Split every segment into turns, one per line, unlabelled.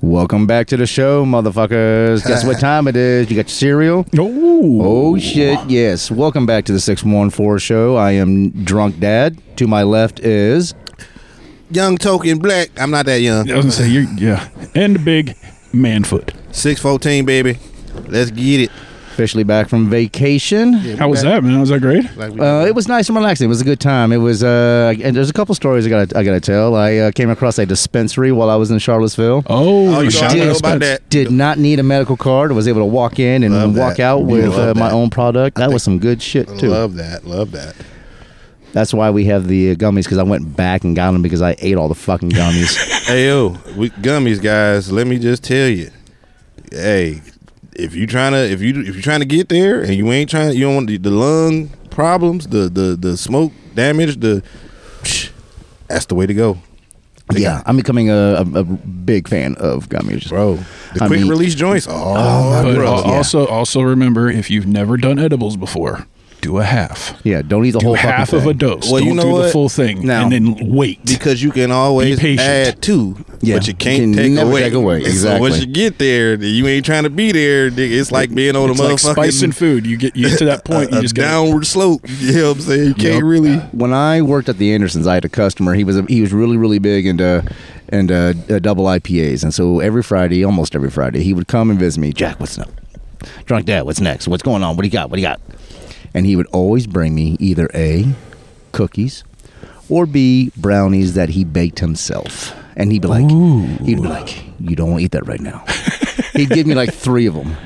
Welcome back to the show, motherfuckers. Guess what time it is? You got your cereal?
Oh,
Oh, shit, yes. Welcome back to the 614 show. I am Drunk Dad. To my left is.
Young token black. I'm not that young.
I was gonna say you, yeah, and the big man foot.
Six fourteen, baby. Let's get it.
Officially back from vacation.
How was that, man? Was that great?
Like we,
Uh, it was nice and relaxing. It was a good time. It was, uh, and there's a couple stories I gotta, I gotta tell. I uh, came across a dispensary while I was in Charlottesville.
Oh,
oh, you
shout
don't know
out
about
Spence.
that.
Did not need a medical card. Was able to walk in and
Love
walk
that.
out with uh,
Love
my
that.
own product. That was some good shit too.
Love that. Love that.
That's why we have the uh, gummies because I went back and got them because I ate all the fucking gummies.
Hey yo, we gummies guys. Let me just tell you. Hey, if you trying to if you if you trying to get there and you ain't trying you don't want the, the lung problems, the the the smoke damage, the psh, that's the way to go.
yeah, I'm becoming a, a, a big fan of gummies,
Bro, the
I
quick
mean-
release joints. Oh,
But
bro.
al- also, also remember if you've never done edibles before, do a half.
Yeah, don't eat the
Do
whole fucking
half of
thing.
a dose.
Well,
Don't
you know
do the
what?
full thing,
No.
and then wait.
because you can always
Be patient.
add to,
Yeah,
but
you
you can't
can
take,
never
away.
take away,
So
exactly.
once you get there, you ain't trying to be there. nigga. It's like being on
It's
a
like
motherfucking
spicing food. You get you get to that point,
a
you just go.
downward slope. You know what I'm saying? You can't
Yep.
really.
when I worked at the Andersons, I had a customer. He was a, he was really really big into and uh, uh, double IPAs, and so every Friday, almost every Friday, he would come and visit me. Jack, what's up? Drunk Dad, what's next? What's going on? What do you got? What do you got? And he would always bring me either a cookies or b brownies that he baked himself, and he'd be like, he'd be like, you don't want to eat that right now. he'd give me like three of them.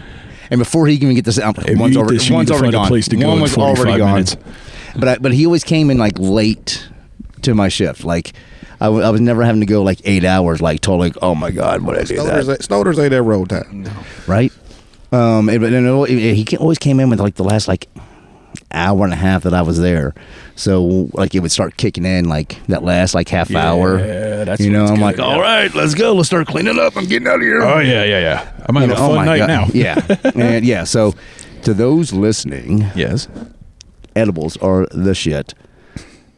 And before he can even get this out,
If
one's
you eat
already,
this, you
one's
need to
already
find a
gone.
place to go
One
in
was already
45
gone.
minutes.
But I, but he always came in like late to my shift. Like I, w- I was never having to go like eight hours. Like totally. Like, oh my god, what I do
Snowders
that
ain't, Snowders ain't that road time.
right? Um, and, but you know, it- it- he ca- always came in with like the last like hour and a half that I was there. So like it would start kicking in like that last like half
Yeah,
hour.
that's
you
when
know.
it's
I'm
good,
like,
yeah.
all right, let's go. Let's start cleaning up. I'm getting out of here.
Oh yeah, yeah, yeah. I might have
You
a
know, oh
fun
my
night
God.
now.
yeah, and yeah. So to those listening,
Yes.
edibles are the shit.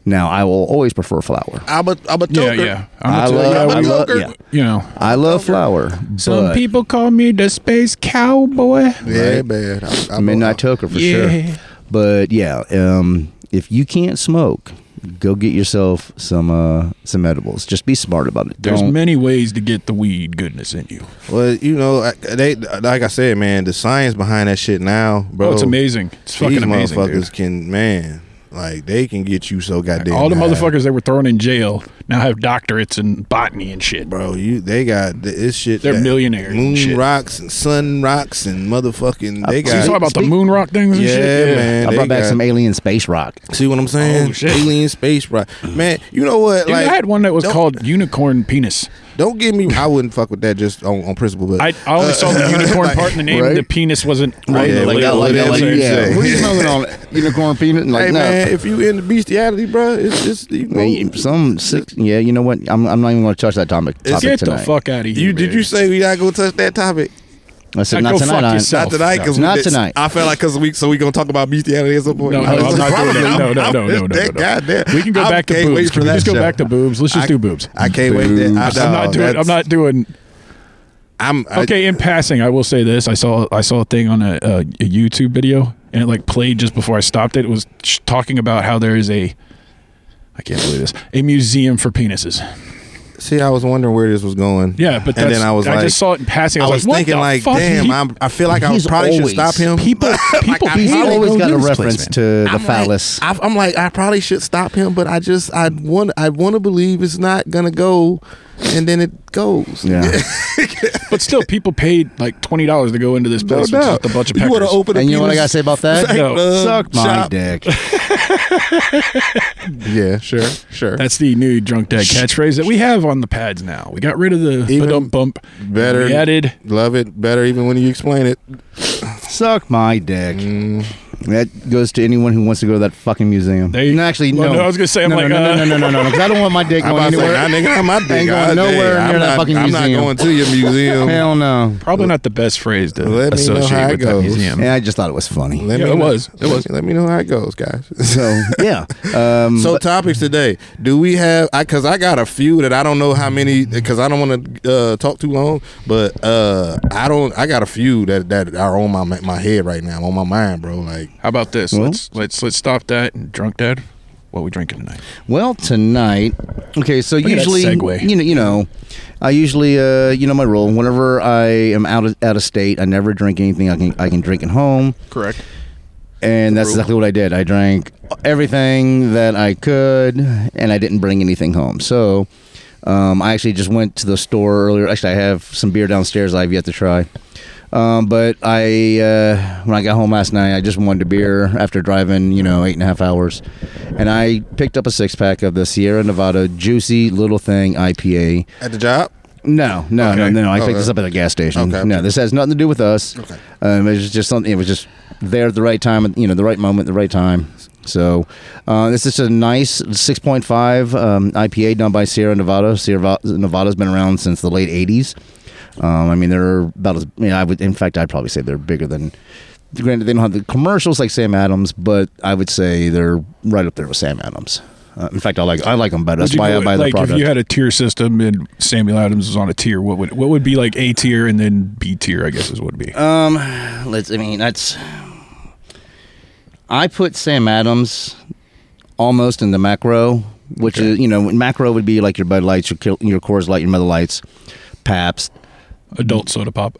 Now I will always prefer flour.
I'm a, I'm
Yeah,
a toker.
yeah.
I
gonna
love,
tell you,
I
I would-
love,
Joker.
yeah.
you know.
I love flour.
Some
but
people call me the space cowboy.
Yeah,
Right.
man. I,
I
I'm
mean,
a-
I took her for
Yeah.
sure. But yeah, um, if you can't smoke, go get yourself some uh, some edibles. Just be smart about it.
There's
Don't-
many ways to get the weed goodness in you.
Well, you know, I- they like I said, man. The science behind that shit now, bro.
oh, it's amazing. It's fucking
These
amazing,
motherfuckers
dude.
can, man. Like they can get you so goddamn.
All the
high.
motherfuckers that were thrown in jail now have doctorates in botany and shit.
bro. You they got th- this shit.
They're
that
millionaires and
Moon
shit.
rocks and sun rocks and motherfucking. They
So you
got.
talking about the
Speak-
moon rock things and
yeah,
shit?
man.
I
they
brought back
got-
some alien space rock.
See what I'm saying?
Oh, shit.
Alien space rock, man. You know what?
Dude,
like
I had one that was
don't-
called unicorn penis.
Don't give me. I wouldn't fuck with that just on, on principle. But
I, I only saw the unicorn part in the name.
right?
The penis wasn't on
yeah,
the
like that,
label.
like that,
That's
like
what I'm
yeah.
saying.
What are you
smoking on? Unicorn peanut? Like,
hey man, if you in the bestiality, bro, it's just you know.
some six, yeah, you know what? I'm, I'm not even going to touch that topic, topic
Get
tonight.
the fuck out of here.
you did you
man.
say we not gonna touch that topic?
I said
Now
not
go
tonight.
fuck
I-
yourself.
Not tonight, because
Not tonight.
I felt like because we so we gonna talk about bestiality at some point.
No, no, I'm not doing that. No, no, no, no, no,
That
no.
goddamn-
We can go
I
back to
can't
boobs.
wait
Can
for
we
that
just go
show.
back to boobs? Let's just
I-
do boobs.
I can't wait. That, I,
I'm
no,
not doing. I'm
that's-
not doing.
I'm I-
Okay, in passing, I will say this: I saw I saw a thing on a, a, a YouTube video, and it like played just before I stopped it. It was sh- talking about how there is a, I can't believe this, a museum for penises.
See, I was wondering where this was going.
Yeah, but that's,
and then I was like,
just saw it in passing. I was, like,
thinking,
what the
like,
fuck?
damn,
He-
I'm, I feel like I
He's
probably should
always-
stop him.
people, people, people
I-
He's
How they
always
go
got
to
a
this place,
reference
man.
to the
I'm
phallus.
Like, I- I'm like, I probably should stop him, but I just, I want, I want to believe it's not gonna go, and then it goes.
yeah.
But still, people paid like twenty dollars to go into this
No
place with
doubt.
just a bunch of
you
peckers.
want to open a
and you know what I gotta
penis
say about that?
No.
Suck
club
my
shop?
dick.
Yeah, sure, sure.
That's the new drunk dad catchphrase that we have on the pads now. We got rid of the
Even
ba-dum bump.
better.
We added
Love it better even when you explain it.
Mm.
Mm.
Suck my dick. That goes to anyone who wants to go to that fucking museum.
There you-
no, actually,
Well,
no.
no, I was gonna say, I'm
no,
like,
no,
uh,
no, no, no, no, no, because I don't want my dick
I'm
going
about to say,
anywhere.
nah, nigga, not my dick.
Ain't going
God
nowhere
damn,
near
I'm
that
not,
fucking
I'm not
museum.
going to your museum.
Hell no.
Probably not the best phrase to
Let me know
associate
how it
with that
goes.
museum.
Yeah, I just thought it was funny.
Let
Yeah,
me
it
know-
was. It
let me-
was.
Let me know how it goes, guys.
So yeah, um,
So topics today. Do we have? I because I got a few that I don't know how many because I don't want to uh, talk too long. But uh, I don't. I got a few that that are on my my head right now, on my mind, bro. Like
How about this?
Well-
let's let's let's stop that. and Drunk dad. What we drinking tonight?
Well, tonight. Okay, so
at that
usually,
segue.
you know, you know, I usually, uh, you know, my role. Whenever I am out of out of state, I never drink anything I can I can drink at home,
Correct.
and that's exactly what I did. I drank everything that I could, and I didn't bring anything home. So, um, I actually just went to the store earlier. Actually, I have some beer downstairs. I've yet to try. Um, but I, uh, when I got home last night, I just wanted a beer after driving, you know, eight and a half hours, and I picked up a six pack of the Sierra Nevada Juicy Little Thing IPA.
at the job.
No, no,
Okay.
no, no. I picked
Okay.
this up at a gas station.
Okay.
No, this has nothing to do with us.
Okay.
Um, it was just something. It was just there at the right time. You know, the right moment, the right time. So, uh, this is a nice 6.5 um, IPA done by Sierra Nevada. Sierra Va- Nevada's been around since the late 80s. Um, I mean, they're about as. You know, I would, in fact, I'd probably say they're bigger than. Granted, they don't have the commercials like Sam Adams, but I would say they're right up there with Sam Adams. Uh, in fact, I like I like them better. That's
Would you
why
go
I
with-
buy the
like
product.
if you had a tier system and Samuel Adams was on a tier, what would what would be like A tier and then B tier? I guess is what would be.
Um, let's. I mean, that's. I put Sam Adams almost in the macro, which
Okay.
is you know macro would be like your Bud Lights, your Kil- your Coors Light, your Miller Lights, Paps.
Adult soda pop.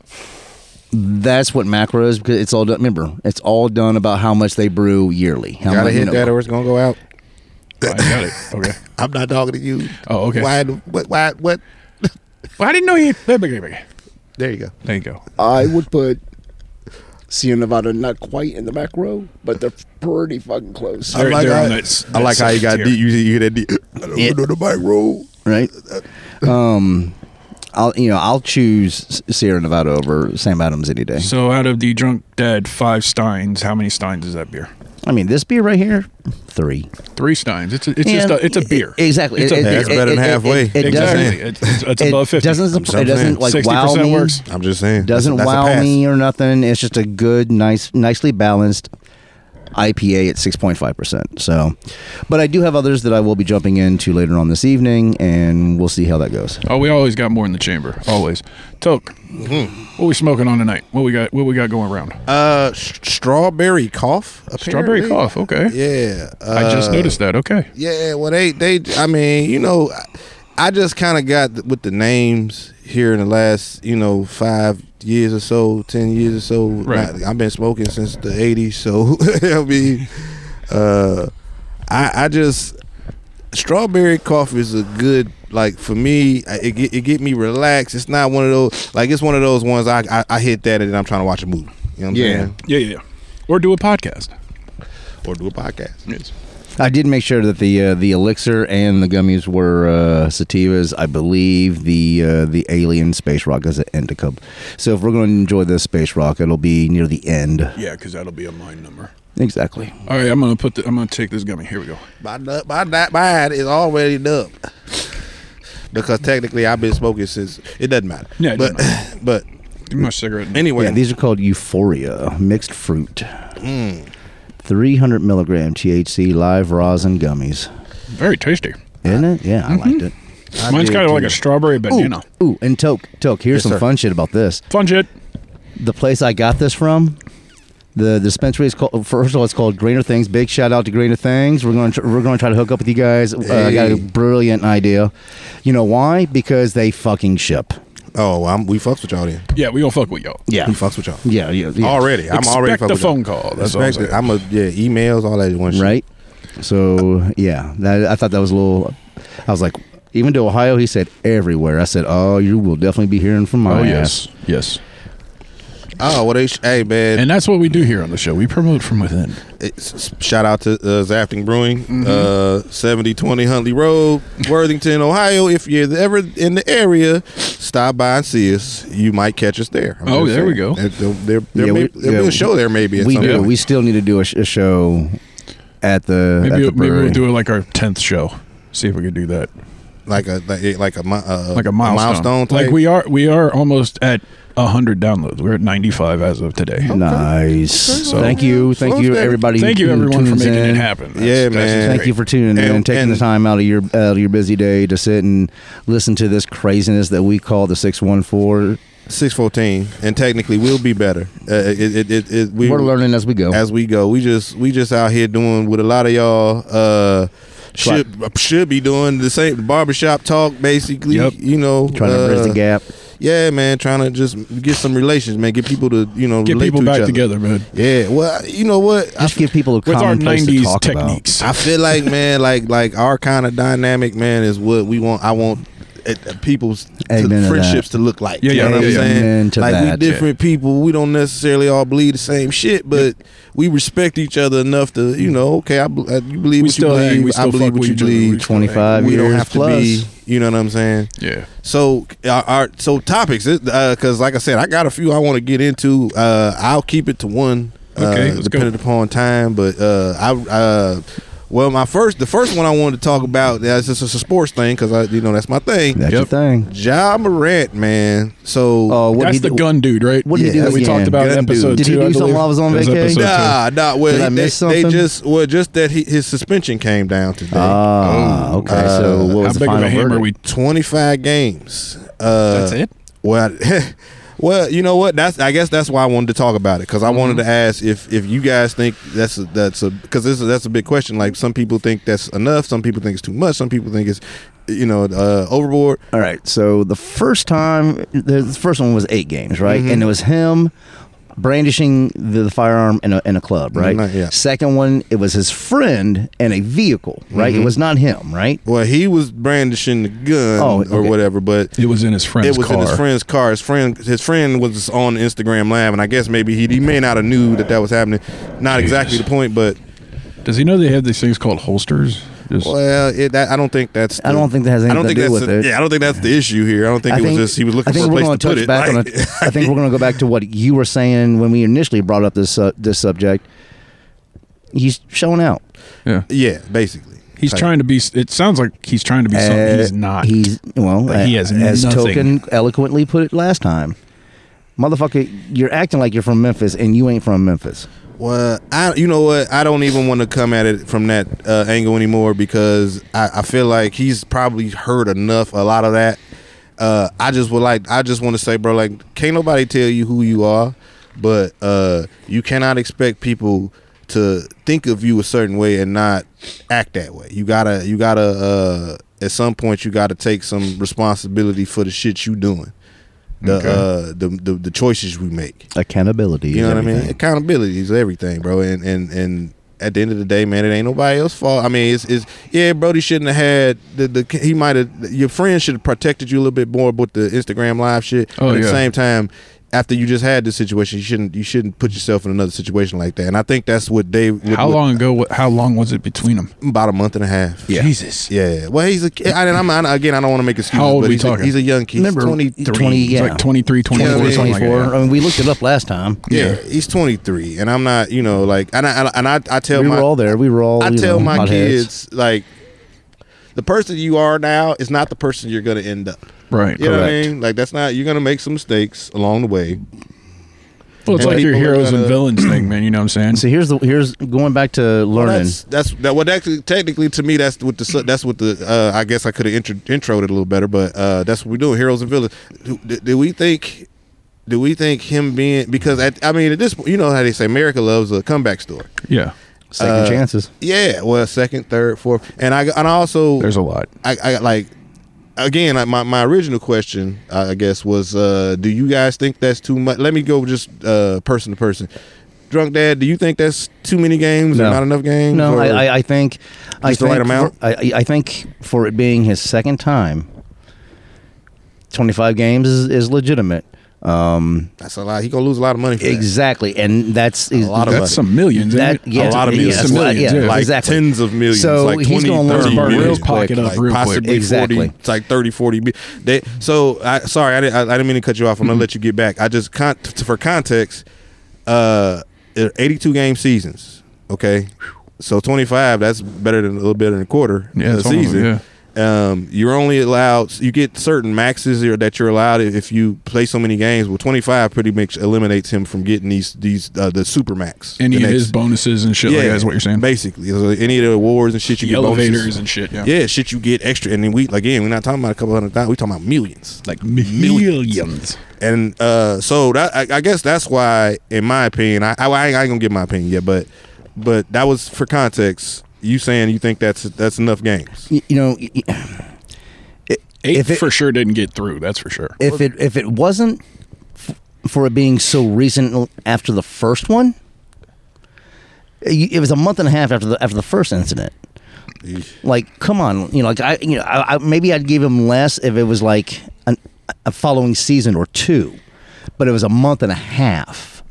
That's what macro is because it's all done. Remember, it's all done about how much they brew yearly. How
Gotta
much, you
hit
know,
that or it's gonna go out.
I got it. Okay.
I'm not talking to you.
Oh, okay.
Why? What? Why? What?
Well, I didn't know you. There
There you go.
you go.
Uh,
I would put Sierra Nevada not quite in the macro, but they're pretty fucking close.
They're-
like
they're
how-
on that s-
I
that
like how you
second
got
tier.
deep. You, you hear that deep. I don't
Yeah.
know the bike roll.
right?
Uh,
Um, I'll you know I'll choose Sierra Nevada over Sam Adams any day.
So out of the drunk dad five steins, how many steins is that beer?
I mean, this beer right here, three.
Three steins. It's a, it's
Yeah,
just a, it's a
it-
beer.
exactly.
It's a
It- it-
beer.
That's better than
it- it-
halfway.
it- it
exactly.
doesn't-
It's, it's, it's above fifty.
Doesn't
I'm
it
saying.
doesn't like wow
60%
me?
works.
I'm just saying.
Doesn't
That's a
wow
pass.
me or nothing. It's just a good, nice, nicely balanced IPA at six point five percent. So, but I do have others that I will be jumping into later on this evening, and we'll see how that goes.
Oh, we always got more in the chamber. Always. Toke. What we smoking on tonight? What we got? What we got going around?
Uh, sh- strawberry cough.
Strawberry
apparently.
cough. Okay.
Yeah.
I just
uh,
noticed that. Okay.
Yeah, well, they they. I mean, you know, I- I just kind of got th- with the names here in the last, you know, five years or so, ten years or so.
Right.
Not- I've been smoking since the '80s, so I mean, uh, I I just strawberry coffee is a good like for me. I- It get, it get me relaxed. It's not one of those like it's one of those ones I I, I hit that and I'm trying to watch a movie. You know what I'm
Yeah.
saying?
Yeah, yeah, yeah. Or do a podcast.
Or do a podcast.
Yes.
I did make sure that the uh, the elixir and the gummies were uh, sativas. I believe the uh, the alien space rock is an indica. So if we're going to enjoy this space rock, it'll be near the end.
Yeah, because that'll be a mine number.
Exactly.
All right, I'm gonna put the. I'm gonna take this gummy. Here we go.
My nut, my nut, mine is already up because technically I've been smoking since it doesn't matter.
Yeah, it
but
doesn't matter.
but
Give me my cigarette.
anyway,
Yeah, these are called Euphoria mixed fruit.
Hmm.
300 milligram THC live rosin gummies.
Very tasty.
Isn't it? Yeah, I
Mm-hmm.
liked it.
I
Mine's
did
kind of like
too.
a strawberry banana.
Ooh, ooh, and Toke, Toke, here's
Yes,
some
sir.
fun shit about this.
Fun shit.
The place I got this from, the dispensary is called. First of all, it's called Greener Things. Big shout out to Greener Things. We're going. To, we're going to try to hook up with you guys. Uh, I got a
Hey.
brilliant idea. You know why? Because they fucking ship.
oh, I'm, we fucks with y'all then.
Yeah, we gonna fuck with y'all.
Yeah.
We fucks with y'all
Yeah. Yeah. yeah.
already. I'm already
Expect
fucking
the
with y'all.
phone call. That's what I'm
Expect it.
saying.
I'm a yeah emails all that one shit.
right? So yeah, that, I thought that was a little. I was like, even to Ohio, "Oh, he said everywhere. I said, oh, you will definitely be hearing from my
Oh
ass.
yes, yes.
Oh, well, they. Sh- hey, man.
And that's what we do here on the show. We promote from within.
It's, shout out to uh, Zafting Brewing,
Mm-hmm.
uh, 7020 Huntley Road, Worthington, Ohio. If you're ever in the area, stop by and see us. You might catch us there. I'm
Oh,
just
there we
saying.
go.
There, there, there, there
Yeah,
may,
we-
there'll
yeah,
be a show there maybe. At
we
some
do.
point.
We still need to do a, sh- a show at the at
Maybe,
the
maybe
brewery.
we'll do it like our tenth show. See if we can do that,
like a like a like a, mi- uh,
like a milestone.
type.
Like we are, we are almost at hundred downloads. We're at ninety-five as of today.
Nice.
Okay.
So thank you,
So
thank you,
steady.
everybody.
Thank you,
who
everyone, for
tunes
making
in.
it happen. That's-
Yeah,
that's
man.
great.
Thank you for tuning in
And-
and taking the
and-
time out of your out of your busy day to sit and listen to this craziness that we call the six one four.
six fourteen, and technically we'll be better. Uh, it, it, it, it, we,
We're learning as we go.
as we go. We just we just out here doing what a lot of y'all uh should should be doing the same barbershop talk basically.
Yep.
You know,
Trying to bridge
uh,
the gap.
Yeah, man, trying to just get some relations, man. Get people to you know
Get
relate
people
to each
back
other.
together, man.
Yeah, well, you know what? I
Just give people a
With our
common place to
nineties
talk about.
techniques.
I feel like man, like like our kind of dynamic, man, is what we want. I want uh, uh, people's to
Amen to
friendships to look like.
Yeah,
you
yeah,
know what I'm
yeah, yeah.
saying?
Amen to
like we
that, yeah.
different people. We don't necessarily all believe the same shit, but we respect each other enough to you know. Okay, I, bel- uh, you believe
We
what
still
you
hang,
believe.
we
I
still
believe
fuck
what
with
you
each other.
believe.
Twenty five.
we don't
years
have to
plus.
be. You know what I'm saying?
Yeah.
So our, our so topics because like I said, I got a few I want to get into. Uh, I'll keep it to one.
Okay,
uh,
let's
depending upon time, but uh, I uh, well, my first the first one I wanted to talk about that's just a sports thing because I you know that's my thing.
That's your
Yep.
thing.
Ja Morant, man, so
Oh, what
That's
he
the
do-
gun dude, right?
What did he do?
Yeah,
that we
again?
talked about in
Gun dude.
episode
Did he
two.
do
I believe.
something while I was on
That
vacay?
episode two.
nah, nah.
Did I
Well, they,
miss
they
something?
just well just that he, his suspension came down today.
Ah, okay. so
Uh,
what
How
was the
big of
final
a hammer
verdict?
we?
Twenty five games. Uh,
That's it.
Well, I- well, you know what? That's I guess that's why I wanted to talk about it because I wanted to
Mm-hmm.
ask if if you guys think that's a, that's a because this is, that's a big question. Like some people think that's enough, some people think it's too much, some people think it's you know uh, overboard.
All right. So the first time, the the first one was eight games, right?
Mhm.
And it was him brandishing the, the firearm in a, in a club, right?
Not- yeah.
Second one, it was his friend and a vehicle, right?
Mm-hmm.
It was not him, right?
Well, he was brandishing the gun
Oh,
or
okay.
whatever, but.
It was in his friend's
it was
car.
in his friend's car. His friend, his friend was on Instagram Live, and I guess maybe he, he may not have knew that that was happening. Not exactly the
Jesus.
point, but
Does he know they have these things called holsters? Just,
well, it, that, I don't think that's.
I don't think that has
I don't
anything
think
to do
that's
with
the,
it.
yeah. I don't think that's the issue here. I don't think it was just he was looking
I think
for a
we're
place
gonna
to put
touch
it.
Back on
Like-
a, I think we're going to go back to what you were saying when we initially brought up this uh, this subject. He's showing out.
yeah.
Yeah, basically.
He's
Like,
trying to be. It sounds like he's trying to be something he's
Uh,
not.
He's well.
Like, he has
as
nothing.
token eloquently put it last time. Motherfucker, you're acting like you're from Memphis and you ain't from Memphis.
Well, I you know what? I don't even want to come at it from that uh, angle anymore because I, I feel like he's probably heard enough a lot of that. Uh, I just would like I just want to say, bro, like can't nobody tell you who you are, but uh, you cannot expect people to think of you a certain way and not act that way. You gotta you gotta uh, at some point you gotta take some responsibility for the shit you doing, the
Okay.
uh, the, the the choices we make.
Accountability.
You know
is
what I mean?
everything.
Accountability is everything, bro. And and and at the end of the day, man, it ain't nobody else's fault. I mean, it's, it's yeah, Brody shouldn't have had the the he might have your friend should have protected you a little bit more with the Instagram live shit.
Oh,
but at the
yeah.
same time, after you just had this situation, you shouldn't you shouldn't put yourself in another situation like that. And I think that's what Dave. What,
how
what-
long ago? What, how long was it between them?
About a month and a half.
Jesus.
Yeah. Well, he's a kid. I, and I'm, I, again, I don't want to make excuses.
How old
but
we
he's a-
talking?
he's a young kid. He's
Remember,
23.
20
It's
Yeah.
like 23, 24,
Yeah,
something like
24.
that.
I mean, we looked it up last time.
Yeah,
Yeah.
he's 23, and I'm not, you know, like, and I and I, I tell
we
my
were all there. We were all.
I
you
tell
know,
my
hotheads.
kids like the person you are now is not the person you're gonna end up.
Right.
You know what I
Correct.
mean? Like that's not you're gonna make some mistakes along the way.
Well, it's
And
like your
people are
heroes and
gonna-
villains thing, man. You know what I'm
So
saying?
here's the here's going back to
Well,
learning.
that's that's that. Well, actually, technically, to me, that's what the su- that's what the uh, I guess I could have intro, introed it a little better, but uh, that's what we do. Heroes and villains. Do, do we think? Do we think him being because at, I mean at this point you know how they say America loves a comeback story.
Yeah.
Second
uh,
chances.
Yeah, well, second, third, fourth, and I and I also
There's a lot.
I, I like again like my, my original question uh, i guess was uh do you guys think that's too much let me go just uh person to person drunk dad do you think that's too many games
No.
or not enough games
No,
or-
I, I, I think I
Just the
think
right amount?
For, I, I- I think for it being his second time, twenty five games is, is legitimate. Um,
That's a lot. He gonna lose a lot of money for that.
exactly, and that's
A lot of
That's
money.
some millions. ain't
that
it?
yeah,
a lot of
yeah,
millions.
that's
Some
what-
millions,
yeah,
yeah.
like
exactly.
tens of millions,
So
like
he's
20,
gonna learn
30
about
million.
real pocket
like
up real quick.
possibly
Exactly.
40, it's like 30, 40 mi- They, so I, sorry, I didn't, I, I didn't mean to cut you off. I'm
Mm-hmm.
gonna let you get back. I just con- t- for context, uh, there are 82 game seasons. Okay, so 25. That's better than a little better than a quarter.
Yeah,
of the
it's almost-
season. Um, you're only allowed. You get certain maxes or- that you're allowed if you play so many games. Well, 25 pretty much eliminates him from getting these these uh, the super max.
Any
the
of
next-
his bonuses and shit like that is what you're saying.
Basically, So any of the awards and shit you
The
get bonuses.
elevators and shit. Yeah.
Yeah, shit you get extra, and then we again we're not talking about a couple hundred thousand. We talking about millions,
Like millions.
and uh, so that I, I guess that's why, in my opinion, I I, I ain't gonna give my opinion yet, but but that was for context. You saying you think that's that's enough games?
You know, y-
Eight
If it-
for sure didn't get through. That's for sure.
if it if it wasn't f- for it being so recent after the first one, it it was a month and a half after the after the first incident. Like, come on, you know, like I, you know, I, I, maybe I'd give him less if it was like an, a following season or two, but it was a month and a half,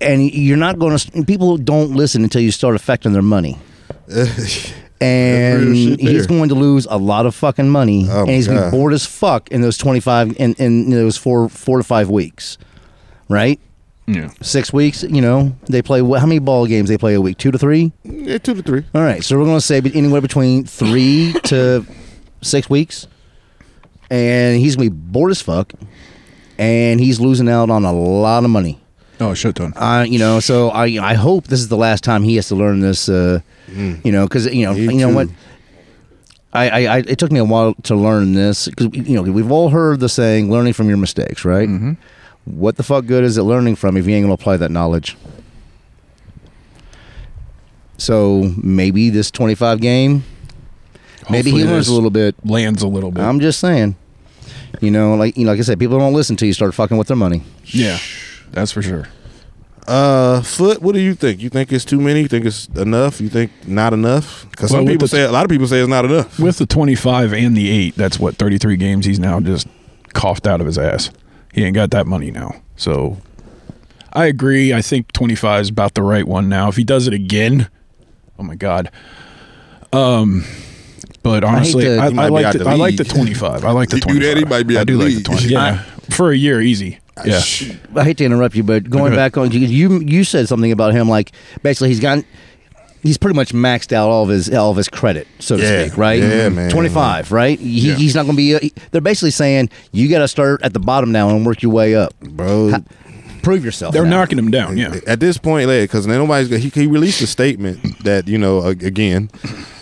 and you're not going to. People don't listen until you start affecting their money.
Real
And
shit
he's
there.
going to lose a lot of fucking money,
Oh,
and he's
my
going to be
God.
bored as fuck in those twenty five in, in those four four to five weeks, right?
Yeah.
Six weeks. You know, they play what? How many ball games they play a week? Two to three.
Yeah, two to three.
All right, so we're going to say be- anywhere between three to six weeks, and he's going to be bored as fuck, and he's losing out on a lot of money.
Oh, shit ton.
Uh, you know, so I I hope this is the last time he has to learn this. Uh, You know, because you know
Mm. Me
you know what.
too.
I, I, I it took me a while to learn this because you know we've all heard the saying learning from your mistakes right what the fuck good is it learning from if you ain't gonna apply that knowledge so maybe this 25 game maybe he
Hopefully
learns
this
a little bit
Lands a little bit.
i'm just saying you know like you know, like i said people don't listen till you start fucking with their money
yeah. That's for sure.
Uh, foot. What do you think? You think it's too many? You think it's enough? You think not enough? Because
Well,
some
with
people
the-
say a lot of people say it's not enough.
With the 25 and the 8, that's what 33 games he's now just coughed out of his ass. He ain't got that money now. So I agree. I think 25 is about the right one now. If he does it again, oh my god. Um but honestly,
to-
I,
He
might
I,
be out
like the,
the
I like the
league.
25. I like the
You do
25.
that, he might be
I
out
do
the
like
league.
the 20. Yeah. For a year easy. Yeah.
I hate to interrupt you, but going
ahead.
back on you, you, you said something about him. Like basically, he's gotten, he's pretty much maxed out all of his all of his credit, so to
Yeah.
speak. Right?
Yeah, man.
Twenty five. Right? He,
Yeah.
He's not going to be. uh he- they're basically saying you got to start at the bottom now and work your way up.
Bro,
Prove yourself.
They're
now.
knocking him down. Yeah.
At this point, like, because nobody's he, he released a statement that you know a- again,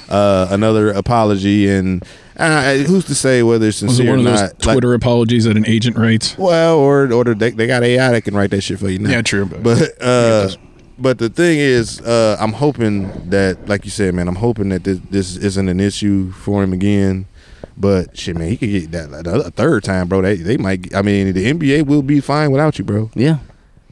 uh, another apology, and uh, who's to say whether it's
Was
sincere
it one of
or
those
not? Like,
Twitter apologies that an agent writes?
well, or or they, they got AI that can write that shit for you now.
Yeah, true, but-
But uh, but the thing is, uh, I'm hoping that, like you said, man, I'm hoping that this, this isn't an issue for him again. But shit, man, he could get that that a third time, bro. They they might. I mean, the NBA will be fine without you, bro.
Yeah.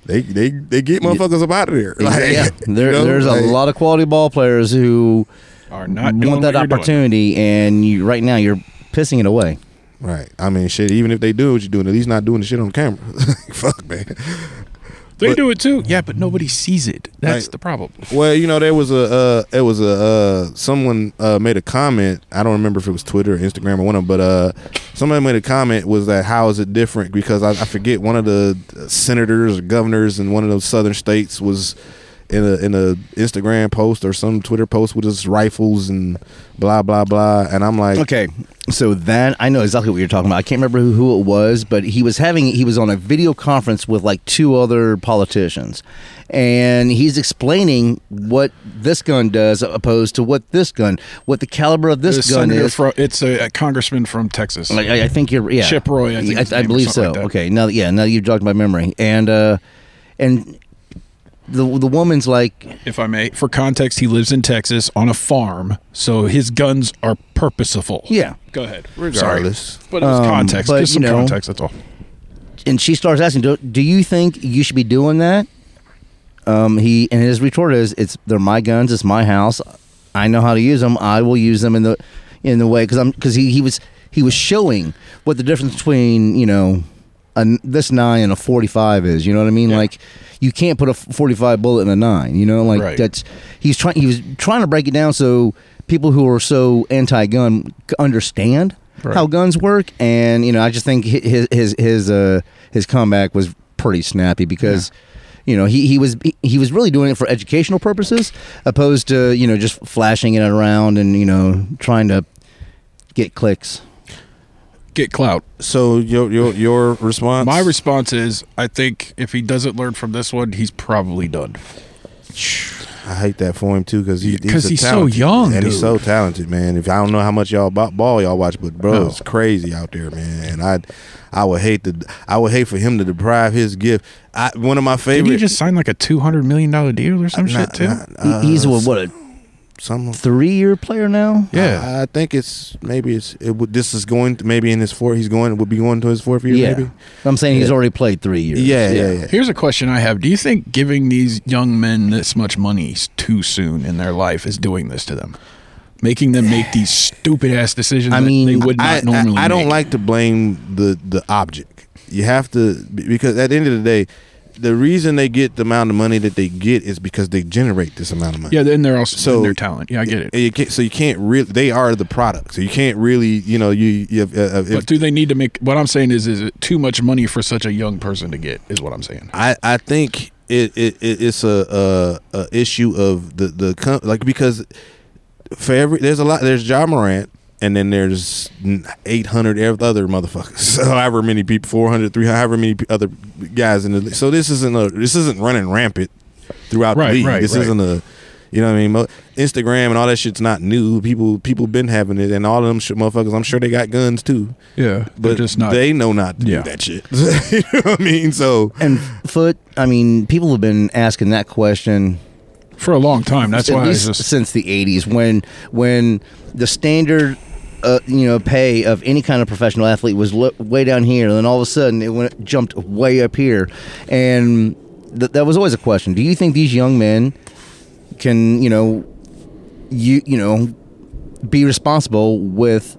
They they they get motherfuckers up out of there. Like,
yeah.
you
There,
know,
there's
like-
a lot of quality ball players who
Are not
want
doing
that
what you're doing.
opportunity, and you, right now you're pissing it away.
Right. I mean, shit. Even if they do what you're doing, at least not doing the shit on camera. Fuck, man.
They
But-
do it too. Yeah, but nobody sees it. That's
Like-
the problem.
Well, you know, there was a uh, it was a uh, someone uh, made a comment. I don't remember if it was Twitter or Instagram or one of them, but uh, somebody made a comment was that how is it different? Because I, I forget one of the uh, senators or governors in one of those southern states was in a in a Instagram post or some Twitter post with his rifles and blah blah blah. And I'm like,
Okay, so that I know exactly what you're talking about. I can't remember who, who it was, but he was having he was on a video conference with like two other politicians, and he's explaining what this gun does opposed to what this gun, what the caliber of this
The
gun
senator
is.
fro- it's a, a congressman from Texas.
like I, I think you're yeah
Chip Roy, I think his name or
believe so.
something like that.
okay, now yeah, now you've jogged my memory, and uh, and the the woman's like
if I may, for context, he lives in Texas on a farm, so his guns are purposeful.
yeah,
Go ahead.
regardless.
Sorry. But it was
Um,
context.
but,
Just some
you know-
context. That's all.
and she starts asking, do, "Do you think you should be doing that?" Um, he and his retort is, "It's they're my guns. It's my house. I know how to use them. I will use them in the in the way because I'm because he, he was he was showing what the difference between you know a this nine and a forty five is. You know what I mean?
Yeah.
Like you can't put a forty five bullet in a nine. You know, like
Right.
that's he's trying. He was trying to break it down so people who are so anti gun understand
Right.
how guns work. And you know, I just think hi- his his his uh his comeback was pretty snappy because. You know, he, he was he- he was really doing it for educational purposes, opposed to you know just flashing it around and you know trying to get clicks.
Get clout.
So your your your response?
My response is I think if he doesn't learn from this one, he's probably done.
I hate that for him too because he,
'Cause
a
he's so
talented-
young,
and he's
dude.
so talented, man. If I don't know how much y'all bo- ball y'all watch, but bro,
No.
it's crazy out there, man. And I I would hate to I would hate for him to deprive his gift. I, one of my
Did
favorite.
he just sign like a two hundred million dollar deal or some
Nah,
shit too?
nah,
He-
uh,
he's what, what a
some
three year player now.
yeah,
I, I think it's maybe it's it would this is going to- maybe in his fourth he's going would be going to his fourth year maybe.
I'm saying he's already played three years.
Yeah, yeah, yeah.
Here's a question I have. Do you think giving these young men this much money s- too soon in their life is doing this to them? Making them make these stupid ass decisions
I
that
mean,
they would not
I,
normally
I, I don't
make.
like to blame the the object. You have to because at the end of the day, the reason they get the amount of money that they get is because they generate this amount of money.
Yeah, then they're also
So-
so, their talent. Yeah, I get it.
And you can't, so you can't really. They are the product. So you can't really. You know. You. you have, uh, uh, if,
but do they need to make what I'm saying is is it too much money for such a young person to get is what I'm saying.
I, I think it, it, it it's a, a a issue of the the com- like because for every there's a lot there's John Morant and then there's 800 ev- other motherfuckers so however many people 400 300 however many p- other guys in the league so this isn't a this isn't running rampant throughout
Right,
the league
right,
this
right.
isn't a you know what I mean Mo- Instagram and all that shit's not new people people been having it and all of them sh- motherfuckers I'm sure they got guns too
Yeah.
but
But just not
they know not to
Yeah.
do that shit you know what I mean so
And foot, I mean, people have been asking that question
for a long time. That's
at
why I
least
just
since the '80s, when when the standard. Uh, you know, pay of any kind of professional athlete was lo- way down here, and then all of a sudden it went jumped way up here, and th- that was always a question. Do you think these young men can, you know, you you know, be responsible with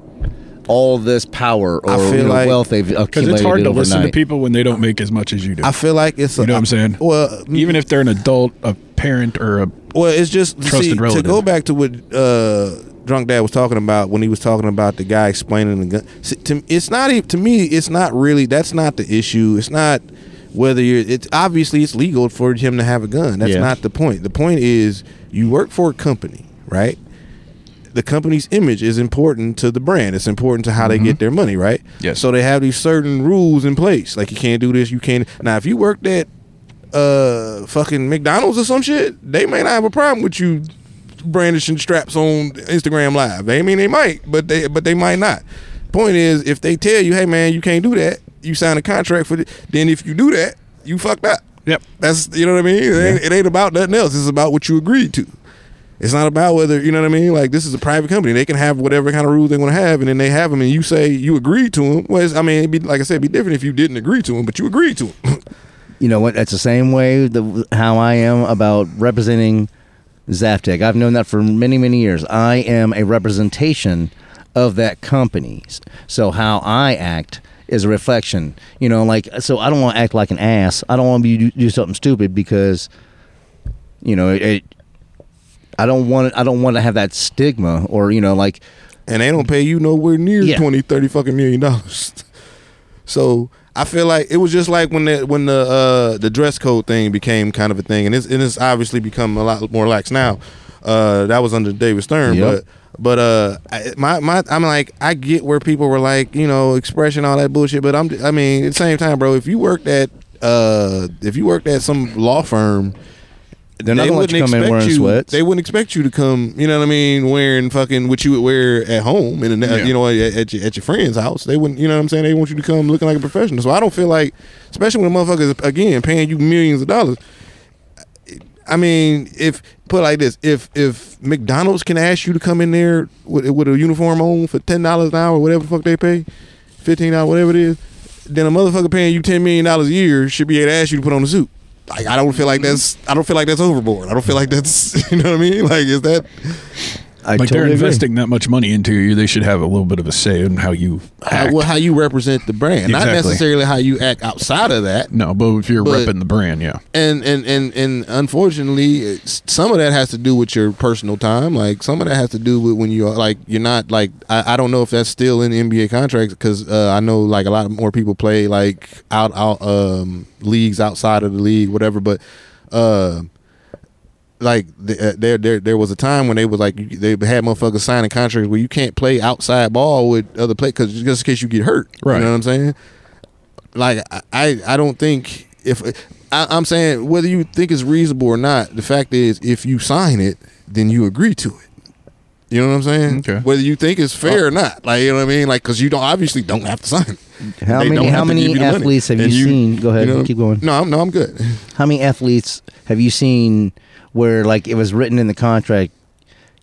all this power or
I feel
you know,
like-
wealth they've accumulated
because it's hard to
overnight?
listen to people when they don't make as much as you do.
I feel like it's.
You
a,
know what I'm saying?
Well,
Even if they're an adult, a parent, or a
well, it's just
Trusted
see, to
relative.
go back to what uh, drunk dad was talking about when he was talking about the guy explaining the gun. See, to, it's not e- to me. It's not really. That's not the issue. It's not whether you're. It's obviously it's legal for him to have a gun. That's
Yeah.
not the point. The point is you work for a company, right? the company's image is important to the brand. It's important to how they get their money, right?
Mm-hmm. Yes.
So they have these certain rules in place. Like you can't do this, you can't. Now, if you worked at uh fucking McDonald's or some shit, they may not have a problem with you brandishing straps on Instagram Live. They I mean they might, but they but they might not. Point is, if they tell you, hey man, you can't do that, you sign a contract for it. Then if you do that, you fucked up.
Yep.
That's you know what I mean. It, ain't, it ain't about nothing else. It's about what you agreed to. It's not about whether you know what I mean. Like this is a private company; they can have whatever kind of rules they want to have, and then they have them. And you say you agreed to them. Well, it's, I mean, it'd be like I said, it'd be different if you didn't agree to them, but you agreed to them.
you know what? That's the same way the, how I am about representing Zaptec. I've known that for many, many years. I am a representation of that company. So how I act is a reflection. You know, like so I don't want to act like an ass. I don't want to do, do something stupid because you know it. it I don't want. I don't want to have that stigma, or you know, like
and they don't pay you nowhere near
Yeah.
twenty, thirty 20, 30 fucking million dollars. So I feel like it was just like when the when the uh, the dress code thing became kind of a thing, and it's and it's obviously become a lot more lax now. Uh, that was under David Stern,
Yep.
but but uh, I, my my I'm like I get where people were like you know expression all that bullshit, but I'm I mean at the same time, bro, if you worked at uh if you worked at some law firm
they're not gonna let you come in
expect
wearing
you,
sweats.
They wouldn't expect you to come. You know what I mean? Wearing fucking what you would wear at home, and
Yeah.
you know at, at your at your friend's house. They wouldn't. You know what I'm saying? They want you to come looking like a professional. So I don't feel like, especially when motherfuckers again paying you millions of dollars. I mean, if put like this, if if McDonald's can ask you to come in there with, with a uniform on for ten dollars an hour, whatever the fuck they pay, fifteen dollars, whatever it is, then a motherfucker paying you ten million dollars a year should be able to ask you to put on a suit. Like I don't feel like that's I don't feel like that's overboard. I don't feel like that's you know what I mean. Like is that
I totally
like they're
agree.
investing that much money into you, they should have a little bit of a say in how you
How,
act.
Uh, well, how you represent the brand, not
Exactly.
necessarily how you act outside of that.
no, but if you're
But-
repping the brand, yeah,
and and and and unfortunately, it's- some of that has to do with your personal time. Like some of that has to do with when you're like you're not like I, I don't know if that's still in NBA contracts because uh, I know like a lot more people play like out out um, leagues outside of the league, whatever. But uh, like th- uh, there there there was a time when they was like you- they had motherfuckers signing contracts where you can't play outside ball with other play because just in case you get hurt,
Right.
You know what I'm saying? like I- I I don't think if I, I'm saying whether you think it's reasonable or not, the fact is if you sign it, then you agree to it. You know what I'm saying?
Okay.
Whether you think it's fair or not, like you know what I mean, like because you don't obviously don't have to sign. It.
How
They
many-
don't
how
have to
many
give you the money.
athletes have
And
you seen- go ahead,
what I'm-
keep going.
No, I'm, no, I'm good.
How many athletes have you seen where like it was written in the contract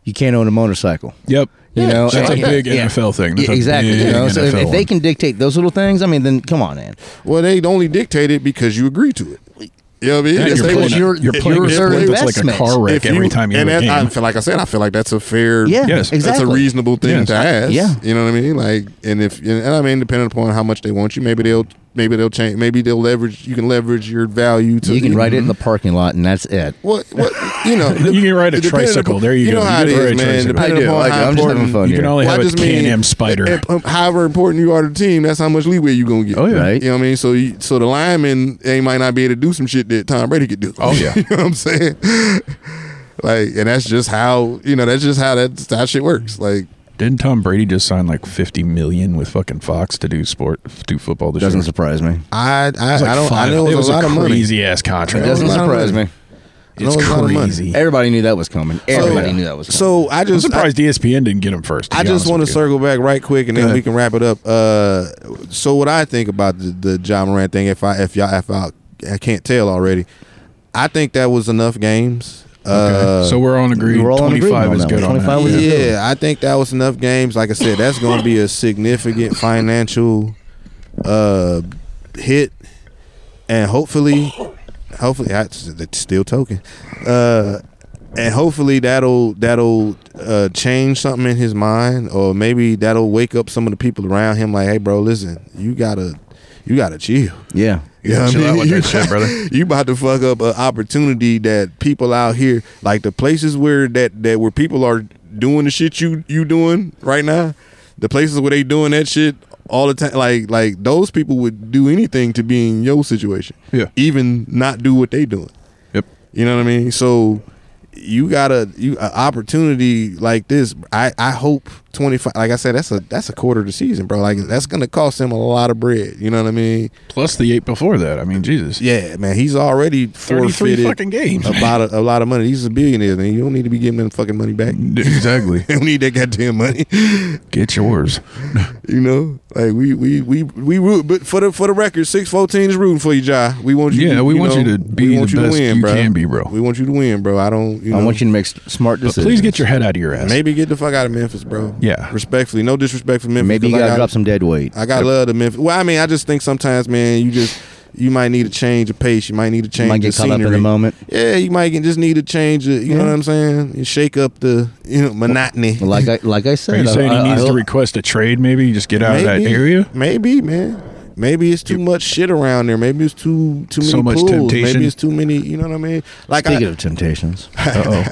you can't own a motorcycle?
yep,
You know,
that's a
and-
big
yeah.
NFL thing. That's
Yeah,
a
exactly. You
big
know, so if,
NFL
if they
one.
can dictate those little things, I mean, then come on, man.
Well, they only dictate it because you agree to it. You know what I mean?
Yeah,
If
you're
they
pulling
was-
a-
your-
you're
your
pulling a sport that's like a
investment.
car wreck
if you-
every time you
and
leave a
that,
game.
I feel like I said, I feel like that's a fair
Yeah,
Yes.
exactly.
That's a reasonable thing
Yes.
to ask.
Yeah.
you know what I mean. Like, and if and I mean, depending upon how much they want you, maybe they'll maybe they'll change. Maybe they'll leverage. You can leverage your value to.
You can write it
Mm-hmm.
in the parking lot, and that's it.
What what you know?
You can ride a
depending
tricycle.
upon-
There you go.
know how
You
it
can ride
is,
a
man.
tricycle.
Depending
I do.
upon
Like,
how
I'm just having
important.
fun
you
here.
can only
Well, I
have a
just mean-
Can-Am spider.
if- um, however important you are to the team, that's how much leeway you gonna get.
Oh, yeah.
Right.
You know what I mean? So you, so the linemen they might not be able to do some shit that Tom Brady could do.
Oh, yeah.
you know what I'm saying? like, and that's just how you know that's just how that how shit works. Like,
Didn't Tom Brady just sign like fifty million with fucking Fox to do sport, do football this
Doesn't
year?
surprise me.
I I,
It's like
I don't
five-
I know it was a lot of money.
crazy ass
It
contract.
It was
doesn't
a lot of
surprise
money.
me.
It was a lot of money.
Everybody knew that was coming. Everybody
yeah.
knew that was coming.
So I
I'm
just I-
surprised E ESPN didn't get him first.
I
be honest
just want to
with you.
circle back right quick, and
Go
then we
ahead.
can wrap it up. Uh, so what I think about the, the John Moran thing, if I if y'all if I, I can't tell already, I think that was enough games. Uh,
Okay. so we're on agreed.
we're all on agreement
25
on
is
that
good
one.
on
25
that.
was
yeah.
good.
yeah, I think that was enough games. Like I said, that's going to be a significant financial uh, hit, and hopefully, hopefully, I, it's still token, uh, and hopefully that'll that'll uh, change something in his mind, or maybe that'll wake up some of the people around him. Like, hey, bro, listen, you gotta you gotta chill.
yeah.
You gotta
Yeah, I
chill
mean,
out with
you-
that shit, brother.
You about to fuck up an opportunity that people out here, like the places where that that where people are doing the shit you you doing right now, the places where they doing that shit all the time, like like those people would do anything to be in your situation.
Yeah.
even not do what they doing.
Yep.
You know what I mean? So you got a you an opportunity like this. I I hope twenty five. Like I said, that's a that's a quarter of the season, bro. Like that's gonna cost him a lot of bread. You know what I mean?
Plus the eight before that. I mean, Jesus.
Yeah, man, he's already
33
forfeited
fucking games.
a lot of a lot of money. He's a billionaire, man. You don't need to be giving him fucking money back. You
exactly.
don't need that goddamn money.
Get yours.
You know, like we we we we root, but for the for the record, six fourteen is rooting for you, Ja. We want you.
Yeah, we want you
know,
to be
we want
the
you
best
to win,
you
bro.
can be, bro.
We want you to win, bro. I don't. You know,
I want you to make s- smart
But
decisions.
please get your head out of your ass.
Maybe get the fuck out of Memphis, bro.
Yeah.
respectfully, no disrespect for Memphis.
Maybe you
'cause I
gotta
got-
drop some dead weight.
I got love to Memphis. Well, I mean, I just think sometimes, man, you just you might need a change of pace. You might need to change.
Might get
the
caught up in the
scenery.
moment.
Yeah, you might just need to change it. You know what I'm saying? You shake up the you know monotony.
Like I like I
Are
said,
you
I-
saying
I-
he
I
needs to
hope-
request a trade? Maybe just get out of that area.
Maybe, man. Maybe it's too much shit around there. Maybe it's too too many
So much
pools.
temptation.
Maybe it's too many. You know what I mean? Like
Speaking
I,
of temptations,
Uh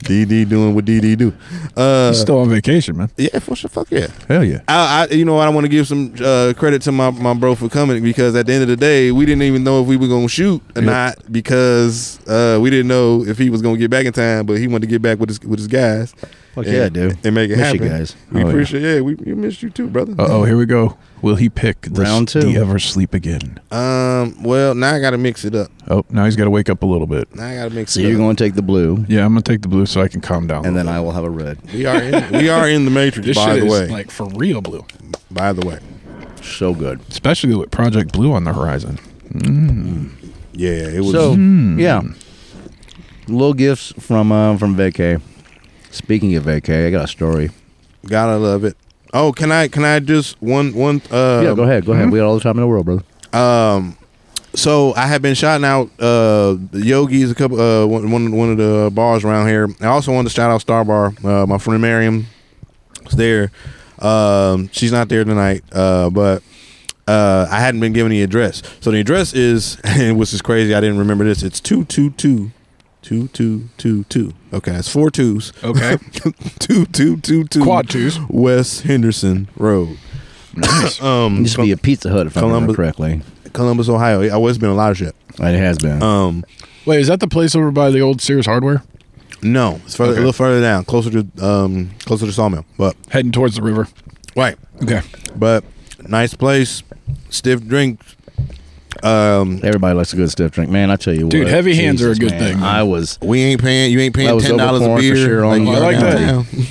DD doing what DD do.
oh,
Uh,
he's still on vacation, man.
yeah, for sure. Fuck yeah.
Hell yeah.
I, I you know what, I want to give some uh, credit to my, my bro for coming because at the end of the day we didn't even know if we were gonna shoot or
Yep.
not because uh, we didn't know if he was gonna get back in time, but he wanted to get back with his with his guys.
Fuck
and,
yeah, dude.
and make it
Miss you
happen,
guys.
We
Oh, yeah.
appreciate, yeah. we we missed you too, brother.
Uh oh, here we go. Will he pick the,
Round two.
the ever sleep again?
Um, well now I gotta mix it up.
Oh, now he's got to wake up a little bit.
Now I gotta mix
so
it
you're
up.
going to take the blue,
Yeah, I'm gonna take the blue so I can calm down. a
and
little
then I will have a red.
we are in, we are in the
bit.
matrix.
this
by
shit
the
is
way,
like for real blue,
by the way,
So good.
especially with Project Blue on the horizon.
yeah, it was.
So yeah, Hmm. little gifts from uh, from vacay. Speaking of vacay, I got a story.
gotta love it. Oh, can I can I just one one uh hmm?
yeah, go ahead, go ahead. We got all the time in the world, brother.
Um, so I have been shouting out uh, Yogi's a couple uh, one one one of the bars around here. I also wanted to shout out Star Bar. Uh, my friend Miriam is there. Um, she's not there tonight, uh, but uh, I hadn't been given the address. So the address is, which is crazy. I didn't remember this. It's two two two two two two two. Okay, that's four twos.
Okay.
two two two two.
Quad twos.
West Henderson Road.
Nice.
Um,
Used to be a Pizza Hut, if I remember
Columbus-
correctly.
Columbus, Ohio. I was been a lot of shit.
It has been.
Um,
Wait, is that the place over by the old Sears Hardware?
No, it's further,
Okay.
a little further down, closer to um, closer to Sawmill. But
Heading towards the river.
right,
Okay.
but nice place, stiff drinks. Um,
Everybody likes a good stiff drink, man. I tell you,
Dude,
what,
heavy hands are a good thing, man.
I was
we ain't paying. You ain't
I
paying
was
ten dollars a
overpouring for
beer.
sure on
you
you. I
are
like that.
now.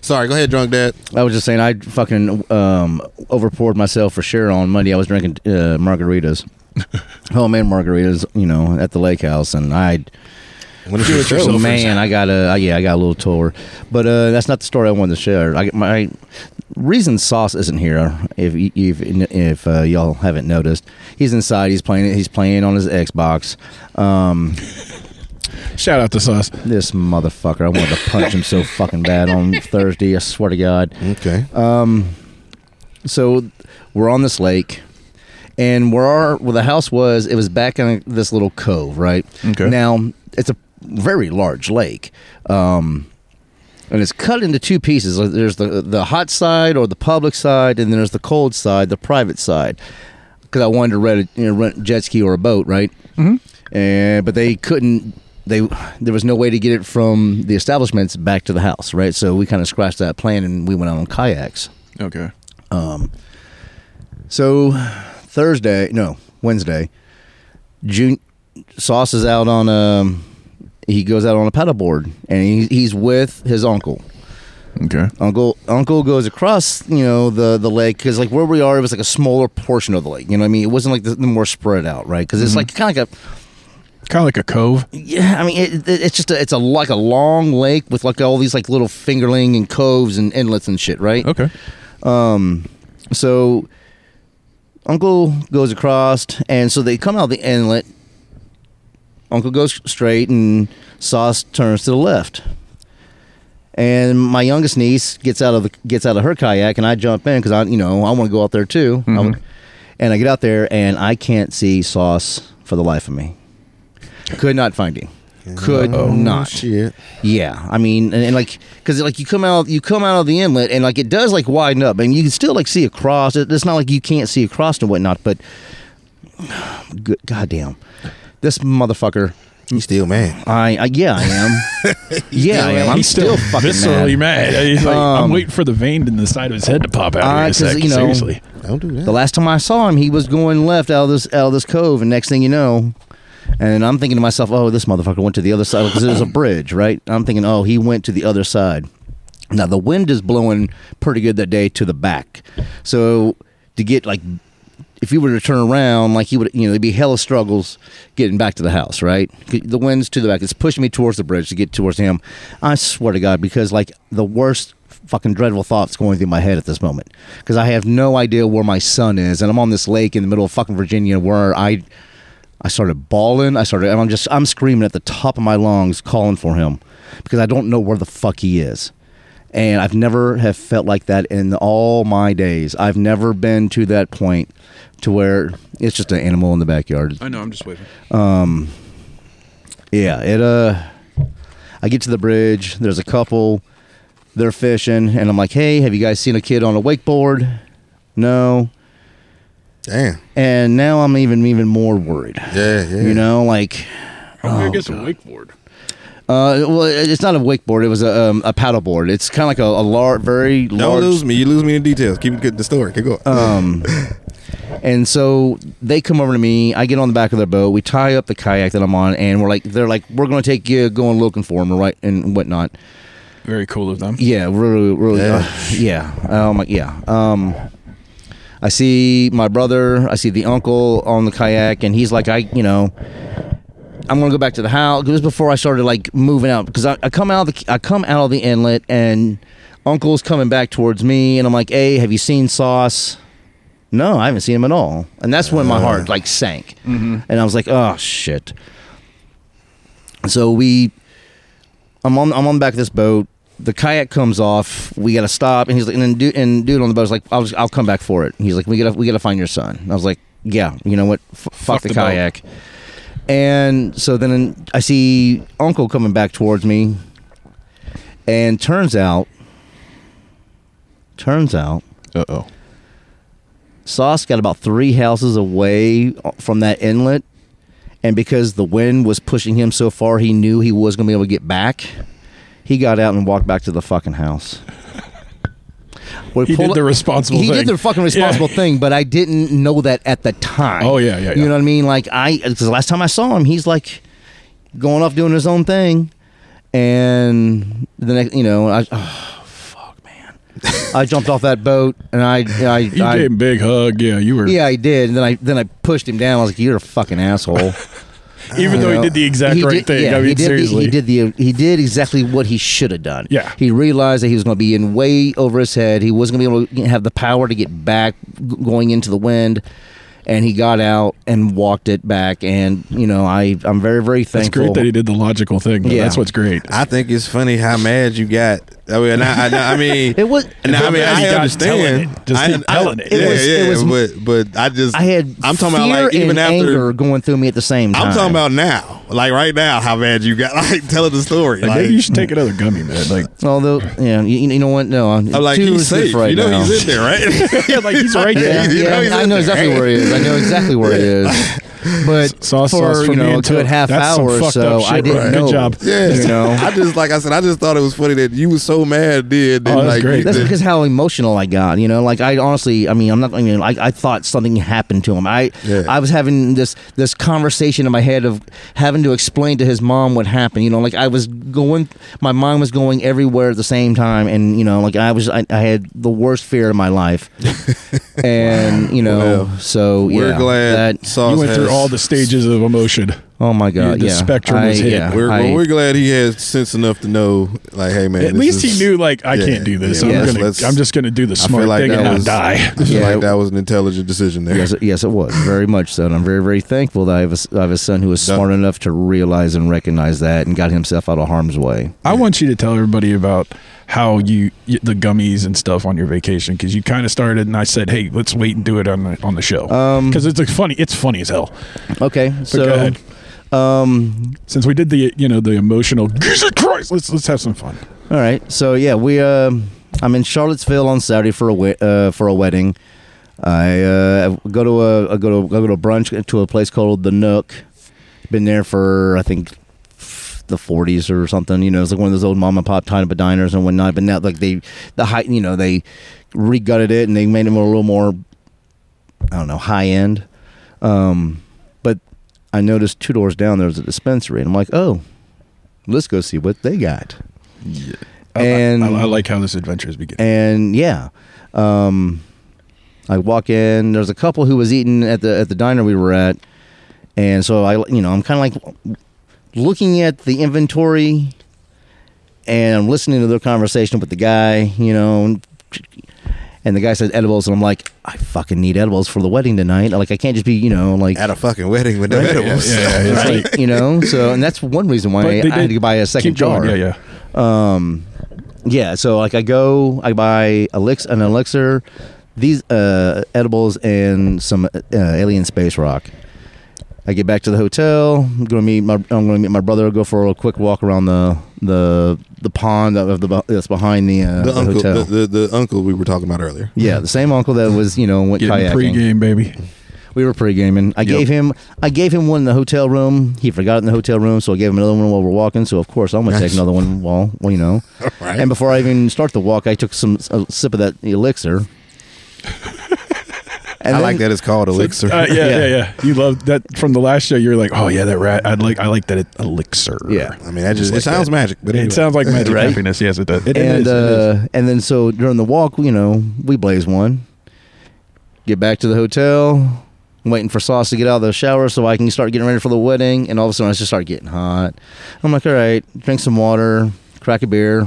Sorry, go ahead, drunk dad.
I was just saying, I fucking um, overpoured myself for sure on Monday. I was drinking uh, margaritas, homemade margaritas, you know, at the lake house, and I,
When it's your
yourself.
show.
man, I got a, yeah, I got a little tour, but uh, that's not the story I wanted to share. I my reason sauce isn't here. If y- if if uh, y'all haven't noticed, he's inside. He's playing. He's playing on his Xbox. Um,
Shout out to Sauce.
this motherfucker, I wanted to punch him so fucking bad on Thursday. I swear to God.
Okay,
Oh, so we're on this lake and where our where the house was it was back in this little cove right
Okay.
now it's a very large lake um and it's cut into two pieces there's the the hot side or the public side and then there's the cold side the private side because i wanted to rent a, you know, rent a jet ski or a boat right mm-hmm. and but they couldn't they there was no way to get it from the establishments back to the house right so we kind of scratched that plan and we went out on kayaks
Okay.
um, so Thursday, no Wednesday, June Sauce is out on um, he goes out on a paddleboard and he, he's with his uncle.
Okay.
Uncle Uncle goes across, you know, the the lake because like where we are, it was like a smaller portion of the lake. You know what I mean? It wasn't like the, the more spread out, right? Because it's like kind of like a
Kind of like a cove.
yeah, I mean, it, it, it's just a, it's a like a long lake with like all these like little fingerling and coves and inlets and shit, right?
Okay.
Um, so Uncle goes across, and so they come out the inlet. Uncle goes straight, and Sauce turns to the left. And my youngest niece gets out of the gets out of her kayak, and I jump in because I, you know, I want to go out there too. I w- and I get out there, and I can't see Sauce for the life of me. Could not find him. Could not.
Oh, shit.
Yeah, I mean, and, and like, because like you come out, you come out of the inlet, and like it does like widen up, and you can still like see across. It, it's not like you can't see across and whatnot, but good goddamn, this motherfucker.
You still mad?
I, I yeah, I am. yeah, I am. I'm
He's
still, fucking
viscerally
mad.
mad. He's like, I'm
Um,
waiting for the vein in the side of his head to pop out
Uh,
here in a
'cause,
sec.
you know-
Seriously.
Don't do that.
The last time I saw him, he was going left out of this out of this cove, and next thing you know, and I'm thinking to myself, oh, this motherfucker went to the other side because there's a bridge, right? I'm thinking, oh, he went to the other side. Now the wind is blowing pretty good that day to the back, so to get like, if you were to turn around, like he would, you know, there'd be hella struggles getting back to the house, right? The wind's to the back; it's pushing me towards the bridge to get towards him. I swear to God, because like the worst fucking dreadful thoughts going through my head at this moment, because I have no idea where my son is, and I'm on this lake in the middle of fucking Virginia where I I started bawling. I started, and I'm just, I'm screaming at the top of my lungs, calling for him because I don't know where the fuck he is. And I've never have felt like that in all my days. I've never been to that point to where it's just an animal in the backyard.
I know. I'm just waiting.
Yeah, it uh I get to the bridge, there's a couple, they're fishing, and I'm like, Hey, have you guys seen a kid on a wakeboard? No.
Damn.
And now I'm even even more worried.
Yeah, yeah.
You know, like
I'm
Oh,
going to get some wakeboard.
uh, well, it- it's not a wakeboard. It was a, um, a paddleboard. It's kind of like a, a large, very
Don't
large.
lose me. You lose me in details. Keep get the story. Keep going.
Um, and so they come over to me. I get on the back of their boat. We tie up the kayak that I'm on, and we're like, they're like, we're going to take you going looking for him, right, and whatnot.
Very cool of them.
Yeah, really, really, yeah. Uh, yeah. Um, like, yeah. Um, I see my brother. I see the uncle on the kayak, and he's like, I, you know, I'm gonna go back to the house. It was before I started like moving out because I, I come out of the I come out of the inlet, and uncle's coming back towards me, and I'm like, Hey, have you seen Sauce? No, I haven't seen him at all. And that's when my heart like sank. And I was like, oh shit. So we I'm on I'm on the back of this boat. The kayak comes off. We gotta stop. And he's like, and then dude, and dude on the boat is like, I'll just, I'll come back for it. And he's like, we gotta we gotta find your son. And I was like, yeah, you know what? F- fuck, the,
the boat.
kayak. And so then I see Uncle coming back towards me, and turns out, turns out,
Uh oh.
Sauce got about three houses away from that inlet, and because the wind was pushing him so far, he knew he was going to be able to get back. He got out and walked back to the fucking house. We
He
pull-
did the responsible
He
thing.
did the fucking responsible
Yeah.
thing, but I didn't know that at the time.
Oh, yeah, yeah,
You
yeah.
know what I mean? Like I, because the last time I saw him, he's like going off doing his own thing, and the next, you know, I, oh, fuck, man, I jumped off that boat and I, I,
You
I
gave him a big hug. Yeah, you were.
yeah, I did. And then I then I pushed him down. I was like, "You're a fucking asshole."
Even though
You know?
he did the exact
He
right
did-
thing.
yeah,
I mean,
he did. The,
seriously.
he did the he did exactly what he should have done.
Yeah.
he realized that he was going to be in way over his head. He wasn't going to be able to have the power to get back g- going into the wind. And he got out and walked it back, and you know I I'm very very
That's
thankful.
great that he did the logical thing. though.
Yeah.
That's what's great.
I think it's funny how mad you got. I mean, I, I, I mean,
It was-
And I
How
mean,
mad
I
he got
understand.
telling it. Just
I,
him telling it.
Yeah,
It was-
yeah.
it was-
but but I just
I had
I'm talking
fear
about like even
and
after.
anger going through me at the same time.
I'm talking about now, like right now, how mad you got. Like telling the story.
Like,
Like,
maybe you should take another gummy, man. Like,
although yeah you, you know what no I'm
I'm like
too
he's safe.
right
you know
now.
he's in there, right?
yeah, like he's right
Yeah,
there.
You know
yeah,
he's
I
in
know
there,
exactly
right?
where it is. I know exactly where it is. But
Sauce,
for,
sauce for
you
me
know a
until-
good half
that's some
hour or
fucked
so,
up
I
shit,
didn't
right? Good
know.
job.
Yeah,
You know?
I just like I said, I just thought it was funny that you was so mad then. then
Oh, that's
like,
great.
you
That's
did-
because how emotional I got. You know, like I honestly, I mean, I'm not. I mean, I, I thought something happened to him. I
Yeah.
I was having this this conversation in my head of having to explain to his mom what happened. You know, like I was going, my mind was going everywhere at the same time, and you know, like I was, I, I had the worst fear of my life, and you know,
Well,
so
we're
yeah,
glad
that-
Sauce
You went through
has-
all the stages of emotion.
Oh my god!
the
yeah,
spectrum
I,
was hit.
Yeah,
We're,
I-
we're glad he has sense enough to know, like, hey man.
At
this
least
is-
he knew, like, I
yeah,
can't do this.
yeah,
I'm,
let's-
gonna,
let's-
I'm just going to do the
I
smart
feel like
thing
that
and not
was
die.
I feel
Yeah.
like that was an intelligent decision there.
yes, it- yes, it was very much so, and I'm very, very thankful that I have a, s- I have a son who is
Done.
smart enough to realize and recognize that, and got himself out of harm's way.
I want you to tell everybody about how you y- the gummies and stuff on your vacation because you kind of started and I said, hey, let's wait and do it on the, on the show
Um,
because it's a funny. It's funny as hell.
Okay,
go
so
ahead.
um,
Since we did the you know the emotional Jesus Christ, let's let's have some fun.
all right, so yeah, we um, I'm in Charlottesville on Saturday for a we- uh, for a wedding. I uh, go to a I go to I go to a brunch to a place called the Nook. Been there for I think the 40s or something. You know, it's like one of those old mom and pop type of diners and whatnot. But now, like they, the high, you know, they regutted it and they made it a little more, I don't know, high end. Um, but I noticed two doors down there was a dispensary, and I'm like, oh, let's go see what they got.
I- I-
And-
I, I like how this adventure is beginning.
And yeah, um, I walk in. There's a couple who was eating at the at the diner we were at, and so I, you know, I'm kind of like looking at the inventory, and I'm listening to their conversation with the guy, you know. And, and the guy said edibles, and I'm like, I fucking need edibles for the wedding tonight. Like, I can't just be, you know, like,
At a fucking wedding with no
Right.
edibles.
Yeah, yeah, yeah. It's
right, you know. So, and that's one reason why
But
I,
they
I had
did
to buy a second
Keep going.
jar.
Yeah, yeah.
Um, yeah. So like I go, I buy elix- an elixir, these uh, edibles, and some uh, alien space rock. I get back to the hotel. I'm gonna meet my I'm gonna meet my brother. Go for a little quick walk around the the the pond of the that's behind the, uh,
The
the,
uncle,
hotel.
the, the, the uncle we were talking about earlier.
yeah, the same uncle that was you know went
Getting
kayaking.
pre-game, baby.
We were pre-gaming. I gave him I gave him one in the hotel room. He forgot it in the hotel room, so I gave him another one while we're walking. So of course I'm gonna take
Nice.
another one while well, you know.
Right.
And before I even start the walk, I took some a sip of that elixir. And
I
then-
like that it's called elixir.
Uh, yeah,
Yeah.
yeah, yeah. You love that from the last show. You're like, oh yeah, that rat. I like, I like that it, elixir.
Yeah.
I mean, that just, it sounds magic, but
It
anyway.
sounds like magic
Right?
happiness. Yes, it does. It, it
and
is, it is.
uh, and then so during the walk, you know, we blaze one. Get back to the hotel. I'm waiting for Sauce to get out of the shower so I can start getting ready for the wedding. And all of a sudden, I just start getting hot. I'm like, all right, drink some water, crack a beer.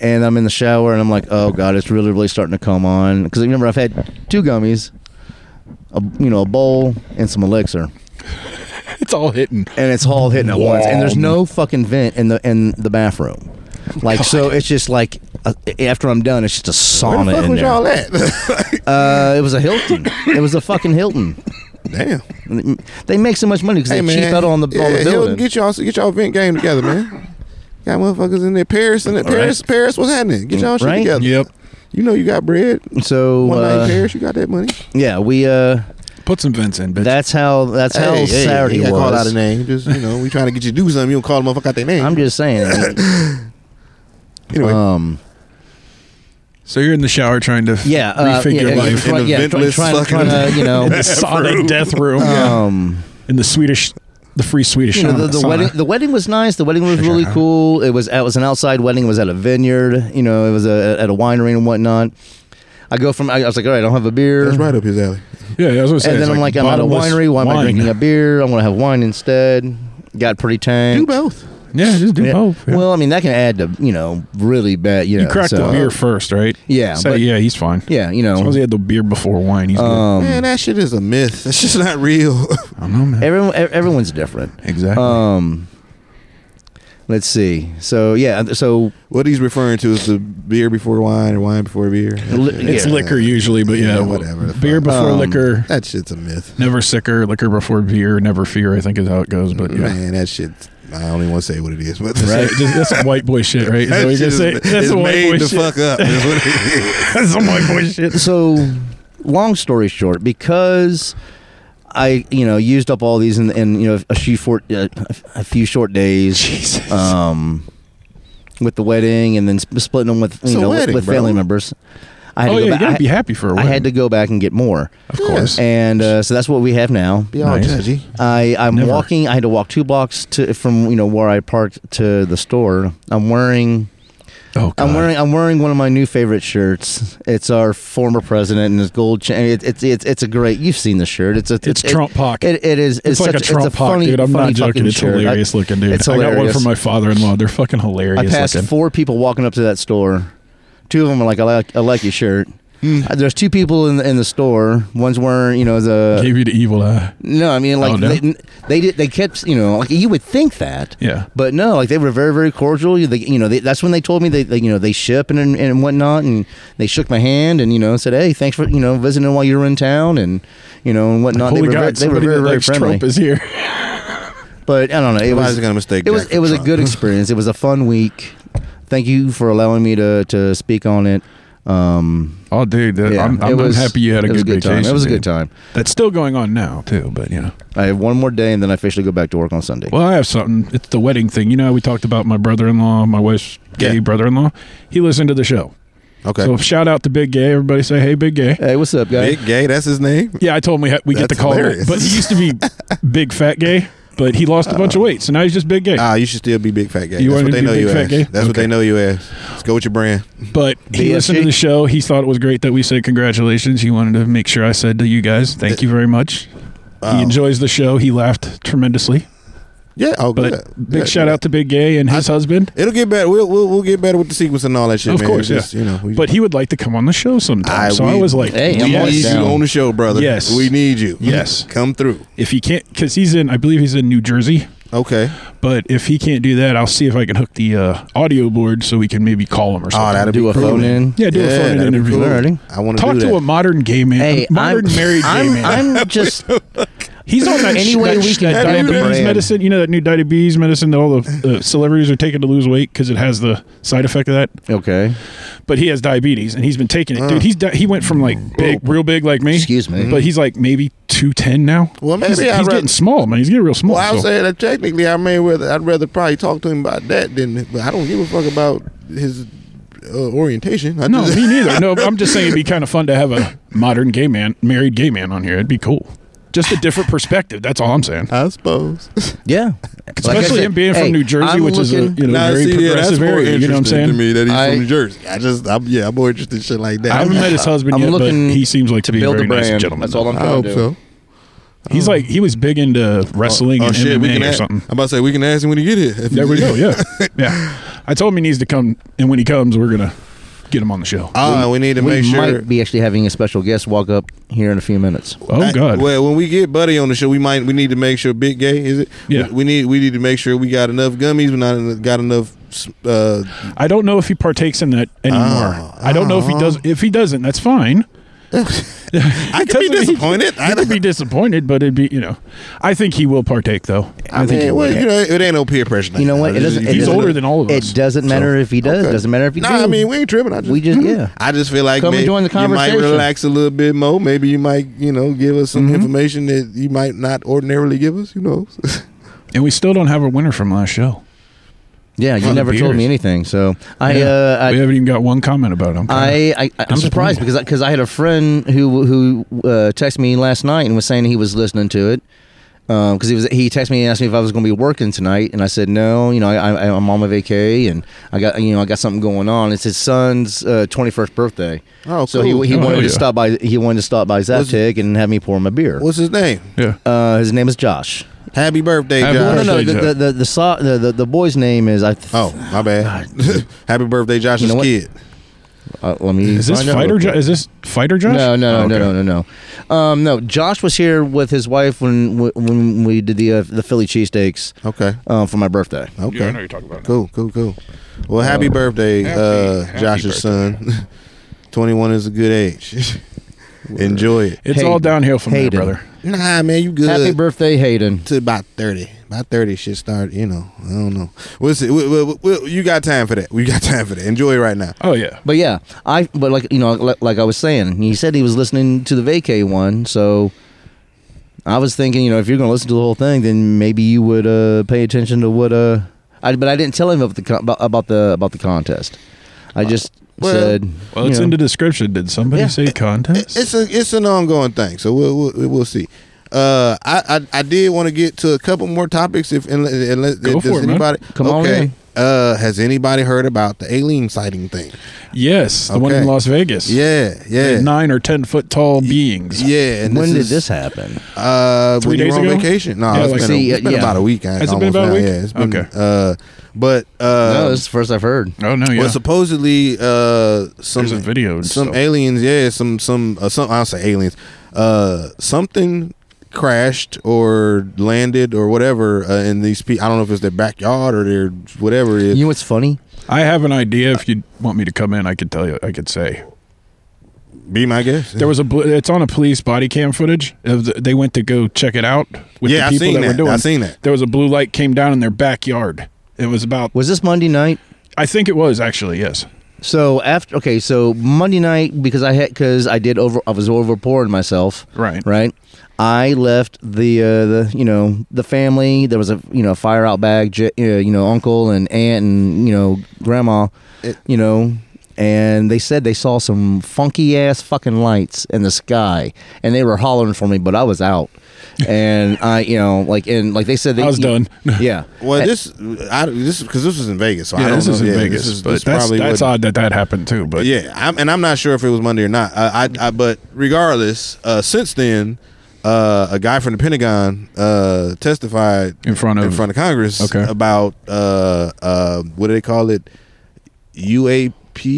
and I'm in the shower and I'm like, oh god, it's really really starting to come on because remember I've had two gummies, a, you know, a bowl and some elixir,
It's all hitting.
and it's all hitting at once, and there's no fucking vent in the in the bathroom, like so it's just like uh, after I'm done, it's just a
Where the
sauna
fuck
in
was
there.
y'all at?
Uh, it was a Hilton. it was a fucking Hilton.
Damn.
They make so much money because they cheap out on the, on the
yeah,
building.
Get y'all, get y'all event game together, man. Got motherfuckers in there. Paris and Paris, Paris, what's happening? Get y'all shit
Right?
together.
Yep.
You know you got bread.
so
One night in
uh,
Paris, you got that money.
yeah, we uh,
Put some vents in, bitch.
that's how that's how
hey, hey,
Saturday
you gotta
was.
call out a name. Just you know, we trying to get you to do something. You don't call the motherfucker out their name.
I'm just saying.
anyway.
um,
so you're in the shower trying to
yeah, uh,
refigure
yeah,
life
yeah,
in the
yeah,
ventless
trying, trying,
fucking-
trying to, you know,
in the sauna death room yeah.
um,
in the Swedish, the free Swedish
you know, the,
sauna-
the
sauna.
wedding the wedding was nice. The wedding was really cool. It was it was an outside wedding. It was at a vineyard. You know, it was a, at a winery and whatnot. I go from I was like, all right, I don't have a beer.
That's right up his alley.
Yeah, that's what I was saying.
And then
It's
I'm like, I'm at a
bottomless
winery. Why am I
wine.
drinking a beer? I'm gonna have wine instead. Got pretty
Do
tanked.
both.
Yeah, just do
Yeah.
both. yeah.
Well, I mean that can add to you know really bad. You, know,
you cracked
so-
the beer first, right?
Yeah,
Say,
but-
yeah, he's fine.
Yeah, you
As long as he
know.
had the beer before wine, he's
Um,
man, that shit is a myth. That's just not real.
good. I don't know, man.
everyone ev- everyone's different.
exactly.
Um, let's see. So yeah, so
what he's referring to is the beer before wine or wine before beer.
Li-
it's
yeah.
liquor usually, but yeah,
Yeah, whatever the
Beer
fuck.
before
Um,
liquor,
That shit's a myth.
never sicker. Liquor before beer, never fear. I think is how it goes. But yeah,
Man, that shit. I don't even want to say what it is, but
Right? Just- that's some white boy shit, right? Is that
That
what
shit
you're
is,
gonna say? That's
is
some white
made
boy
to
shit.
fuck up. is what it is.
That's some white boy shit.
so long story short, because I you know used up all these in, in you know a few short uh, a few short days.
Jesus.
Um, with the wedding and then sp- splitting them with
It's
you
a
know
wedding,
with
bro.
family members. I had to
oh
go
yeah, you
back.
gotta
I,
be happy for a
I
wedding.
had to go back and get more,
of course.
and uh, so that's what we have now.
Be all
Nice.
judgy.
I I'm
Never.
walking. I had to walk two blocks to from you know where I parked to the store. I'm wearing
oh, God.
I'm wearing I'm wearing one of my new favorite shirts. It's our former president and his gold chain. It, it's it's it's a great. You've seen the shirt. It's a
It's
it-
Trump Hawk.
It, it is. It's,
It's, like
such,
a Trump
it's a
hawk,
funny,
dude. I'm
funny
not joking.
fucking
It's
shirt. I-
hilarious looking, dude.
it's
I got one
hilarious.
from my father-in-law. They're fucking
I
hilarious
passed
looking.
four people walking up to that store. Two of them were like, "I like, I like your shirt." Uh, There's two people in the, in the store. One's wearing, you know, the
Gave you the evil eye.
no. I mean, like
Oh, no?
they they did, they kept, you know, like you would think that,
Yeah.
but no, like they were very very cordial. You, they, you know, they, that's when they told me they, they, you know, they ship and, and and whatnot, and they shook my hand and you know said, "Hey, thanks for you know visiting while you were in town and you know and whatnot."
Holy
they were
God,
very, they were
somebody
very
that
very
likes
friendly.
Trump is here.
but I don't know. It
Somebody's
was
gonna mistake
it was
Jack for
it was a
Trump.
good experience. It was a fun week. Thank you for allowing me to to speak on it. Um,
Oh, dude, that,
yeah,
I'm,
it
I'm,
was-
I'm happy you had a
it
good,
was
vacation.
time. It was a good
dude.
time.
That's still going on now too, but you know.
I have one more day and then I officially go back to work on Sunday.
Well, I have something. It's the wedding thing. You know, how we talked about my brother-in-law, my wife's gay
Yeah.
brother-in-law. He listened to the show.
Okay.
So shout out to Big Gay. Everybody say, hey, Big Gay.
Hey, what's up, guys?
Big gay, that's his name.
Yeah, I told him we, ha- we get the
That's
call.
hilarious.
But he used to be Big Fat Gay, but he lost a bunch
Uh,
of weight, so now he's just Big Gay.
Ah, you should still be big fat gay.
You
that's
wanna
what they
be
know
big
you
fat
as.
gay?
That's what they know you as. Let's go with your brand.
But he
BFG?
listened to the show. He thought it was great that we said congratulations. He wanted to make sure I said to you guys, thank you very much.
Wow.
He enjoys the show. He laughed tremendously.
Um, Yeah. Oh,
But
good.
big shout out to Big Gay and his husband.
It'll get better. We'll, we'll we'll get better with the sequence and all that shit.
Of
man.
course,
It's just,
yeah.
you know. We,
But he would like to come on the show sometime. so I
we-
was like,
Hey,
we
I'm
yes.
always
need
down.
you on the show, brother.
Yes.
we need you.
Yes.
come through.
if he can't, because he's in, I believe he's in New Jersey.
Okay.
But if he can't do that, I'll see if I can hook the uh, audio board so we can maybe call him or something.
Oh, that'd
Do
be
a
cool.
phone in.
yeah, do a phone
that'd
in
be
interview.
cool.
Alrighty.
I want to
Talk
do that.
to a modern gay man,
Hey,
a modern
I'm-
married gay
I'm,
man.
I'm just
He's on that
Any
sh-
way
that,
we
sh-
can
that
dump the
diabetes
brand.
medicine. You know that new diabetes medicine that all the uh, celebrities are taking to lose weight because it has the side effect of that.
okay.
But he has diabetes and he's been taking it, dude. He's di- he went from like big, real big like me.
Excuse me.
But he's like maybe two ten now.
Well, maybe
he's,
I'd
he's
rather-
getting small, man. He's getting real small.
Well, I would
so-
say that technically, I may rather I'd rather probably talk to him about that than, but I don't give a fuck about his uh, orientation. I
no,
just,
me neither. No, I'm just saying it'd be kind of fun to have a modern gay man, married gay man on here. It'd be cool. Just a different perspective. That's all I'm saying.
I suppose.
Yeah. Like I
Especially
said,
him being
hey,
from New Jersey,
I'm
which is a
looking-
you know
Nah,
very
see, yeah, that's
progressive
more
area. You know what I'm
interesting
saying?
To me, that he's
I-
from New Jersey. I just, I'm, yeah, I'm more interested in shit like that.
I haven't met his husband
I'm
yet,
looking
but he seems like to,
to
be a
build
very
a brand.
nice gentleman.
That's all I'm
I
trying
hope
to do.
so.
He's like he was big into wrestling
Oh
and
shit,
MMA
we can.
or
Ask, I'm
something.
about to say we can ask him when he get here. If
There
he-
we go. Yeah, yeah. I I told him he needs to come, and when he comes, we're gonna get him on the show.
Uh,
Ah, we, need to
we
make sure.
might be actually having a special guest walk up here in a few minutes.
oh
I-
God,
well, when we get Buddy on the show, we might we need to make sure Big Gay is it?
Yeah.
We, we need we need to make sure we got enough gummies. We not en- got enough. s- Uh,
I don't know if he partakes in that anymore.
Oh,
I don't know if he does. If he doesn't, that's fine.
I could be
Doesn't he-
disappointed. I
I would be disappointed, but it'd be you know. I think he will partake though. I, think he
mean,
will.
well, you know, it ain't no peer pressure.
You know what? It
It's
doesn't.
just-
it
He's
doesn't-
older than all of us,
It doesn't matter if he does.
Okay.
Doesn't matter if he.
Nah, I
do.
mean, we ain't tripping. I just,
We just- yeah.
I just feel like
Come and
may-
join the
You
conversation.
might relax a little bit more. Maybe you might, you know, give us
Mm-hmm.
some information that you might not ordinarily give us. You know,
and we still don't have a winner from last show.
yeah, you
Well,
never told
beers.
me anything. So I,
Yeah.
uh, I,
we haven't even got one comment about him.
I, I, I I'm surprised because because I, had a friend who who uh, texted me last night and was saying he was listening to it because he was he texted me and asked me if I was going to be working tonight and I said no you know I, I I'm on my vacay and I got you know I got something going on it's his son's uh, 21st birthday
Oh,
so
cool.
he, he
Oh,
wanted
hell
to
yeah.
stop by he wanted to stop by
What's-
Zaptic and have me pour him a beer
what's his name?
yeah.
uh, his name is Josh
Happy birthday,
Happy
no
Josh.
no no the
birthday,
the the
Josh.
the, so, the, the, the boy's name is I th-
Oh, my bad. Happy birthday, Josh's
You know what?
kid.
uh, let me
Is this
find out real
fighter?
quick.
Jo- is this fighter Josh?
No, no,
Oh,
no,
okay.
no, no, no, no. Um, no, Josh was here with his wife when when we did the uh, the Philly cheesesteaks
Okay.
uh, for my birthday.
Okay.
Yeah, I know you're talking about.
Cool, cool, cool. Well, happy birthday,
Happy-
uh,
happy
Josh's son. 21 is a good age. Enjoy it.
It's
Hey-
all downhill from
Hayden.
there, brother.
Nah, man, you good.
Happy birthday, Hayden.
to about 30. About 30 should start, you know, I don't know. We'll see. We, we, we- you got time for that. We got time for that. Enjoy it right now.
Oh yeah.
But yeah, I but like you know like, like I was saying, he said he was listening to the vacay one, so I was thinking, you know, if you're going to listen to the whole thing, then maybe you would uh, pay attention to what uh I but I didn't tell him about the con- about, about the about the contest. I just
Well-
said,
Uh, Well,
you
it's
know,
in the description. Did somebody
Yeah.
say contest?
It's a it's an ongoing thing, so we'll we'll, we'll see. Uh, I, I I did want to get to a couple more topics. If unless, unless
Go
does
for it, man.
anybody
Come on
okay.
in.
Uh, has anybody heard about the alien sighting thing?
yes, the one in
Okay.
Las Vegas.
Yeah, yeah,
Nine or ten foot tall beings.
yeah. And
when did
this is-
this happen?
Uh,
Three
when you
days
were on
ago?
vacation? No,
Yeah,
it's
like-
been,
See,
a, it's been
yeah.
about a week. I-
Has it been
almost
about a
now.
week?
Yeah, it's been.
Okay.
Uh, but
Um,
uh,
no, this is the first I've heard.
Oh no, yeah.
well, supposedly uh, some
There's a video and
some
stuff.
aliens, yeah, some some uh, some. I'll say aliens. Uh, something crashed or landed or whatever uh, in these people. I don't know if it's their backyard or their whatever it is.
You know what's funny?
I have an idea. If you want me to come in, I could tell you. I could say
Be my guess.
there was a. bl- It's on a police body cam footage. Of the, they went to go check it out with
yeah,
the
I
people
seen
that,
that.
were doing.
I seen that.
There was a blue light came down in their backyard. It was about.
Was this Monday night?
I think it was actually yes.
So after okay, so Monday night because I had because I did over I was overpouring myself.
Right.
Right. I left the uh, the you know the family. There was a you know fire out bag. j- Uh, you know uncle and aunt and you know grandma.
It-
you know. And they said they saw some funky ass fucking lights in the sky, and they were hollering for me, but I was out, and I, you know, like and like they said, they,
I was done.
Yeah,
Well, this I this because this was in Vegas. So I
Yeah,
don't
this
know.
is in
Yeah,
Vegas,
is-
but that's
probably
that's
what-
odd that that happened too. But
yeah, I'm, and I'm not sure if it was Monday or not. I, I, I but regardless, uh, since then, uh, a guy from the Pentagon uh, testified
in front of
in front of Congress
Okay.
about uh, uh, what do they call it? UAP. Uh,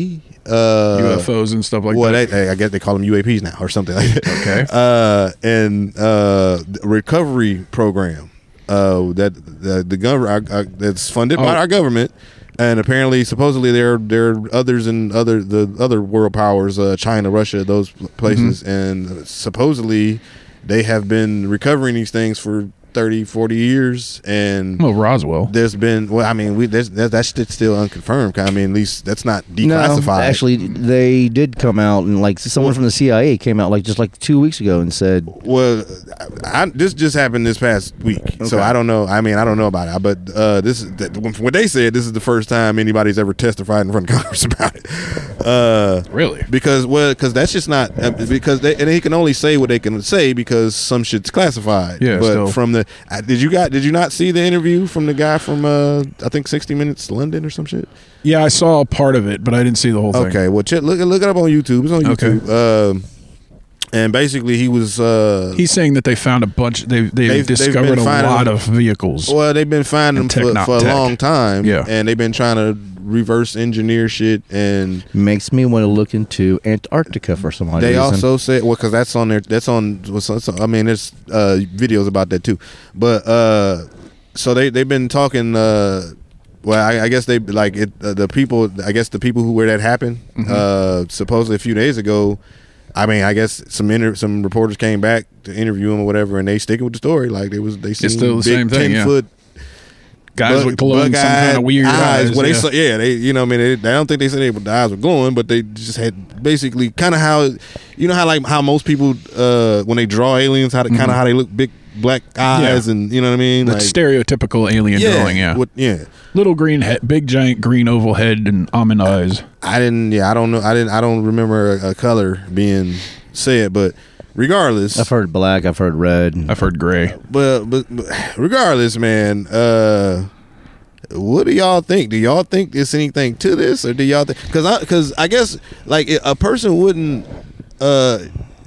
UFOs and stuff like
well,
that.
they, they- I guess they call them UAPs now or something like that.
Okay.
Uh, and uh, the recovery program uh, that the, the government that's funded by
Oh.
our government, and apparently, supposedly there there are others in other the other world powers, uh, China, Russia, those places,
Mm-hmm.
and supposedly they have been recovering these things for 30, 40 years, and.
Well, Roswell.
There's been well, I mean, we there's, that that shit's still unconfirmed. I mean, at least that's not declassified.
No, actually, they did come out and like someone from the CIA came out like just like two weeks ago and said,
Well, I, I, this just happened this past week, so I don't know. I mean, I don't know about it, but uh, this is that- from what they said. This is the first time anybody's ever testified in front of Congress about it. Uh,
Really?
because well, because that's just not uh, because they and they can only say what they can say because some shit's classified.
Yeah,
but
still.
from the uh, did you got did you not see the interview from the guy from uh, I think sixty Minutes London or some shit?
Yeah, I saw part of it, but I didn't see the whole thing.
Okay, well, check, look look it up on YouTube. It's on
Okay.
YouTube. Um, and basically, he was uh,
He's saying that they found a bunch. They they've,
They've- they've
discovered
been
a
finding-
lot of vehicles.
Well, they've been finding them
And
for,
Technop
for a
Tech.
long time.
Yeah.
And they've been trying to reverse engineer shit, and
Makes me want to look into Antarctica for some odd
they
reason.
also said well because that's on there. That's on. what's- what's- I mean, there's uh, videos about that too, but uh, so they they've been talking. Uh, well, I, I guess they like it, uh, the people. I guess the people who where that happened.
Mm-hmm.
Uh, supposedly a few days ago. I mean, I guess some inter- some reporters came back to interview him or whatever, and they sticking with the story. Like they was they seen
still the
big
same thing,
ten
yeah.
foot
Guys
bug-
with glowing, some
bug-eyed
kind of weird eyes.
Well, they
yeah.
saw- yeah, they you know, I mean, they, I don't think they said they, the eyes were glowing, but they just had basically kind of how you know how like how most people uh when they draw aliens, how they kind of how they look big black eyes
Mm-hmm. Yeah.
and you know what I mean,
the
like
stereotypical alien
yeah,
drawing. Yeah,
what- yeah.
little green head, big giant green oval head, and almond eyes.
I didn't, yeah, I don't know, I didn't, I don't remember a, a color being said, but regardless,
I've heard black. I've heard red.
I've heard gray.
but, but but regardless, man, uh what do y'all think? Do y'all think there's anything to this or do y'all think cuz I cuz I guess like a person wouldn't uh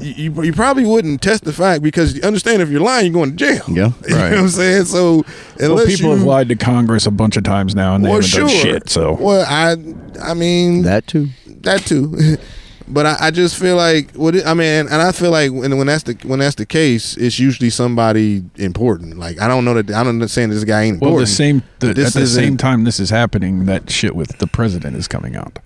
you, you probably wouldn't testify because you understand if you're lying you're going to jail.
Yeah.
You know
Right.
what I'm saying? So unless
Well, people
you,
have lied to Congress a bunch of times now, and they
well,
haven't
sure.
done shit. So
Well, I I mean
that too.
that too. But I, I just feel like what it, I mean, and I feel like when, when that's the when that's the case, it's usually somebody important. Like I don't know that I don't know saying this guy ain't
Well,
important.
the same the,
This
at the
isn't-
same time this is happening, that shit with the president is coming out,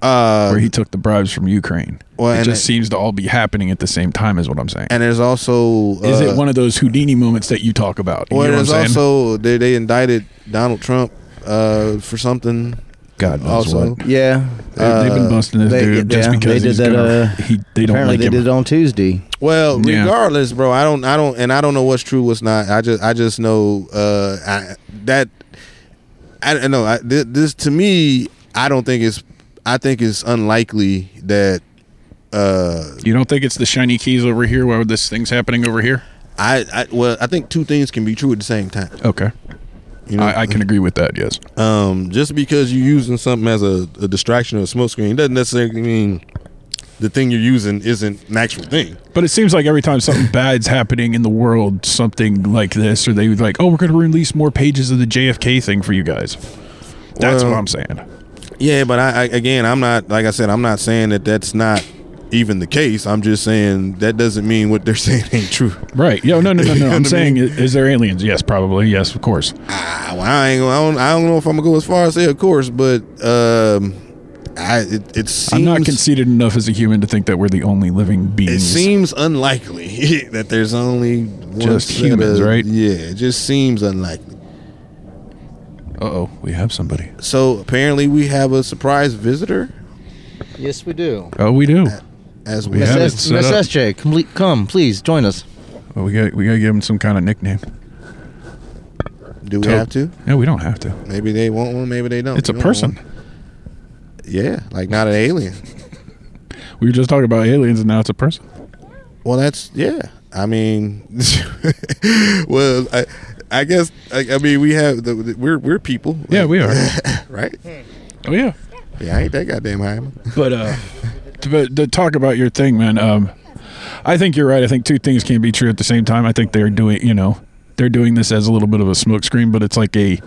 uh,
where he took the bribes from Ukraine.
Well,
it
and
just
it-
seems to all be happening at the same time, is what I'm saying.
and there's also uh,
is it one of those Houdini moments that you talk about? You
well,
know what I'm
there's
saying?
also they, they indicted Donald Trump uh, for something.
God knows
also-
what.
Yeah.
They, have been
Uh,
busting this
they-
dude just
yeah, they
because
did
he's
that,
gonna,
uh,
he, they don't
Apparently
like
they
him.
did it on Tuesday.
Well,
Yeah.
regardless, bro, I don't I don't and I don't know what's true, what's not. I just I just know uh, I, that I don't know. I, this, this to me, I don't think it's I think it's unlikely that. Uh,
You don't think it's the shiny keys over here where this thing's happening over here?
I, I well, I think two things can be true at the same time.
Okay.
You know, uh,
I, I can agree with that, yes.
um, just because you're using something as a, a distraction or a smoke screen doesn't necessarily mean the thing you're using isn't an actual thing.
But it seems like every time something bad's happening in the world, something like this, or they would like, oh, we're going to release more pages of the JFK thing for you guys. That's
Well-
what I'm saying.
Yeah, but I, I again, I'm not like I said, I'm not saying that that's not even the case. I'm just saying that doesn't mean what they're saying ain't true.
Right. Yeah, no, no, no,
You
no.
know what I
I'm
mean?
saying, i- is there aliens? Yes, probably. Yes, of course.
Ah, well, I ain't. gonna- I don't. I don't know if I'm gonna go as far as say, of course, but um, I it, it seems
I'm not conceited enough as a human to think that we're the only living
It
beings.
seems unlikely that there's only one
Just
set
humans,
of-
right?
Yeah, it just seems unlikely.
uh oh, we have somebody.
So apparently, we have a surprise visitor
Yes, we do.
Oh, we do.
Uh, as
We
well.
have it
Miss
set up.
SJ, complete, come, please join us.
Well, we got we got to give him some kind of nickname.
Do we
Toad.
have to?
No, we don't have to.
Maybe they want one. Maybe they don't.
It's a
You don't
person.
want one. Yeah, like not an alien.
We were just talking about aliens, and now it's a person.
Well, that's yeah. I mean, well, I, I guess I, I mean we have the, the- we're we're people.
Yeah, we are.
right.
Oh yeah.
Yeah, I ain't that goddamn high. man.
But uh, to, but to talk about your thing, man. Um, I think you're right. I think two things can be true at the same time. I think they're doing, you know, they're doing this as a little bit of a smoke screen, but it's like a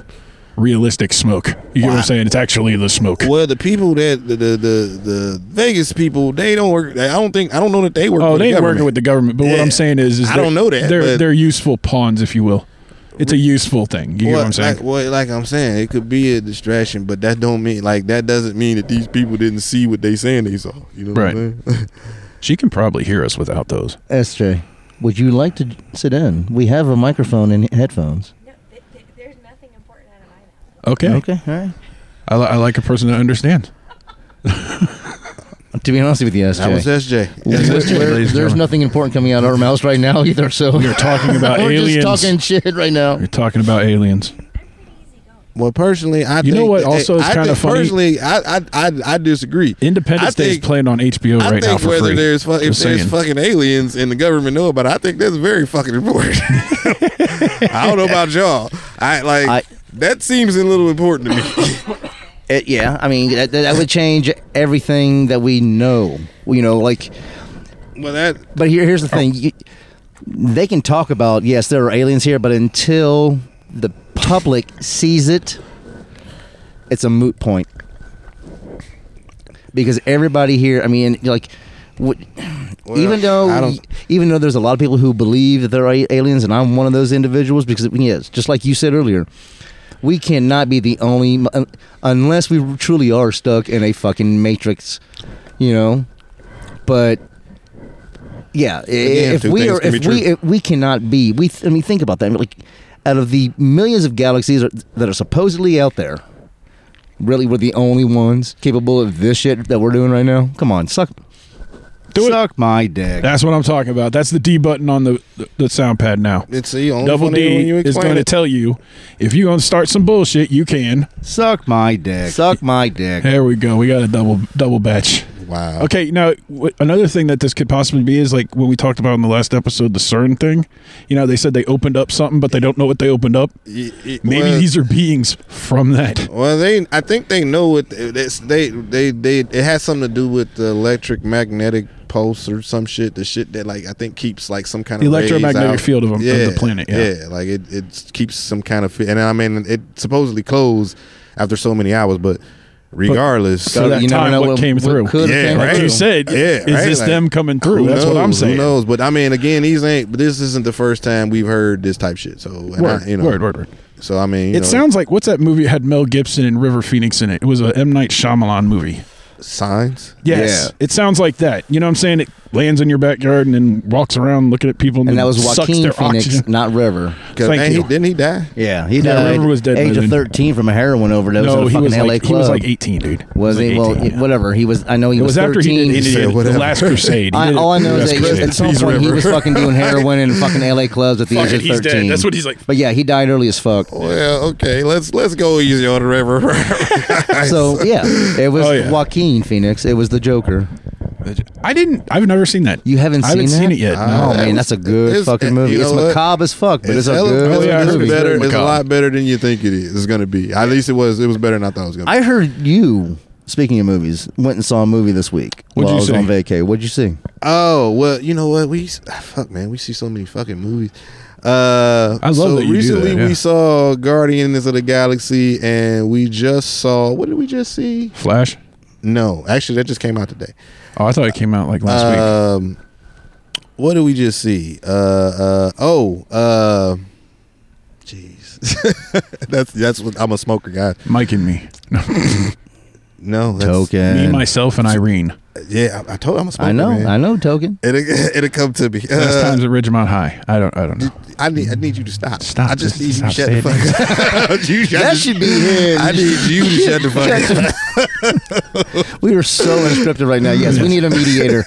realistic smoke. You get what I'm saying? It's actually the smoke.
Well, the people that the, the the the Vegas people, they don't work. I don't think I don't know that they work.
Oh,
for the
they ain't
government.
working with the government. But what
Yeah.
I'm saying is, is
I
they're-
don't know that,
they're
but-
they're useful pawns, if you will. It's a useful thing. You get what I'm saying?
Like, well, like I'm saying, it could be a distraction, but that don't mean like that doesn't mean that these people didn't see what they saying they saw. You know,
Right.
What I'm saying?
she can probably hear us without those.
SJ, would you like to sit in? We have a microphone and headphones.
No, th- th- there's nothing important out of my mouth.
Okay.
Okay, all right.
I, li- I like a person that understands.
To be honest with you, SJ.
that was SJ.
We're-
Ladies and
we're- there's
gentlemen.
nothing important coming out of our mouths right now either. So
We are talking about
we're
aliens.
just talking shit right now.
You're talking about aliens.
I'm pretty easygoing.
Well, personally, I
You know
think
what
that-
also is
I
kinda
think-
funny?
Personally, I I I, I disagree.
Independence
I
Day is
think-
playing on HBO
I
right now
think
for
whether
free.
there's fu- if
Just
there's
saying.
fucking aliens and the government know about it, I think that's very fucking important. I don't know about y'all. I like
I-
that seems a little important to me.
It- Uh, yeah, I mean that, that would change everything that we know. You know, like
well, that
But here, here's the thing: You- they can talk about yes, there are aliens here, but until the public sees it, it's a moot point because everybody here. I mean, like, what,
Well,
even though
I don't-
even though there's a lot of people who believe that there are aliens, and I'm one of those individuals because yes, just like you said earlier, we cannot be the only unless we truly are stuck in a fucking matrix, you know. But yeah, i
Again,
if
two
we
things
are,
can
if
be
we
true.
if we cannot be, we I mean, think about that. I mean, like, out of the millions of galaxies that are supposedly out there, really, we're the only ones capable of this shit that we're doing right now. Come on, suck,
Do it.
suck my dick.
That's what I'm talking about. That's the D button on the the, the sound pad now.
It's the only
Double
funny when
D
you
is
explain
going to
it.
tell you if you're going to start some bullshit, you can.
suck my dick. Suck my dick.
There we go. We got a double double batch.
wow.
Okay, now w- another thing that this could possibly be is like when we talked about in the last episode, the CERN thing. You know, they said they opened up something, but they don't know what they opened up.
Y- y-
Maybe
well-
these are beings from that.
Well, they I think they know what it's, they they they it has something to do with the electric magnetic pulse or some shit. The shit that like I think keeps like some kind
The
of rays
electromagnetic
out.
field of- of the planet, yeah.
like it it keeps some kind of fi- and I mean it supposedly closed after so many hours, but regardless,
So that
you never
time
know
what came through.
could have
Yeah,
came
right.
Like
through.
you said,
Yeah,
is
right,
this
like,
them coming through?
who
That's what I'm
knows?
saying.
Who knows? But I mean, again, these ain't. But this isn't the first time we've heard this type shit. So and
Word,
I, you know,
word, word, word.
So I mean, you
It
know,
sounds like what's that movie that had Mel Gibson and River Phoenix in it? It was a M Night Shyamalan movie.
signs.
Yes,
Yeah.
it sounds like that. You know what I'm saying? It lands in your backyard and then walks around looking at people and,
and that
then
was
sucks
Joaquin
their
Phoenix,
oxygen.
not River.
'Cause
Thank
ain't he-
you.
didn't he die?
Yeah, he
No,
died.
River was dead by
Age of
then.
thirteen from a heroin overdose. at a
No, he
fucking
was
L.A.
like
club.
he was like 18, dude.
Was he?
like
Well,
18, yeah.
whatever. He was. I know he
It
was,
was after he
13.
did, he
said,
did the
whatever.
Last Crusade. He
I,
did
all I know is
Last
that he-
Crusade.
at some
He's
point he
River.
was fucking doing heroin in fucking L.A. clubs at the age of
Fuck it,
thirteen.
he's dead. That's what he's Oh, like.
But yeah, he died early as fuck.
Well, okay, let's let's go easy on the river.
So yeah, it was
Oh, yeah.
Joaquin Phoenix. It was the Joker.
I didn't. I've never seen that.
You haven't
I haven't
seen
seen
that?
it yet.
Oh
No.
that
man,
was-
that's a good
it's-
fucking
you
movie.
know
it's
what?
macabre as fuck, but it's, a
hella-
good
it's,
Oh, yeah, I
it's
heard
movie.
it's
better.
very
It's a
macabre.
lot better than you think it is. It's gonna be. At least it was. It was better than I thought it was gonna. be.
I heard you. Speaking of movies, went and saw a movie this week
What'd
while
you
I was
see?
on vacay. What'd you see?
oh well, you know what? We s- ah, fuck man. We see so many fucking movies. Uh,
I love
so
that you do
recently
that, yeah.
we saw Guardians of the Galaxy, and we just saw. What did we just see?
Flash.
No, actually, that just came out today.
Oh, I thought it came out like last
Uh,
week.
Um, what did we just see? Uh, uh, oh, uh, jeez. that's that's what I'm a smoker guy.
Mike and me. No,
No, that's,
Token.
me, myself, and
Uh,
Irene.
Yeah, I, I told you I'm a smoker.
I know,
man.
I know. Token.
It'll, it'll come to me.
Last
Uh,
time's at Ridgemont High. I don't. I don't know.
I need I need you to stop.
Stop,
I just
just
need you to
stop
shut the fuck up. You shut
That
the-
should be his.
I need you to shut the fuck up.
We are so unscripted right now. Yes, we need a mediator.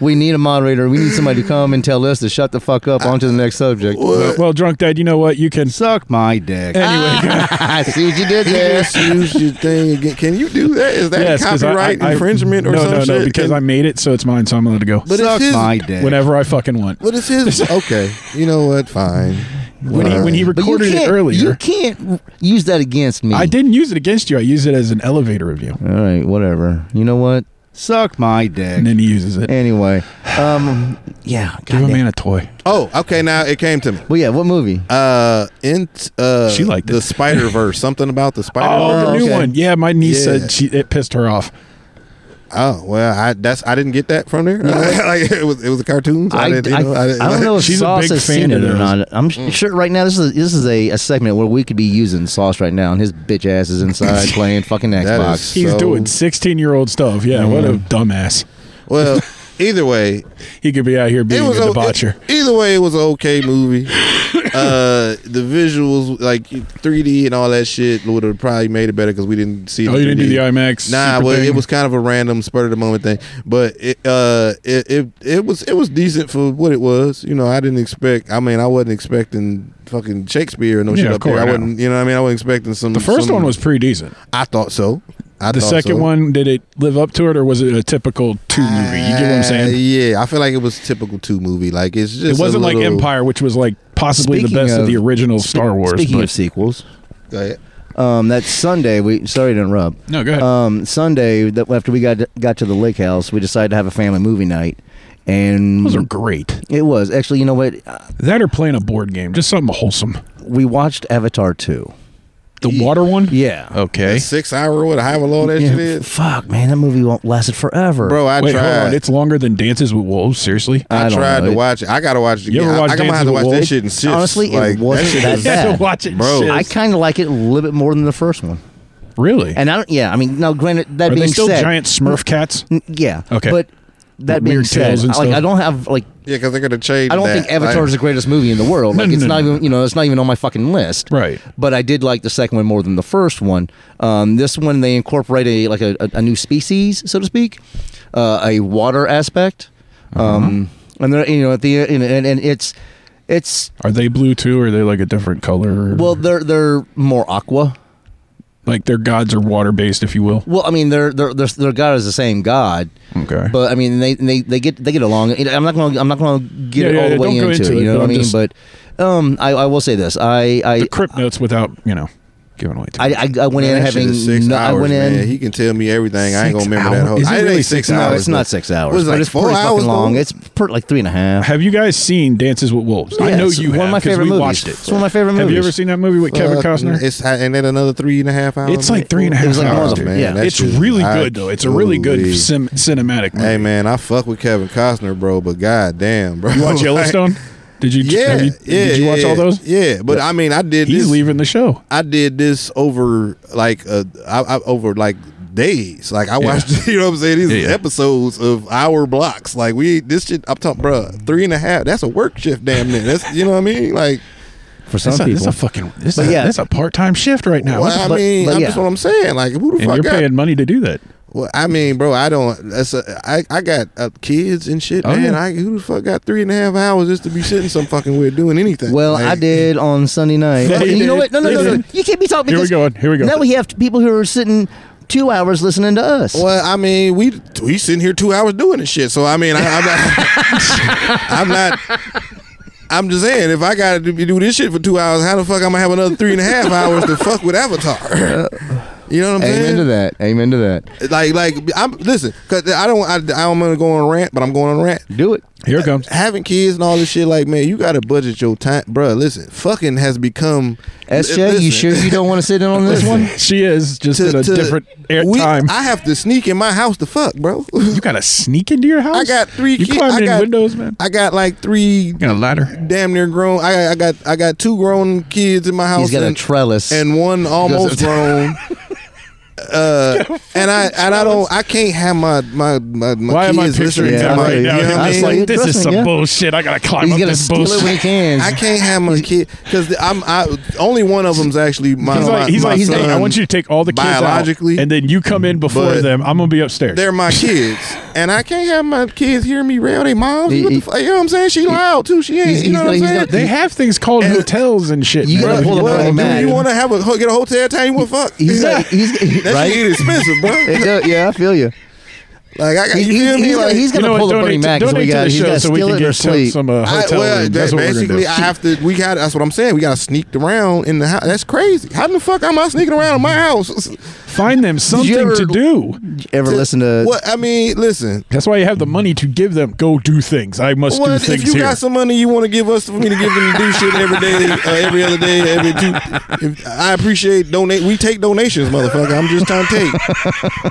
we need a moderator. We need somebody to come and tell us to shut the fuck up. On to the next subject.
Well, well, drunk dad, you know what? You can.
Suck my dick.
Anyway,
I see what you did there.
Yes, use your thing again. Can you do that? Is that
yes, 'cause I-
copyright
I- I-
infringement or
no,
something?
no, no, because I made it, so it's mine. So I'm allowed to go.
But it's his.
dick.
Whenever I fucking want.
But it's his. Okay, you know what? Fine.
When he when he
But you
recorded
can't.
it
You
earlier,
can't use that against me.
I didn't use it against you. I used it as an elevator review,
All right, whatever. You know what? Suck my dick.
and then he uses it.
Anyway, um, yeah.
Give
goddamn.
a man a toy.
Oh, okay. Now it came to me.
Well, yeah. What movie?
Uh, in uh,
She liked
the
it.
Spider Verse. Something about the Spider
Oh,
Verse.
the new one. Yeah, my niece
Yeah.
said she it pissed her off.
Oh well, I that's I didn't get that from there. like it was it was a cartoon. so I, didn't. You know,
I,
didn't-
I don't know if
She's a
Sauce
big
has
fan
seen
of
it or
those.
not. I'm sh- sure right now this is this is a, a segment where we could be using Sauce right now, and his bitch ass is inside playing fucking
That
Xbox.
is-
He's
So- Mm.
doing 16 year old stuff. Yeah, what a dumbass.
Well, either way,
He could be out here being
it
a
was o-
debaucher.
it- either way, it was an okay movie. uh, the visuals, like 3D and all that shit, would have probably made it better because we didn't see. it
Oh,
in
you didn't do
3D.
the IMAX
Nah,
super
well, it
thing?
was kind of a random spur of the moment thing, but it, uh, it it it was it was decent for what it was. You know, I didn't expect. I mean, I wasn't expecting fucking Shakespeare or no
Yeah,
shit
of
up there.
course,
I
no.
wasn't. You know, what I mean, I wasn't expecting some.
the
Mm,
first
some-
one was pretty decent.
I thought so. I
The
thought
second
so.
one, did it live up to it or was it a typical two movie? You get what I'm
Uh,
saying?
yeah, I feel like it was typical two movie. Like it's just
It
a
wasn't like
little-
Empire, which was like possibly the
Speaking
best of,
of-
the original
Spe-
Star Wars.
Speaking
but-
of sequels,
Go ahead.
um, that Sunday we sorry to interrupt.
no, go ahead.
Um, Sunday that after we got got to the lake house, we decided to have a family movie night, and
Those are great.
it was actually you know what
That or playing a board game, just something wholesome.
we watched Avatar two.
The water one?
Yeah.
Okay.
That six hour, what however long that
Yeah,
shit is,
Fuck, man, that movie won't lasted forever.
bro. I
Wait,
tried.
hold on. It's longer than Dances with Wolves. Seriously?
I
I,
don't
tried
know.
to
It-
watch it. I gotta watch it
You
again.
ever
I,
watch
I gonna
Dances
have to
with
watch that
Wolves?
shit in shifts.
Honestly, it
like,
wasn't
shit
that
is-
bad. Yeah.
Watch it.
Bro.
shit.
I kind of like it a little bit more than the first one.
really?
And I don't. Yeah, I mean, now granted, that
Are
being
they still
said,
giant Smurf cats?
n- yeah.
Okay.
But that
With
being
weird
said,
tails and
I- like
stuff?
I don't have like
Yeah, because they're gonna change.
I don't
that.
think Avatar
Like,
is the greatest movie in the world. Like
No,
it's
no,
not
no.
even you know it's not even on my fucking list.
Right.
But I did like the second one more than the first one. Um, this one they incorporate a like a, a, a new species, so to speak, uh, a water aspect.
Uh-huh.
Um, and they're you know at the and, and, and it's it's
Are they blue too? Or are they like a different color?
well they're they're more aqua.
like their gods are water based, if you will.
Well, I mean, their their their, their god is the same god.
Okay.
But I mean, they, they, they get they get along. I'm not gonna I'm not gonna get
Yeah,
it all
yeah,
the way
don't go
into,
into
it.
it,
You know what
but
I
I'm
mean?
just-
but um, I, I will say this. I I
the crypt notes without, you know, giving away too
I,
much.
I, I went
man,
in
that shit
having
is six
no,
hours,
I went in.
Man. He can tell me everything. I ain't
Six
gonna remember that
hours?
whole.
Is it
I ain't
really
six
six
no,
hours.
it's not
though.
six hours,
What is it,
but
like
it's
four
pretty
hours
fucking long.
though?
It's per, like three and a half.
Have you guys seen Dances with Wolves? I
Yeah,
know
it's
you
one
have
of my
'cause
favorite
we
movies.
watched it.
It's one of my favorite
Have you
movies.
ever seen that movie with
Uh,
Kevin
Fuck,
Costner?
It's and then another three and a half hours.
It's like three and a
um,
half
It was like
hours,
one of
dude.
them. Yeah.
that
it's
shit-
really
I-
good though. It's a really
Ooh-wee.
good sim- cinematic movie.
Hey man, I fuck with Kevin Costner, bro, but goddamn, bro.
You watch
Like,
Yellowstone? Did you?
yeah,
have you-
yeah.
Did you watch
yeah,
all those?
Yeah, but I mean, I did.
He's
this,
leaving the show.
I did this over like uh, I, I over like days. Like I watched, you know what I'm saying? These
Yeah, yeah.
episodes of hour blocks. Like we this shit. I'm talking, bro. Three and a half. That's a work shift, damn near. That's you know what I mean? Like
for some
That's a, that's
people.
a fucking. This
But
is,
yeah.
that's a part-time shift right now.
well, I
but-
mean,
but
I'm
yeah.
just what I'm saying. Like who the
and
fuck
you're
got?
paying money to do that.
Well, I mean, bro, I don't. That's a, I, I got uh, kids and shit,
Oh,
man.
yeah.
I who the fuck got three and a half hours just to be sitting some fucking way doing anything?
Well, I
Like,
did on Sunday night.
Yeah,
Oh,
you
you know what?
did.
No, no,
You
no, no.
did.
You can't be talking.
Here we
because
go. Here we go.
Now we have people who are sitting two hours listening to us.
Well, I mean, we we sitting here two hours doing this shit. So I mean, I, I'm not. I'm not. I'm just saying, if I gotta do, do this shit for two hours, how the fuck I'm gonna have another three and a half hours to fuck with Avatar? You know what I'm
Amen
saying?
to that. Amen to that.
Like, like I'm listen, cause I don't, I, I don't want to go on a rant, but I'm going on a rant.
Do it.
Here it comes.
having kids and all this shit, like man, you gotta budget your time, bruh, Listen, fucking has become
SJ,
L- listen,
you sure you don't want to sit in on this one?
She is just
to-
in a
to-
different air
we-
time.
I have to sneak in my house to fuck, bro.
you got to sneak into your house.
I got three
You
kids.
climbed
I
in
got
windows, man.
I got like three
got a ladder.
damn near grown. I, I got I got two grown kids in my
He's
house.
got a
and,
trellis.
and one almost grown. Uh, and I and I don't I can't have my my my, my
Why
kids
am I
listening
picturing
Yeah,
to
him
I feel
my,
right
you.
now?
You know what
I feel
I mean?
He's like,
you.
this
Trust
is
me,
some
yeah.
bullshit. I gotta climb
He's
up
got to
this
steal it
bullshit.
when he can.
I can't have my kid because I'm I only one of them's actually my.
He's
my-
like, he's
my
like,
son,
hey, I want you to take all the kids
biologically,
out, and then you come in before
but
them. I'm gonna be upstairs.
They're my kids, and I can't have my kids hear me rail their moms.
He-
What
he-
the fu- you know what I'm saying? She loud too. She ain't.
he's-
you know
he's
what I'm
gonna-
saying?
he's
They have things called hotels and shit.
You gotta
bro.
pull a
know
Bernie
what I
Mac.
you
mean?
want to have a ho- get a hotel time? What fuck?
He's like, he's
that
right.
shit expensive, bro.
It does- yeah, I feel you.
like I got
He-
you
he's-
feel me?
he's gonna-
Like
he's gonna
You know
pull
what?
a Bernie
Donate,
Mac. is what he
donate
got.
to the
He's got
show
to
so we
steal
can
it or
get some,
sleep.
some uh,
I,
hotel
well,
rooms.
that-
That's what we're gonna
basically,
do.
I have to. We got. That's what I'm saying. We got sneaked around in the house. That's crazy. How the fuck am I sneaking around in my house?
Find them something
ever-
to do.
Ever listen
Uh,
to?
What I mean, listen.
That's why you have the money to give them. Go do things. I must do
What if
things
you
here.
got some money you want to give us for me to give them to do shit every day, uh, every other day, every two? If, I appreciate donate. We take donations, motherfucker. I'm just trying to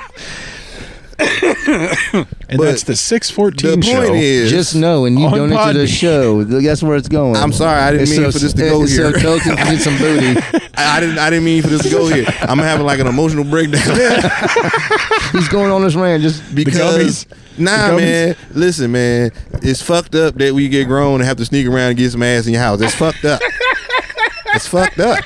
take.
and
but
that's the six fourteen
The
show.
point is,
Just know, and you
On
donate to the
Podbean.
show. That's where it's going.
I'm sorry, I didn't
It's
mean for this to go
it's So
here.
Cole can get some booty.
I, I didn't. I didn't mean for this to go here. I'm having like an emotional breakdown
He's going on this rant. Just
because
gummies.
nah,
The gummies.
man. Listen, man. It's fucked up that we get grown and have to sneak around and get some ass in your house. It's fucked up. it's fucked up.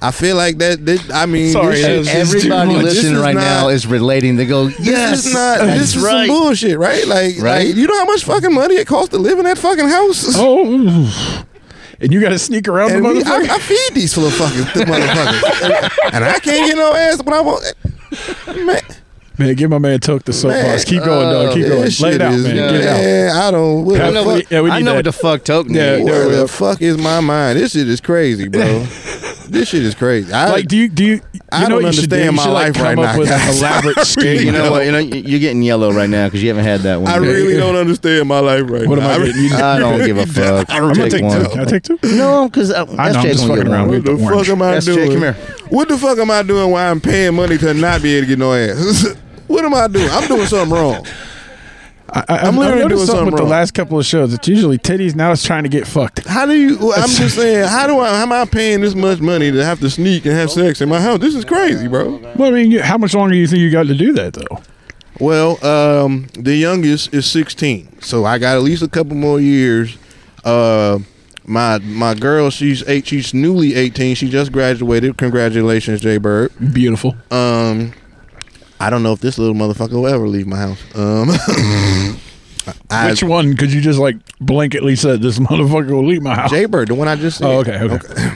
I feel like that. that I mean,
Sorry,
this
that
shit-
was just
everybody
too much.
listening
This is
right
not-
now is relating. They go, yes,
this is not. This is
right.
some bullshit, right? Like,
Right?
like, you know how much fucking money it costs to live in that fucking house.
Oh, and you got to sneak around
and
the
we, I,
motherfucker.
I feed these little fuckers, the motherfuckers, and, and I can't get no ass, but I want. Man,
man, give my man Toke the soapbox. Keep going, dog. Keep going.
uh, this
Lay
shit
it out,
is-
man. Get it out.
man, I don't. What
I
the
know
fuck?
Yeah, we
I
need
know
that.
what the fuck token
Yeah,
is.
yeah.
Where
we-
the fuck is my mind? This shit is crazy, bro. This shit is crazy. I,
Like, do you do you? you
I
know
don't
what you should do?
understand
You
my
should, like,
life
come
right
up
now,
With
guys.
elaborate scheme.
You know what? You know, you're getting yellow right now because you haven't had that one.
I
yet.
really don't understand my life right
What am
now.
I
re-
getting? You-
I don't give a fuck.
I'm gonna take
one.
two. Can I take two?
No, because uh,
I know.
SJ
I'm just
gonna
fucking
get one.
around. with
What the
the orange.
fuck am I
Yes, Jay,
doing?
come here.
What the fuck am I doing while I'm paying money to not be able to get no ass? what am I doing? I'm doing something wrong.
I, I, I'm
literally
literally
doing
doing
something
with
wrong.
the last couple of shows. It's usually titties. Now it's trying to get fucked.
How do you? well, I'm just saying. How do I? How am I paying this much money to have to sneak and have sex in my house? This is crazy, bro.
Well, I mean, you- how much longer do you think you got to do that though?
Well, um, the youngest is 16, so I got at least a couple more years. Uh, my my girl, she's eight. She's newly 18. She just graduated. Congratulations, Jay Bird.
Beautiful.
Um, I don't know if this little motherfucker will ever leave my house. Um, I,
Which one could you just like blanketly said this motherfucker will leave my house?
Jay Bird, the one I just said.
oh, okay, okay.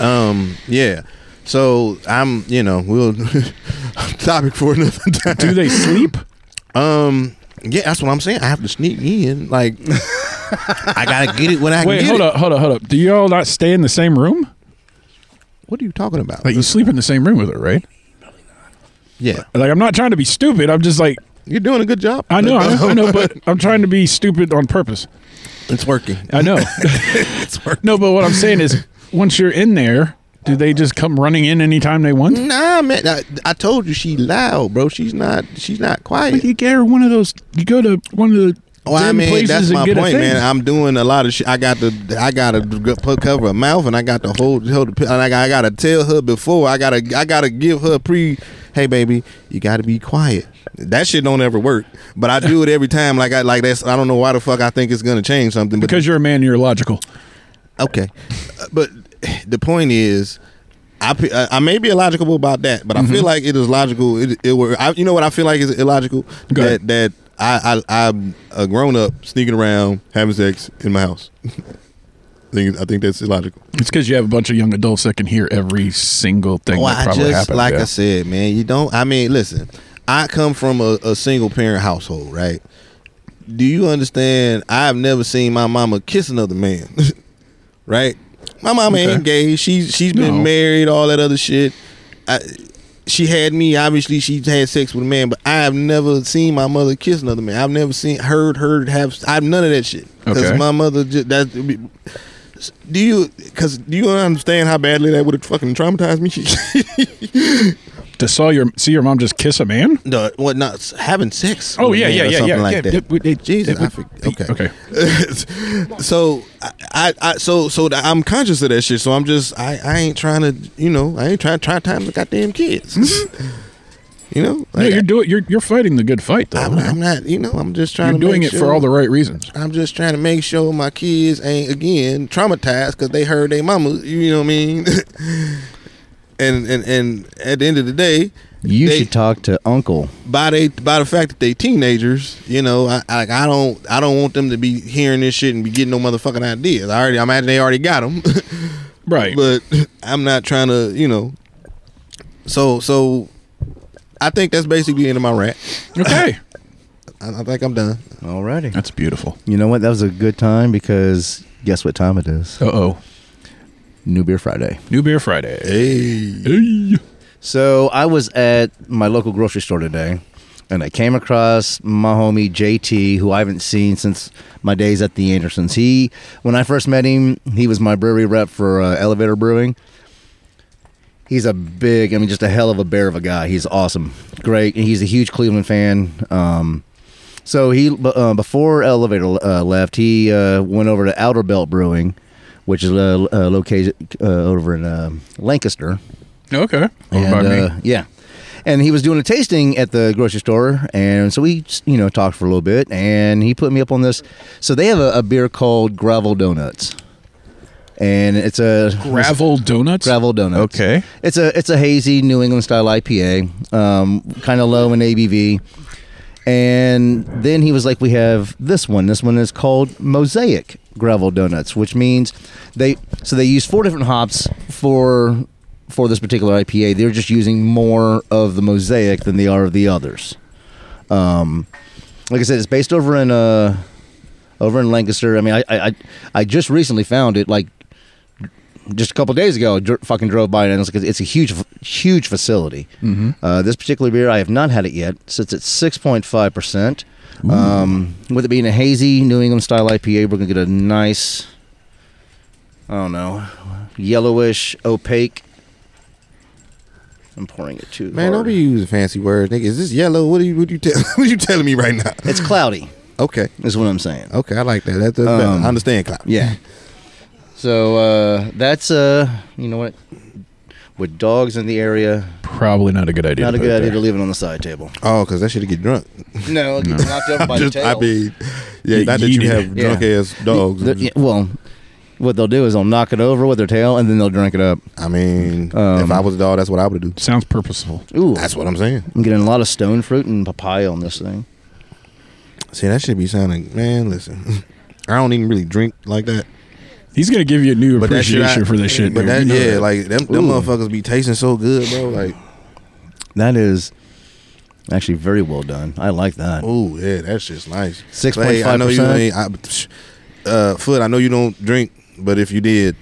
Um, yeah. So I'm, you know, we'll topic for another time.
Do they sleep?
Um, yeah, that's what I'm saying. I have to sneak in. Like, I gotta get it when I
Wait,
can get
hold
it.
up, hold up, hold up. Do y'all not stay in the same room?
What are you talking about?
Like you sleep in the same room with her, right?
yeah,
Like I'm not trying to be stupid. I'm just like
you're doing a good job.
I know, I know, I know, but I'm trying to be stupid on purpose.
it's working.
I know.
It's working.
No, but what I'm saying is, once you're in there, do they just come running in anytime they want?
Nah, man. I, I told you she loud, bro. She's not. She's not quiet.
You get her one of those. You go to one of the.
Well, I
dim
mean,
places
that's
and
my
get a
point,
thing.
man. I'm doing a lot of shit. I got the, I got to put cover her mouth, and I got to hold, hold, the, and I got, I got to tell her before. I gotta, I gotta give her pre. Hey, baby, you gotta be quiet. That shit don't ever work, but I do it every time. Like I, like that's. I don't know why the fuck I think it's gonna change something, but
because you're a man, you're logical.
Okay, Uh, but the point is, I pe- I I may be illogical about that, but
Mm-hmm.
I feel like it is logical. It, it were I, you know what I feel like is illogical
Go
that
ahead.
that I, I I'm a grown up sneaking around having sex in my house. I think I think that's illogical.
It's because you have a bunch of young adults that can hear every single thing
Well,
that
Oh, I
probably
just
happened.
like
yeah.
I said, man, you don't. I mean, listen, I come from a, a single parent household, right? Do you understand? I've never seen my mama kiss another man, right? My mama
Okay.
ain't gay. She's she's been
No.
married, all that other shit. I, she had me. Obviously, she's had sex with a man, but I have never seen my mother kiss another man. I've never seen heard her have. I've none of that shit because
Okay.
my mother just that. Do you? Because do you understand how badly that would have fucking traumatized me?
to saw your see your mom just kiss a man.
No, what not having sex?
Oh
with a
yeah,
man
yeah,
or
yeah,
something
yeah.
like
yeah.
that.
It would- it-
Jesus,
it would
I fig-
be-
okay.
okay.
so I, I, I, so, so that I'm conscious of that shit. So I'm just, I, I ain't trying to, you know, I ain't trying to try time with goddamn kids. you know,
Hmm? No, you're doing you're you're fighting the good fight though.
I'm,
man.
I'm not, you know, I'm just trying.
you're
to
doing
make
it for all
sure-
the right reasons.
I'm just trying to make sure my kids ain't again traumatized because they heard their mama. You know what I mean? and and and at the end of the day,
You
they-
should talk to Uncle.
by they by the fact that they teenagers, you know, I, I I don't I don't want them to be hearing this shit and be getting no motherfucking ideas. I already I imagine they already got them,
Right.
but I'm not trying to you know. So so, I think that's basically the end of my rant.
okay.
I, I think I'm done.
Alrighty.
That's beautiful.
You know what? That was a good time because guess what time it is?
Uh oh.
New Beer Friday.
New beer Friday.
Hey,
Hey.
So I was at my local grocery store today, and I came across my homie JT, who I haven't seen since my days at the Andersons. He, when I first met him, he was my brewery rep for uh, Elevator Brewing. He's a big, I mean, just a hell of a bear of a guy. He's awesome, great, and he's a huge Cleveland fan. Um, so he, b- uh, before Elevator uh, left, he uh, went over to Outer Belt Brewing, which is uh, uh, located uh, over in uh, Lancaster.
Okay. Over
And,
by me.
uh, yeah. And he was doing a tasting at the grocery store, and so we, you know, talked for a little bit, and he put me up on this. So they have a, a beer called Gravel Donuts, and it's a
Gravel donuts.
Gravel Donuts.
Okay.
It's a it's a hazy New England style IPA, um, kind of low in ABV. And then he was like, "We have this one. This one is called Mosaic Gravel Donuts, which means they so they use four different hops for for this particular IPA. They're just using more of the Mosaic than they are of the others. Um, like I said, it's based over in uh over in Lancaster. I mean, I I I- I just recently found it like just a couple days ago, dr- fucking drove by and it was like, it's a huge, huge facility.
Mm-hmm.
Uh, this particular beer, I have not had it yet. Sits at six point five percent. Um, with it being a hazy New England style IPA, we're gonna get a nice, I don't know, yellowish, opaque. I'm pouring it too.
Man,
hard.
don't be using fancy words, nigga. Is this yellow? What are you? What you tell? What you telling me right now?
It's cloudy.
Okay,
Is what I'm saying.
okay, I like that. That's, that's
Um,
better. I understand, Cloud.
Yeah. So uh, that's uh, you know what, with dogs in the area,
Probably not a good idea.
not a
to put
good
it
idea to
there.
leave it on the side table.
Oh, because that shit get drunk.
No, it gets knocked over by
Just,
the
I
tail.
mean, yeah,
Get
not that you
yeeted.
have
Yeah.
drunk ass dogs.
The- yeah, well, what they'll do is they'll knock it over with their tail and then they'll drink it up.
I mean,
Um,
if I was a dog, that's what I would do.
Sounds purposeful.
Ooh,
That's what I'm saying.
I'm getting a lot of stone fruit and papaya on this thing.
See, that should be sounding. Man, listen, I don't even really drink like that.
He's gonna give you a new
But that shit,
appreciation
I-
for this shit.
But
dude.
that,
You know
yeah,
that.
like them, them
Ooh.
motherfuckers be tasting so good, bro. Like,
That is actually very well done. I like that.
oh yeah, that's just nice.
6.5%.
But I know you ain't. I, psh, uh, Foot, I know you don't drink, but if you did,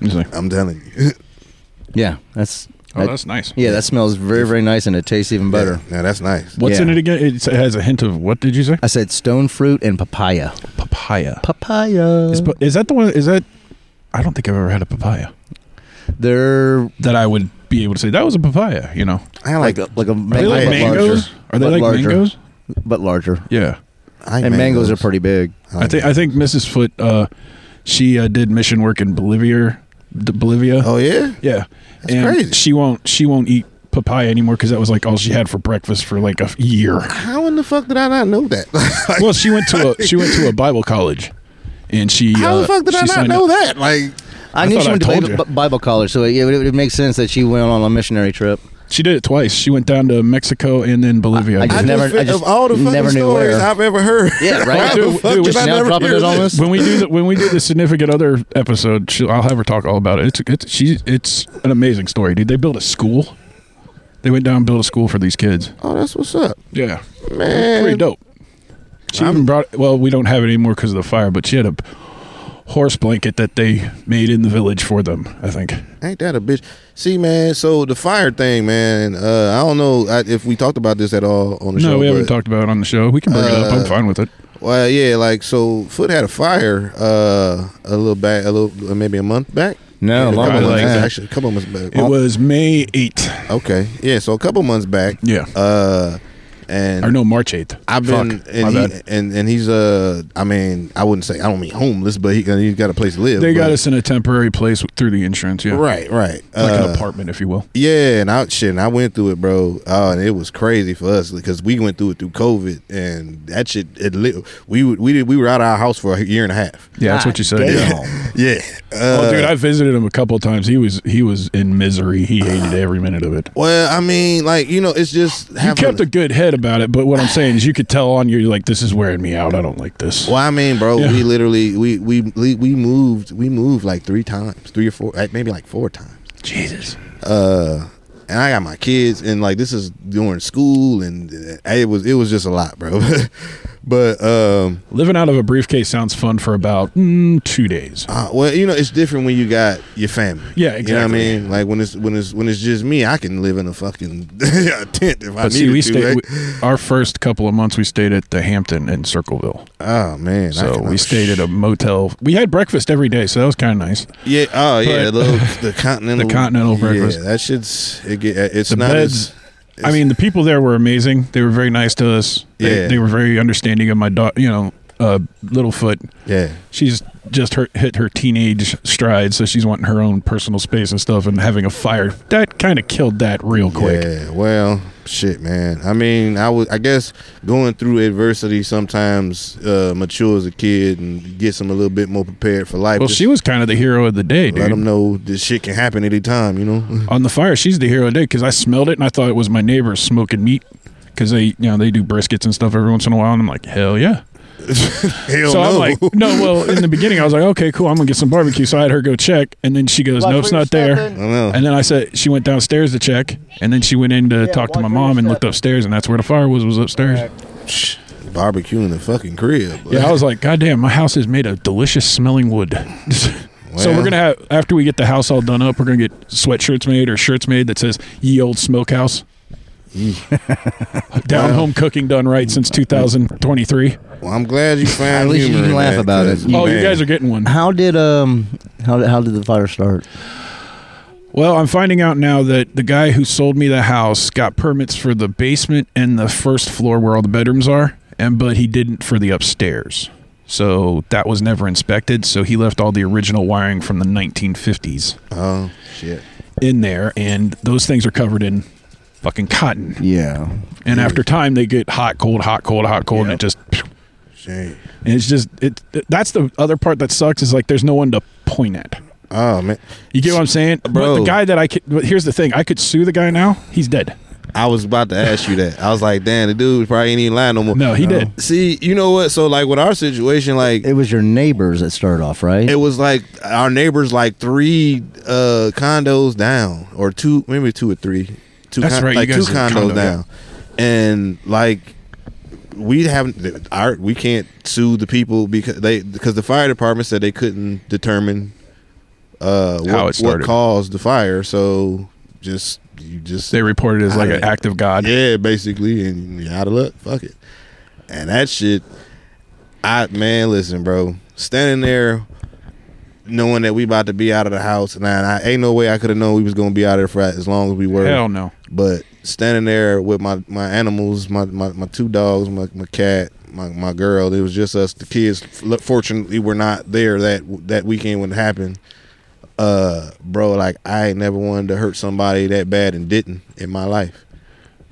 He's like,
I'm telling you,
Yeah, that's.
oh,
that-
that's nice.
yeah, that smells very, very nice, and it tastes even better.
Yeah, now that's nice.
What's
yeah.
in it again? It's, it has a hint of what did you say?
I said stone fruit and papaya.
Papaya.
Papaya.
Is, pa- is that the one? Is that? I don't think I've ever had a papaya
They're
that I would be able to say that was a papaya. You know,
I
like
like.
a, like a
are they
mango,
like
but
mangoes?
larger.
Are they
But
like
larger.
mangoes?
But larger.
Yeah,
I ain't
And mangoes. are
those.
pretty big.
Oh,
I think I think Mrs. Foot, uh, she uh, did mission work in Bolivia, D- Bolivia.
Oh yeah.
yeah,
That's
and
crazy.
she won't she won't eat papaya anymore because that was like all she had for breakfast for like a f- year.
How in the fuck did I not know that? Like,
well, she went to a she went to a Bible college, and she
how
uh,
the fuck did
she
I not
signed
know
up-
that? Like,
I,
I
knew
thought
she
I
went
told
to
you.
Bible, Bible college, so it, it, it makes sense that she went on a missionary trip.
She did it twice. She went down to Mexico and then Bolivia.
I
I
just
I
believe.
never-
just,
I just
of all the fucking
never knew
stories
where.
I've ever heard.
Yeah, right?
How
Dude,
the fuck
dude,
did
we
I
should now
never
drop it
hear
in on
this?
this?
when we do the when we do the significant other episode, she, I'll have her talk all about it. It's it's she's it's an amazing story, dude. They built a school. They went down and built a school for these kids.
Oh, that's what's up,
Yeah,
man.
pretty dope. She even brought. Well, we don't have it anymore because of the fire, but she had a horse blanket that they made in the village for them. I think.
Ain't that a bitch? See, man. So the fire thing, man. Uh, I don't know uh, if we talked about this at all on the show.
No, we haven't
but-
talked about it on the show. We can bring it up. I'm
Uh,
fine with it.
Well, yeah, like so. Foot had a fire uh, a little back, a little uh, maybe a month back.
No,
Yeah, a
longer
couple
than
months
that.
Actually, a couple months back.
It was May 8th.
okay, yeah. So a couple months back.
Yeah.
Uh, and
Or no, March 8th.
I've been
Fuck, my
and, he,
bad.
and and he's uh I mean I wouldn't say I don't mean homeless but he he's got a place to live.
They got
but-
us in a temporary place through the insurance. Yeah.
right, right.
Like
Uh,
an apartment, if you will.
Yeah, and I shit, and I went through it, bro. Oh, and it was crazy for us because we went through it through COVID, and that shit. It li- we would- we did we were out of our house for a year and a half.
Yeah, that's what you said. Yeah.
Yeah, uh,
Oh, dude, I visited him a couple of times. He was he was in misery. He hated every minute of it.
well, I mean, like you know, it's just
You
having
kept a good head about it, but what I'm saying is, you could tell on you you're like, this is wearing me out. I don't like this.
Well, I mean, bro,
Yeah.
we literally we, we we we moved we moved like three times, three or four, like, maybe like four times.
Jesus.
uh and I got my kids and like this is during school and uh, it was it was just a lot, bro. but um
Living out of a briefcase sounds fun for about mm, two days.
uh, well, you know, it's different when you got your family.
Yeah,
You know what I
exactly.
mean? Like when it's when it's when it's just me, I can live in a fucking tent if
But
I need
see, we
to.
stayed.
right?
we- our first couple of months, we stayed at the Hampton in Circleville.
oh man, I
So
can-
we stayed at a motel. We had breakfast every day, so that was kind of nice.
yeah. Oh
but-
yeah, the, little, the continental
The continental breakfast.
Yeah, that shit's it get, it's
The
not
beds-
as
I mean, the people there were amazing. They were very nice to us. They,
Yeah.
they were very understanding of my daughter. You know, uh, Littlefoot.
yeah.
She's just her, hit her teenage stride, so she's wanting her own personal space and stuff, and having a fire that kind of killed that real quick.
Yeah, well, shit, man. I mean, I would, I guess, going through adversity sometimes uh, matures a kid and gets them a little bit more prepared for life.
Well,
Just
she was kind of the hero of the day,
let them
dude.
know this shit can happen anytime. You know,
On the fire, she's the hero of the day because I smelled it and I thought it was my neighbors smoking meat because they, you know, they do briskets and stuff every once in a while, and I'm like, hell yeah.
hell
So
no.
I'm like, no. Well, in the beginning, I was like, okay, cool. I'm gonna get some barbecue. So I had her go check, and then she goes, no, it's not there.
I don't know.
And then I said she went downstairs to check, and then she went in to talk to my mom and looked upstairs, and that's where the fire was. Was upstairs.
Shh, barbecue in the fucking crib.
Yeah, I was like, God damn, my house is made of delicious smelling wood. so
Well.
we're gonna have after we get the house all done up, we're gonna get sweatshirts made or shirts made that says "Ye Old Smokehouse." Down home cooking done right since 2023.
Well, I'm glad you found.
At least you
humor
can
in
laugh
that,
about it.
'cause,
Oh, you
man,
guys are getting one.
How did um how did, how did the fire start?
Well, I'm finding out now that the guy who sold me the house got permits for the basement and the first floor where all the bedrooms are, and but he didn't for the upstairs. So that was never inspected. So he left all the original wiring from the 1950s
Oh shit.
in there, and those things are covered in fucking cotton.
Yeah.
And
Mm.
after time, they get hot, cold, hot, cold, hot, cold, and it just.
Shit.
And it's just it. That's the other part that sucks is like there's no one to point at.
Oh man,
You get what I'm saying? But
Bro.
the guy that I could. But here's the thing: I could sue the guy now. He's dead.
I was about to ask you that. I was like, damn, the dude probably ain't even lying no more.
No, he did.
See, you know what? So like with our situation, like
It was your neighbors that started off, right?
it was like our neighbors like three uh condos down or two maybe two or three two
That's right, you
like two
guys are
condos
condo, yeah.
down and like we haven't our we can't sue the people because they because the fire department said they couldn't determine uh what,
How it
what
started.
caused the fire so just you just
They reported it as like an
I-
act of God.
yeah, basically, and you're out of luck. Fuck it. And that shit, I man, listen, bro, standing there, knowing that we about to be out of the house, and I, I ain't no way I could have known we was gonna be out of there for as long as we were.
Hell no.
But standing there with my my animals, my my, my two dogs, my, my cat, my, my girl, it was just us. The kids, f- fortunately, were not there that that weekend when it happened. Uh, bro, like I ain't never wanted to hurt somebody that bad and didn't in my life.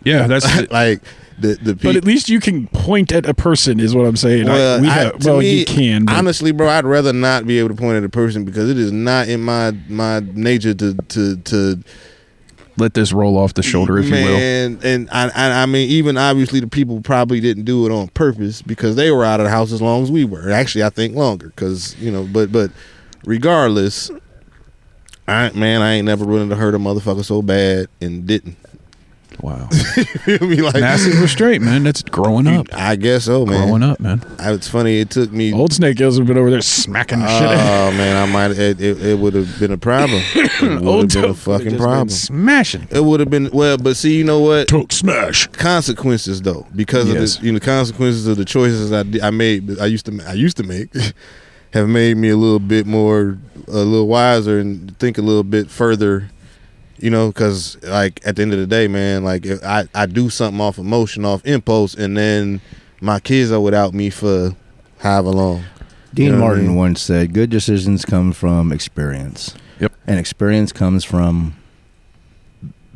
Yeah, that's.
like the the
but
people.
at least you can point at a person, is what I'm saying. Like,
Well,
we
I-
have,
to
well
me,
you can. But
honestly, bro, I'd rather not be able to point at a person because it is not in my my nature to to to
let this roll off the shoulder, if you will.
man, And I, I I mean, even obviously the people probably didn't do it on purpose because they were out of the house as long as we were. Actually, I think longer because you know. But but regardless, I man, I ain't never willing to hurt a motherfucker so bad and didn't.
Wow.
You feel me? Like,
Massive restraint, man. That's growing up.
I guess so, man.
Growing up, Oh, man.
I, it's funny. It took me
Old Snake Hills have been over there smacking the shit out
Oh man, I might. It, it, it would have been a problem. It would
Old
have been a
Toke
fucking
just been
problem.
smashing.
It would have been well, but see, you know what?
Toke smash.
Consequences though, because
Yes.
of the you know consequences of the choices I, di- I made. I used to ma- I used to make have made me a little bit more a little wiser and think a little bit further. You know, because like at the end of the day, man, like if I I do something off emotion, off impulse, and then my kids are without me for however long.
Dean
You know what I
Martin
mean?
once said, "Good decisions come from experience."
Yep.
And experience comes from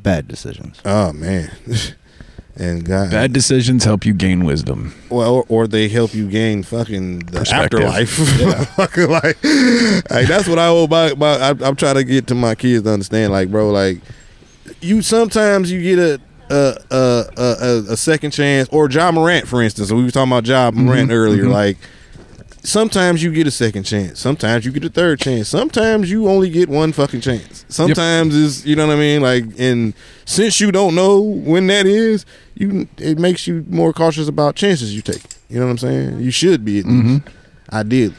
bad decisions.
Oh man, and God,
Bad decisions help you gain wisdom.
Well, or, or they help you gain fucking the
Perspective.
afterlife. Fucking like, like, that's what I owe my, my I, I'm trying to get to my kids to understand. Like, bro, like you sometimes you get a a a a, a, a second chance. Or John Morant, for instance, we were talking about John Morant earlier. Like, sometimes you get a second chance. Sometimes you get a third chance. Sometimes you only get one fucking chance. Sometimes is you know what I mean. Like, and since you don't know when that is, you it makes you more cautious about chances you take. You know what I'm saying? You should be at least, ideally.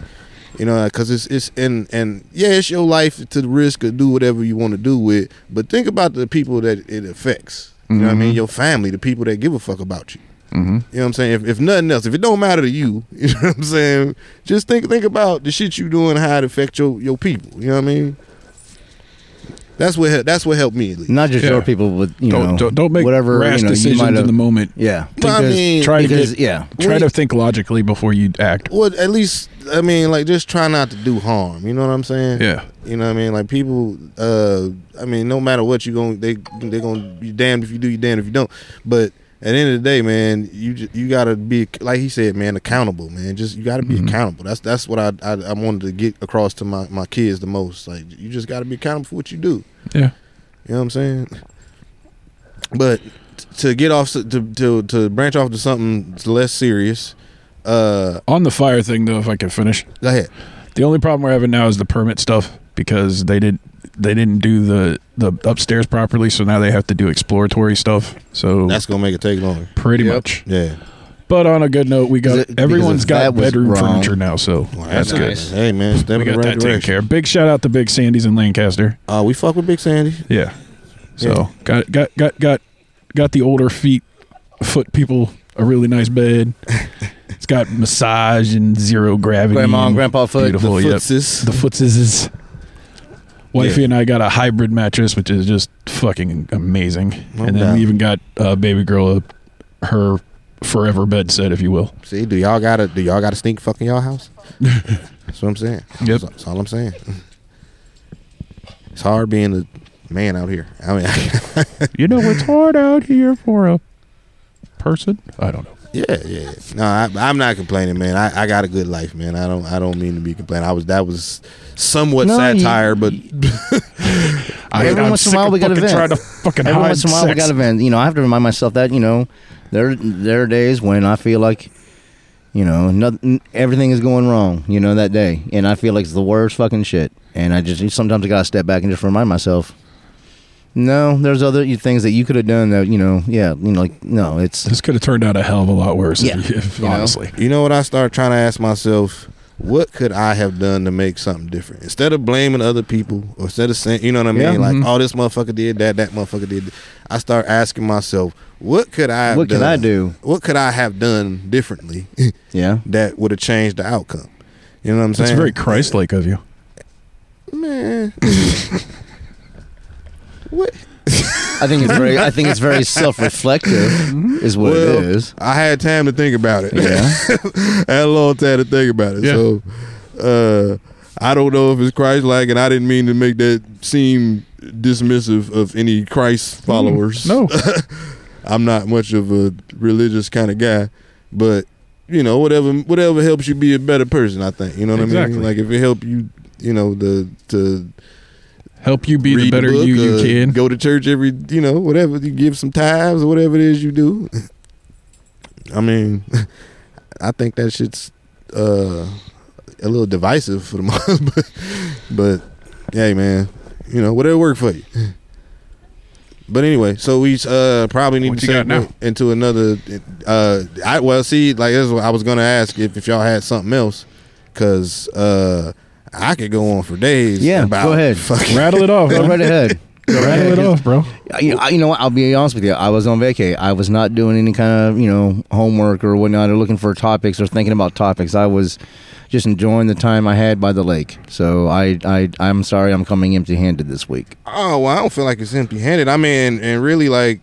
You know, because it's it's and and yeah, it's your life to the risk of do whatever you want to do with. But think about the people that it affects. You know what I mean? Your family, the people that give a fuck about you. You know what I'm saying? If, if nothing else, if it don't matter to you, you know what I'm saying? Just think think about the shit you doing, how it affect your, your people. You know what I mean? That's what hel- that's what helped me at least.
Not just
Yeah.
your people, but you
Don't,
know,
don't, don't make
whatever
rash
you know, you might
decisions in
have-
the moment.
Yeah,
But I
Because-
mean-
Try to
because-
get-
yeah,
Try to think logically before you act.
Well, at least I mean, like just try not to do harm. You know what I'm saying?
Yeah.
You know what I mean? Like people, uh, I mean, no matter what you going they they gonna you damned if you do, you damned if you don't. But at the end of the day, man, you ju- you gotta be like he said, man, accountable, man. Just you gotta be
Mm-hmm.
accountable. That's that's what I, I I wanted to get across to my my kids the most. Like you just gotta be accountable for what you do.
Yeah.
You know what I'm saying? But t- to get off s- to to, to branch off to something less serious, uh,
On the fire thing, though, if I could finish.
go ahead.
The only problem we're having now is the permit stuff because they did they didn't do the the upstairs properly, so now they have to do exploratory stuff. So
That's gonna make it take longer.
pretty
Yep.
much.
Yeah.
But on a good note, we got
Is it- because
everyone's
if
got
that was
bedroom
wrong-
furniture now, so
Well,
that's good.
nice.
Hey man, step
We
in the
got
right
that taken
direction.
care. of. Big shout out to Big Sandy's in Lancaster.
Uh, we fuck with Big Sandy.
Yeah. So
Yeah.
got got got got got the older feet foot people a really nice bed. it's got massage and zero gravity.
Grandma and Grandpa Foot, the
Beautiful. yep.
Footsis.
The footses is. Wifey
Yeah.
and I got a hybrid mattress, which is just fucking amazing.
Well
and then
done.
we even got uh, baby girl a, her forever bed set, if you will.
See, do y'all gotta do y'all gotta sneak fuck in y'all house? that's what I'm saying.
Yep.
That's, that's all I'm saying. It's hard being a man out here. I mean,
You know, it's hard out here for a person. I don't know.
yeah, yeah. No, I, I'm not complaining, man. I, I got a good life, man. I don't I don't mean to be complaining. I was that was somewhat
No, you-
satire, but
I,
Every
I'm
once in a
sick
while
of
we got
fucking
events.
Trying to fucking
Every
hide
once in a while, we
sex.
got to vent. You know, I have to remind myself that you know, there there are days when I feel like, you know, nothing, everything is going wrong. You know, that day, and I feel like it's the worst fucking shit. And I just sometimes I gotta step back and just remind myself, no, there's other things that you could have done that you know, yeah, you know, like no, it's
This could have turned out a hell of a lot worse.
Yeah.
if- if-
You know?
honestly.
You know what I started trying to ask myself? What could I have done to make something different? Instead of blaming other people, or instead of saying, you know what I mean,
Yeah. Mm-hmm.
like,
Mhm.
oh, this motherfucker did that, that motherfucker did. That. I start asking myself, what could I? Have
what
done?
can I do?
What could I have done differently
Yeah,
that would have changed the outcome? You know what I'm
That's
saying?
very Christ-like of you.
man.
I think it's very, I think it's very self-reflective, is what
Well,
it is.
I had time to think about it.
Yeah.
I had a long time to think about it.
Yeah.
So uh, I don't know if it's Christ like, and I didn't mean to make that seem dismissive of any Christ followers.
Mm, No,
I'm not much of a religious kind of guy, but you know, whatever whatever helps you be a better person, I think. You know what I
Exactly.
mean? Like if it help you, you know, the to
help you be
read
the better
book,
you you
uh,
can.
Go to church every, you know, whatever you give some tithes or whatever it is you do. I mean, I think that shit's uh, a little divisive for the most, but, but hey, man, you know, whatever work for you. But anyway, so we uh, probably need
What
to
you got
segue
now?
into another. Uh, I well, see, like that's what I was gonna ask if, if y'all had something else, because uh, I could go on for days.
Yeah,
about
go ahead.
fucking-
Rattle it off.
Go
bro.
right ahead. Go right
Rattle
ahead.
it off, bro.
I- you know, I- you know what? I'll be honest with you. I was on vacay. I was not doing any kind of you know homework or whatnot, or looking for topics or thinking about topics. I was just enjoying the time I had by the lake. So I, I I'm sorry, I'm coming empty-handed this week.
Oh well, I don't feel like it's empty-handed. I mean, and really, like,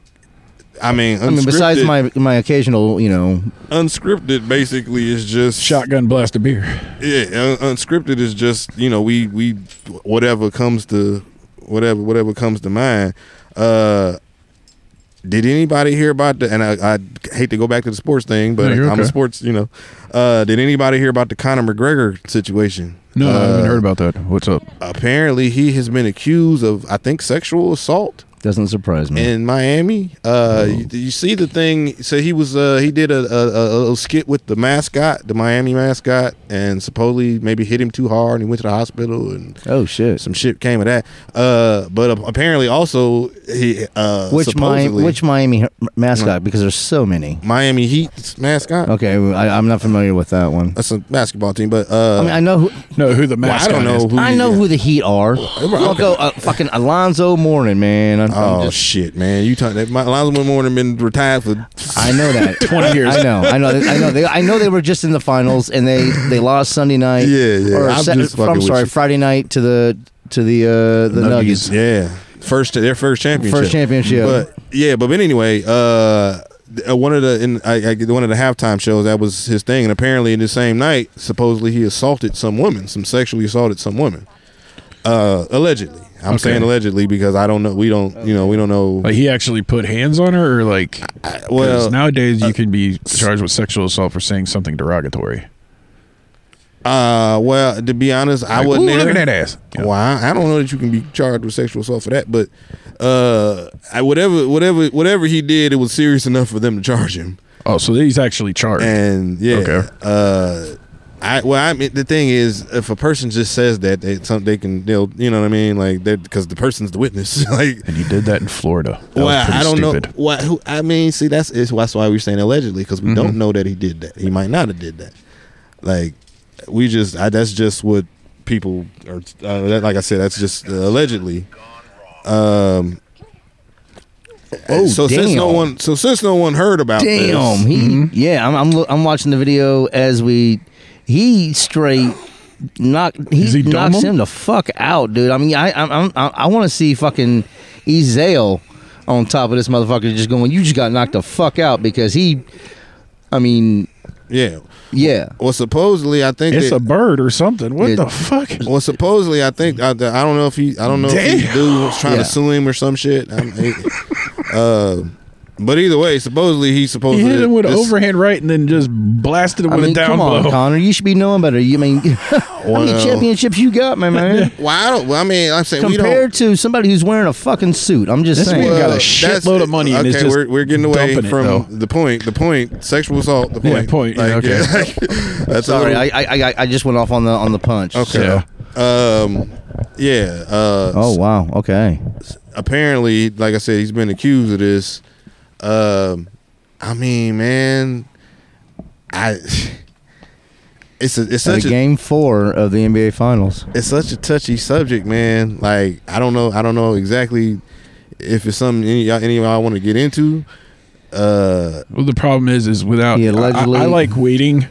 I mean, unscripted,
I mean, besides my my occasional, you know,
unscripted, basically is just
Shotgun blast a beer.
Yeah, un- unscripted is just you know we we whatever comes to whatever whatever comes to mind. Uh, did anybody hear about the? And I, I hate to go back to the sports thing, but
No, you're
I'm a
okay.
sports. You know, uh, did anybody hear about the Conor McGregor situation?
No, I
Uh,
haven't heard about that. What's up?
Apparently, he has been accused of I think sexual assault
doesn't surprise me.
in Miami. Uh, you,
Mm-hmm.
you see the thing. So he was uh, he did a, a, a little skit with the mascot, the Miami mascot, and supposedly maybe hit him too hard, and he went to the hospital, and
oh shit!
some shit came of that. Uh, but ap- apparently also he uh,
Which Miami,
supposedly-
which Miami mascot? Because there's so many.
Miami Heat mascot.
Okay, well, I, I'm not familiar with that one.
That's a basketball team, but uh,
I mean, I know who,
No, who the
well, I
mascot
don't know
is.
who. Oh,
I
you-
know who the Heat are.
right,
I'll go uh, fucking Alonzo Mourning, man. I'm, I'm
Oh
just-
shit, man! You talking that? My Lonzo Morning been retired for
I know that.
20 years.
I know. I know. I know. They, I know they were just in the finals and they they lost Sunday night.
Yeah, yeah.
Or
I'm
Sa-
just fucking
I'm
with
sorry,
you.
Friday night to the to the uh, the Nuggets.
Yeah, first their first championship.
First championship.
But yeah, but anyway, uh, th- uh, one of the in I, I one of the halftime shows that was his thing, and apparently in the same night, supposedly he assaulted some woman, some sexually assaulted some woman, uh, allegedly. I'm
Okay.
saying allegedly because I don't know. We don't, you know, we don't know.
Like he actually put hands on her, or like, 'cause
well,
nowadays you can be charged with sexual assault for saying something derogatory.
uh, well, to be honest, I
Like,
wasn't
"Ooh,
there.
Look at that ass. Yeah.
Well, I, I don't know that you can be charged with sexual assault for that, but uh, I, whatever, whatever, whatever he did, it was serious enough for them to charge him.
Oh, so he's actually charged.
And yeah,
Okay.
uh, I well, I mean, the thing is, if a person just says that, they some they can they'll you know what I mean, like that because the person's the witness. like,
And you did that in Florida. That was
well,
pretty
I don't
stupid.
know. What who? I mean, see, that's is that's why we're saying allegedly because we
Mm-hmm.
don't know that he did that. He might not have did that. Like, we just I, that's just what people are. Uh, that, like I said, that's just uh, allegedly. Um.
Oh,
so since no
damn.
one, so since no one heard about this,
Damn, he yeah. I'm I'm, lo- I'm watching the video as we he straight knock he,
Is he dumb
knocks
him?
him the fuck out, dude. I mean, I I'm, I'm, I, I want to see fucking Ezale on top of this motherfucker just going. You just got knocked the fuck out because he. I mean,
yeah.
yeah.
Well, supposedly, I think
It's
that-
a bird or something. What
Yeah.
the fuck?
Well, supposedly, I think I, I don't know if he I don't know if
Damn.
he dude was trying
Yeah.
to sue him or some shit. I'm, uh, but either way, supposedly he's supposed
He
to
hit him with an
this-
overhand right and then just blasted him
I
with
mean,
a down
come on,
blow.
Connor. You should be knowing better. You I mean how many
Well.
championships you got, my man?
Well, I don't. Well, I mean, I'm saying we don't.
Compared to somebody who's wearing a fucking suit. I'm just
This
saying.
man got a
uh, that's-
shitload of money
Okay,
and is just
we're, we're getting away
dumping it,
from
though.
the point. The point. Sexual assault. The
Yeah,
point.
point, yeah, okay.
that's
Sorry,
all.
I, I I- I just went off on the on the punch.
okay.
Yeah.
Um. Yeah. Uh,
Oh wow. Okay.
apparently, like I said, he's been accused of this. Um, I mean, man, I it's a, it's
Uh,
such a,
game four of the NBA Finals.
it's such a touchy subject, man. Like I don't know, I don't know exactly if it's something any y'all, any of y'all want to get into. Uh,
Well, the problem is, is without.
He
I-
allegedly-
I, I like waiting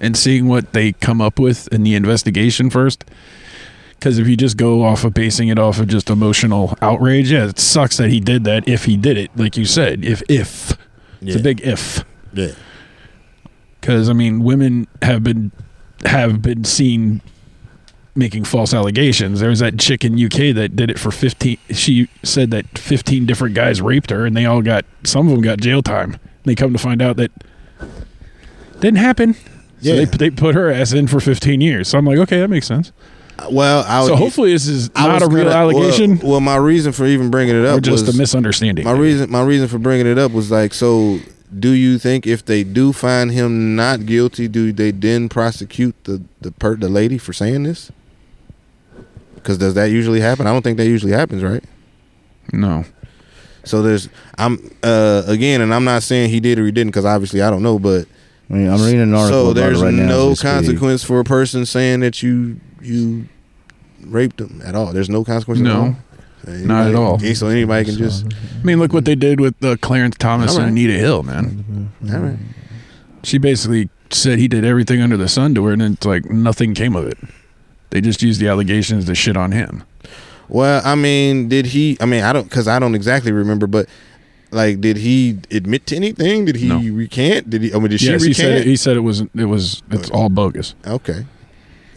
and seeing what they come up with in the investigation first. Because if you just go off of basing it off of just emotional outrage, yeah, it sucks that he did that. If he did it, like you said, if if it's a
Yeah.
big if.
yeah,
Because I mean, women have been have been seen making false allegations. There was that chick in UK that did it for fifteen. She said that fifteen different guys raped her, and they all got some of them got jail time. They come to find out that didn't happen. So
Yeah.
they they put her ass in for fifteen years. So I'm like, okay, that makes sense.
well, I
so
would-
hopefully this is
I
not
was
a real
gonna-
allegation
Well, well, my reason for even bringing it up
or just
was
a misunderstanding.
My reason, my reason for bringing it up was like, so do you think if they do find him not guilty, do they then prosecute the the per, the lady for saying this? Because does that usually happen? I don't think that usually happens, right?
no,
So there's, I'm uh again, and I'm not saying he did or he didn't, because obviously I don't know, but
I mean, I'm reading an article. about
so
it
there's
right now as
no
we speak.
consequence for a person saying that you you raped them at all. There's no consequence.
No.
at all?
Not at all.
So anybody can just
I mean look what they did with uh, Clarence Thomas
All right.
and Anita Hill, man.
all right.
She basically said he did everything under the sun to her, and it's like nothing came of it. They just used the allegations to shit on him.
Well, I mean, did he? I mean, I don't because I don't exactly remember, but like, did he admit to anything? Did he
No.
recant? Did he? I mean, did
yes,
she
he said it,
recant?
he said it was it was it's all bogus.
okay,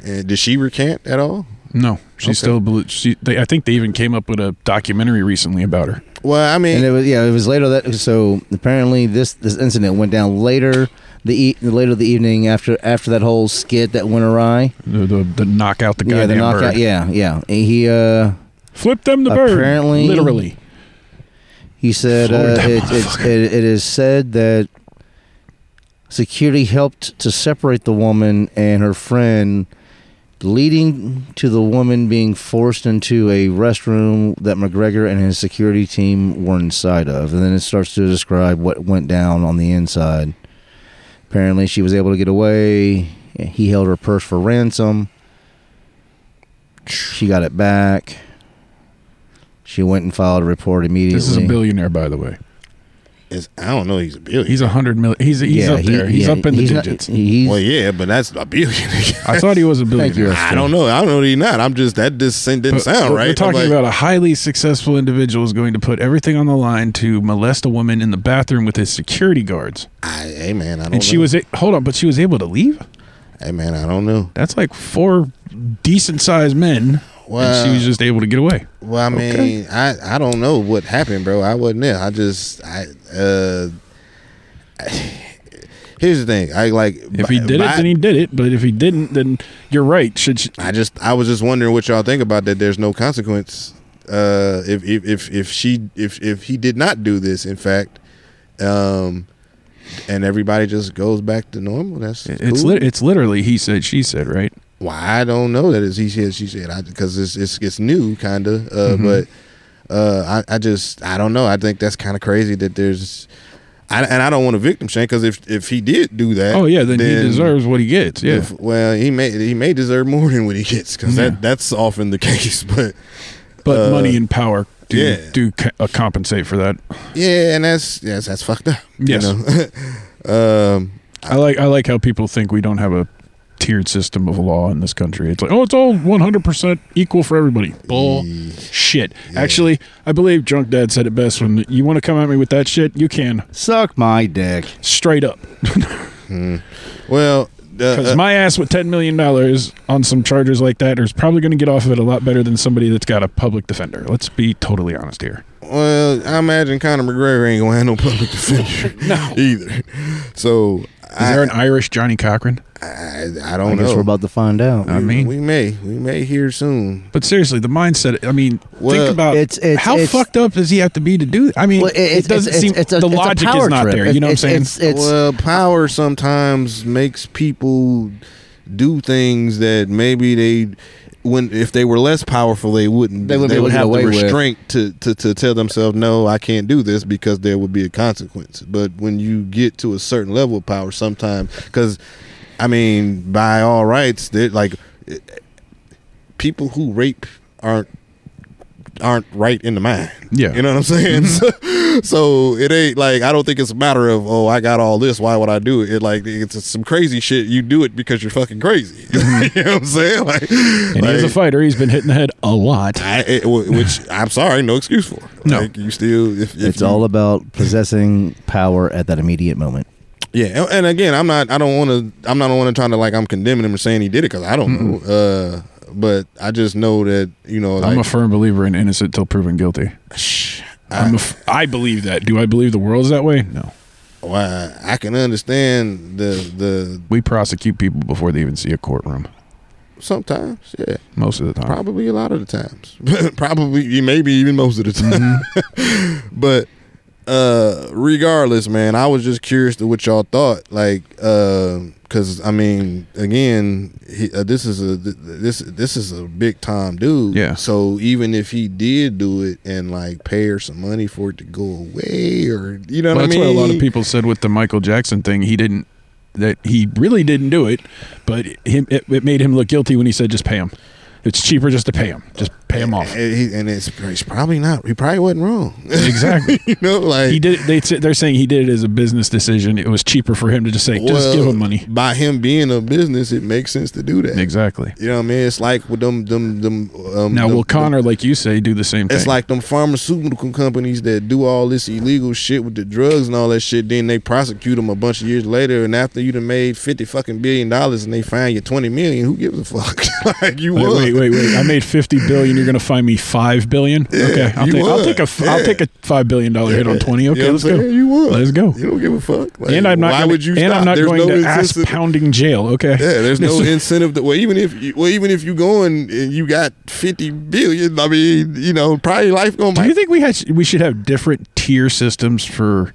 and did she recant at all?
No, she
Okay.
still believe she. They, I think they even came up with a documentary recently about her.
Well, I
And
mean,
it was yeah, it was later that. So apparently this this incident went down later the e- later the evening after after that whole skit that went awry.
The the, the knockout the guy
yeah, the knockout.
bird.
Yeah, yeah. And he uh
Flip them the bird.
Apparently-
literally.
he said
Floored
uh, it,
that
it, it it is said that security helped to separate the woman and her friend. Leading to the woman being forced into a restroom that McGregor and his security team were inside of. And then it starts to describe what went down on the inside. Apparently, she was able to get away. He held her purse for ransom. She got it back. She went and filed a report immediately.
This is a billionaire, by the way.
it's, I don't know. He's a billion.
He's a hundred million. He's he's up
he-
there. he's
yeah,
up in the
he's not-
digits.
he's,
well, yeah, but that's a billion.
I thought he was a
Thank you,
billionaire.
I don't know. I don't know. That he's not. I'm just that just didn't
But
sound
we're-
right.
We're
I'm
talking
like,
about a highly successful individual is going to put everything on the line to molest a woman in the bathroom with his security guards,
I, hey man, I don't.
and she
know.
was a- hold on, but she was able to leave.
Hey man, I don't know.
That's like four decent sized men, and
Wow.
she was just able to get away.
Well, I mean, I I don't know what happened, bro. I wasn't there. I just I uh. here's the thing. I like
If he
by-
did
by-
it, then he did it. But if he didn't, then you're right. Should she,
I just I was just wondering what y'all think about that. There's no consequence. Uh, if, if if if she if if he did not do this, in fact, um, and everybody just goes back to normal. That's
It's
cool.
lit it's literally he said she said, right?
Well, I don't know that it's he said she said because it's, it's it's new kind of, uh,
Mm-hmm.
but uh, I I just I don't know. I think that's kind of crazy that there's, I, and I don't want to victim shame because if if he did do that,
Oh yeah, then, he deserves what he gets. Yeah.
Eh, if- well, he may he may deserve more than what he gets because
Yeah.
that that's often the case. But
but
uh,
money and power do
yeah.
do ca- uh, compensate for that.
yeah, and that's yes, that's fucked up.
Yes.
You know? um,
I like I like how people think we don't have a tiered system of law in this country. It's like, oh, it's all 100% equal for everybody. Bull shit. Actually, I believe Drunk Dad said it best when you want to come at me with that shit, you can
Suck my dick.
straight up.
well,
Cuz
uh,
my ass with 10 million dollars on some charges like that is probably going to get off of it a lot better than somebody that's got a public defender. Let's be totally honest here.
well, I imagine Conor McGregor ain't gonna have no public defender
No. Is
either. So is I,
there an Irish Johnny Cochran?
I, I
I,
don't
guess
know.
we're about to find out.
Uh,
I mean,
we may we may hear soon.
But seriously, the mindset. I mean,
Well,
think about
it's- it's-
how
it's-
fucked up does he have to be to do? I mean,
Well,
it doesn't seem
a-
the
a
logic is
power
not
trip.
there. You know
It's-
what I'm saying?
It's, it's,
well, power sometimes makes people do things that maybe they when if they were less powerful they wouldn't
They wouldn't be able to
would have
get
the
away with.
restraint to, to to tell themselves no I can't do this because there would be a consequence but when you get to a certain level of power sometimes because I mean by all rights they're like eh, people who rape aren't aren't right in the mind
Yeah. Mm-hmm.
you know what I'm saying so it ain't like I don't think it's a matter of oh I got all this why would I do it? It like it's some crazy shit. You do it because you're fucking crazy. you know what I'm saying? Like,
Mm-hmm. and he's a
like,
fighter. He's been hitting the head a lot.
I, it, w- which I'm sorry, no excuse for.
No.
like, you still if, if
it's
you-
all about possessing power at that immediate moment.
yeah. and- And again, I'm not I don't want to I'm not want to try to like I'm condemning him or saying he did it because I don't know. Uh, but I just know that you know like
I'm a firm believer in innocent till proven guilty.
I-
I'm a f- I believe that. Do I believe the world's that way? No.
why I can understand the the
We prosecute people before they even see a courtroom.
sometimes yeah.
Most of the time.
Probably a lot of the times. Probably, maybe even most of the time.
Mm-hmm.
but uh regardless, man, I was just curious to what y'all thought. Like, because I mean, again, he, uh, this is a th- this this is a big time dude.
Yeah.
So even if he did do it and like pay her some money for it to go away, or you know
Well,
what I
that's
mean?
what a lot of people said with the Michael Jackson thing. He didn't. That he really didn't do it, but him, it, it made him look guilty when he said, "Just pay him. It's cheaper just to pay him. Just pay him off."
And, he- and it's, it's probably not. He probably wasn't wrong.
Exactly.
you know, like
He did. They they're saying he did it as a business decision. It was cheaper for him to just say, "Just
well,
give him money."
By him being a business, it makes sense to do that.
Exactly.
You know what I mean? It's like with them, them, them. Um,
Now,
them-
will Connor, like you say, do the same thing?
It's like them pharmaceutical companies that do all this illegal shit with the drugs and all that shit. Then they prosecute them a bunch of years later, and after you done made fifty fucking billion dollars, and they fine you twenty million. Who gives a fuck? like you
Wait,
won.
wait, wait, wait! I made fifty billion. You're gonna find me five billion. okay, I'll
you
take, I'll
would.
take a f- I'll
Yeah.
take a five billion dollar hit on twenty. Okay,
you know
let's
what I'm
go.
saying? You won.
Let's go.
You don't give a fuck. Like,
and I'm not.
Why
gonna,
would you?
And
stop?
I'm not
There's
going
no
to ass
incentive-
pounding jail. Okay.
Yeah, there's no incentive. To, well, even if you, well, even if you going and you got fifty billion, I mean, you know, probably life going.
Do you think we had we should have different tier systems for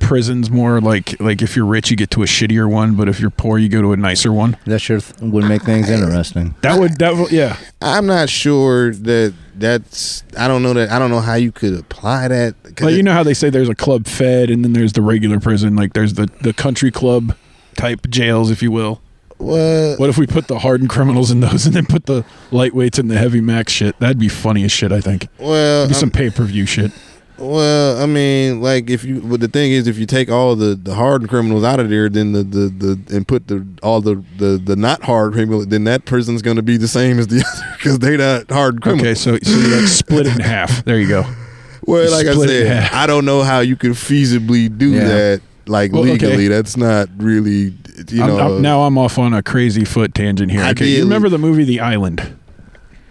prisons? More like like if you're rich, you get to a shittier one, but if you're poor, you go to a nicer one.
That sure th- would make things interesting.
That would that would yeah.
I'm not sure that that's. I don't know that. I don't know how you could apply that. 'cause
Like
it-
you know how they say there's a club fed and then there's the regular prison. Like there's the the country club type jails, if you will.
well,
What if we put the hardened criminals in those and then put the lightweights in the heavy max shit? That'd be funny as shit. I think.
well,
Do some
I'm-
pay per view shit.
well. I mean, like if you. But the thing is, if you take all the the hardened criminals out of there, then the the, the and put the all the the the not hard criminal, then that prison's going to be the same as the other because they not hard criminals.
Okay, so so you like split it in half. There you go.
Well, like I
Split it in
said,
half.
I don't know how you could feasibly do
Yeah.
that, like
Well, okay.
legally. That's not really, you
I'm-
know.
I'm- now I'm off on a crazy foot tangent here. Okay,
Ideally-
you remember the movie The Island?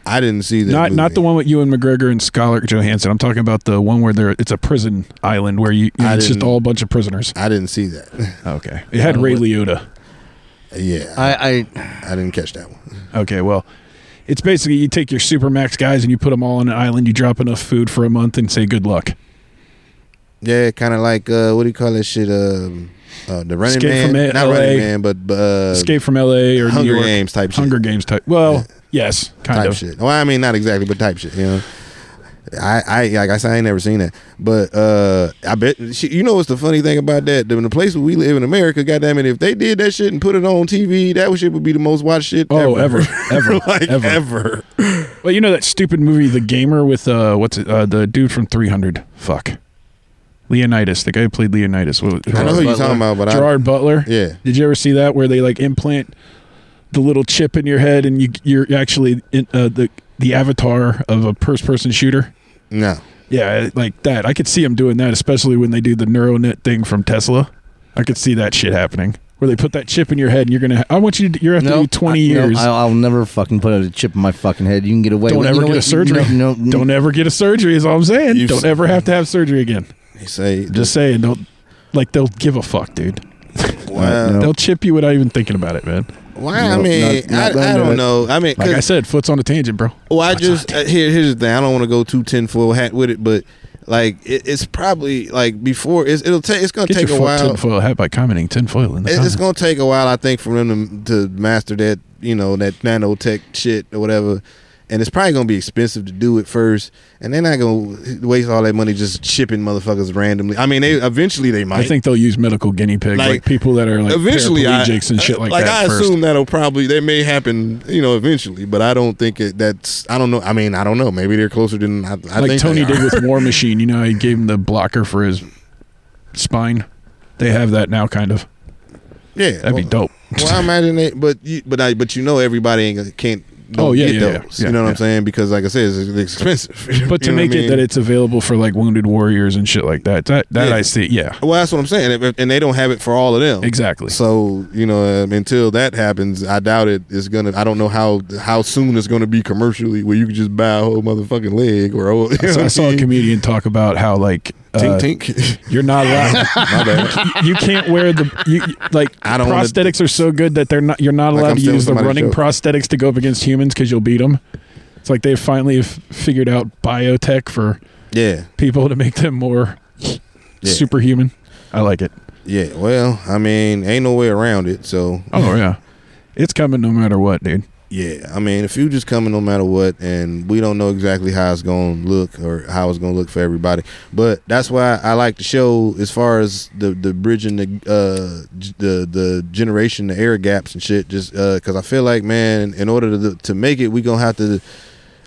I didn't see that.
Not not
movie.
the one with Ewan McGregor and Scarlett Johansson. I'm talking about the one where there it's a prison island where you
I
it's just
didn't-
all a bunch of prisoners.
I didn't see that.
Okay, it had Ray Liotta.
yeah, I,
I, I
didn't catch that one.
Okay, well, it's basically you take your supermax guys and you put them all on an island. You drop enough food for a month and say good luck.
Yeah, kind of like uh, what do you call that shit? Um, uh, the running
Escape
man,
from
not
LA.
running man, but but, uh,
Escape from L.A. or
Hunger
New York.
Games type shit.
Hunger Games type. Well, yes, kind
type
of.
shit. Well, I mean, not exactly, but type shit. You know, I, I like I said, I ain't never seen that, but uh, I bet shit, you know what's the funny thing about that? The, the place where we live in America, goddamn it, if they did that shit and put it on TV, that shit would be the most watched shit.
Oh,
ever,
ever, ever,
like
ever.
ever.
Well, you know that stupid movie, The Gamer, with uh, what's it, uh, the dude from 300? Fuck, Leonidas, the guy who played Leonidas. What,
I know who you're talking about, but I,
Gerard Butler.
yeah,
Did you ever see that where they like implant the little chip in your head and you you're actually in, uh, the the avatar of a first person shooter?
no,
Yeah, like that. I could see them doing that, especially when they do the Neuronet thing from Tesla. I could see that shit happening where they put that chip in your head and you're gonna. I want you. To, you're after you 20
I- no,
years.
I'll, I'll never fucking put a chip in my fucking head. You can get away.
don't
with you
ever
know
get a
what?
surgery.
No, no,
don't ever get a surgery. Is all I'm saying.
You've
don't
seen-
ever have to have surgery again.
you say
Just saying. Don't like they'll give a fuck, dude.
wow.
No.
They'll chip you without even thinking about it, man.
Why? I
No,
mean,
not- not
I, I
gonna do
don't
it.
know. I mean, 'cause-
Like I said, foot's on a tangent, bro.
Well, I just uh, here, here's the thing. I don't want to go too tinfoil hat with it, but like it, it's probably like before it's, it'll take it's gonna
Get
take
your
a
foot
while. It,
tinfoil hat by commenting tinfoil in the
it's
comments.
gonna take a while, I think, for them to, to master that you know that nanotech shit or whatever. And it's probably gonna be expensive to do it first, and they're not gonna waste all that money just chipping motherfuckers randomly. I mean, they eventually they might.
I think they'll use medical guinea pigs, like,
Like,
people that are like
eventually, I,
paraplegics and shit like, that.
I
first.
assume that'll probably that may happen, you know, eventually. But I don't think it, that's. I don't know. I mean, I don't know. Maybe they're closer than I, I
like
think
Tony
they
did
are.
with War Machine. You know, how he gave him the blocker for his spine. They have that now, kind of.
Yeah,
That'd be
well-
dope.
Well, I imagine it, but you, but I, but you know, everybody ain't gonna- can't. Don't
Oh, yeah,
get
yeah, yeah,
those.
yeah,
you know what
yeah.
I'm saying? Because like I said, it's, it's expensive.
but to
You know what I
make it
mean?
that it's available for like wounded warriors and shit like that, that that
Yeah.
I see. Yeah,
well, that's what I'm saying, If- if- and they don't have it for all of them.
exactly.
So you know, um, until that happens, I doubt it is gonna. I don't know how how soon it's gonna be commercially where you can just buy a whole motherfucking leg or a whole.
I saw, I saw a comedian talk about how like uh,
Tink tink.
you're not allowed.
My bad.
you can't wear the you like
I don't wanna-
prosthetics are so good that they're not you're not
Like
allowed
I'm
to
stealing
use the
somebody's
running
joke.
prosthetics to go up against humans because you'll beat them. It's like they finally have figured out biotech for
Yeah.
people to make them more
Yeah.
superhuman. I like it.
Yeah. Well, I mean, ain't no way around it. So
Oh yeah, it's coming no matter what, dude.
Yeah, I mean, the future's coming no matter what, and we don't know exactly how it's going to look or how it's going to look for everybody. But that's why I like the show as far as the the bridging the uh, g- the the generation, the era gaps and shit. Just because I feel like, man, in order to to make it, we gonna have to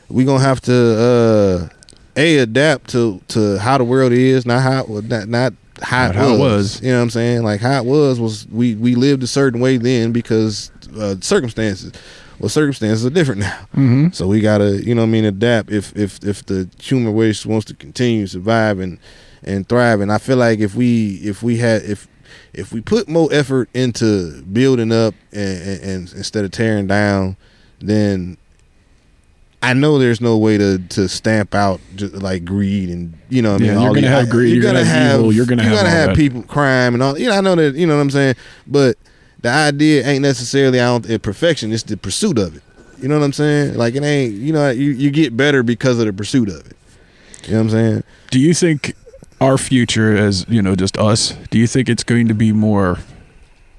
we gonna have to uh, a adapt to to how the world is, not how not not. How,
Not
it,
how it
was,
was.
you know what I'm saying? Like how it was was we we lived a certain way then because uh, circumstances well circumstances are different now
Mm-hmm.
so we gotta you know what i mean adapt if if if the human race wants to continue survive and and thrive and i feel like if we if we had if if we put more effort into building up and, and, and instead of tearing down then I know there's no way to to stamp out just like greed and you know what I
Yeah,
mean
you're
all
gonna
the- e,
have
I-
greed, you're gonna have evil, you're gonna have all that.
people crime and all you know I know that you know what I'm saying but the idea ain't necessarily I don't it perfection it's the pursuit of it you know what I'm saying like it ain't you know you, you get better because of the pursuit of it you know what I'm saying
Do you think our future, as you know, just us, do you think it's going to be more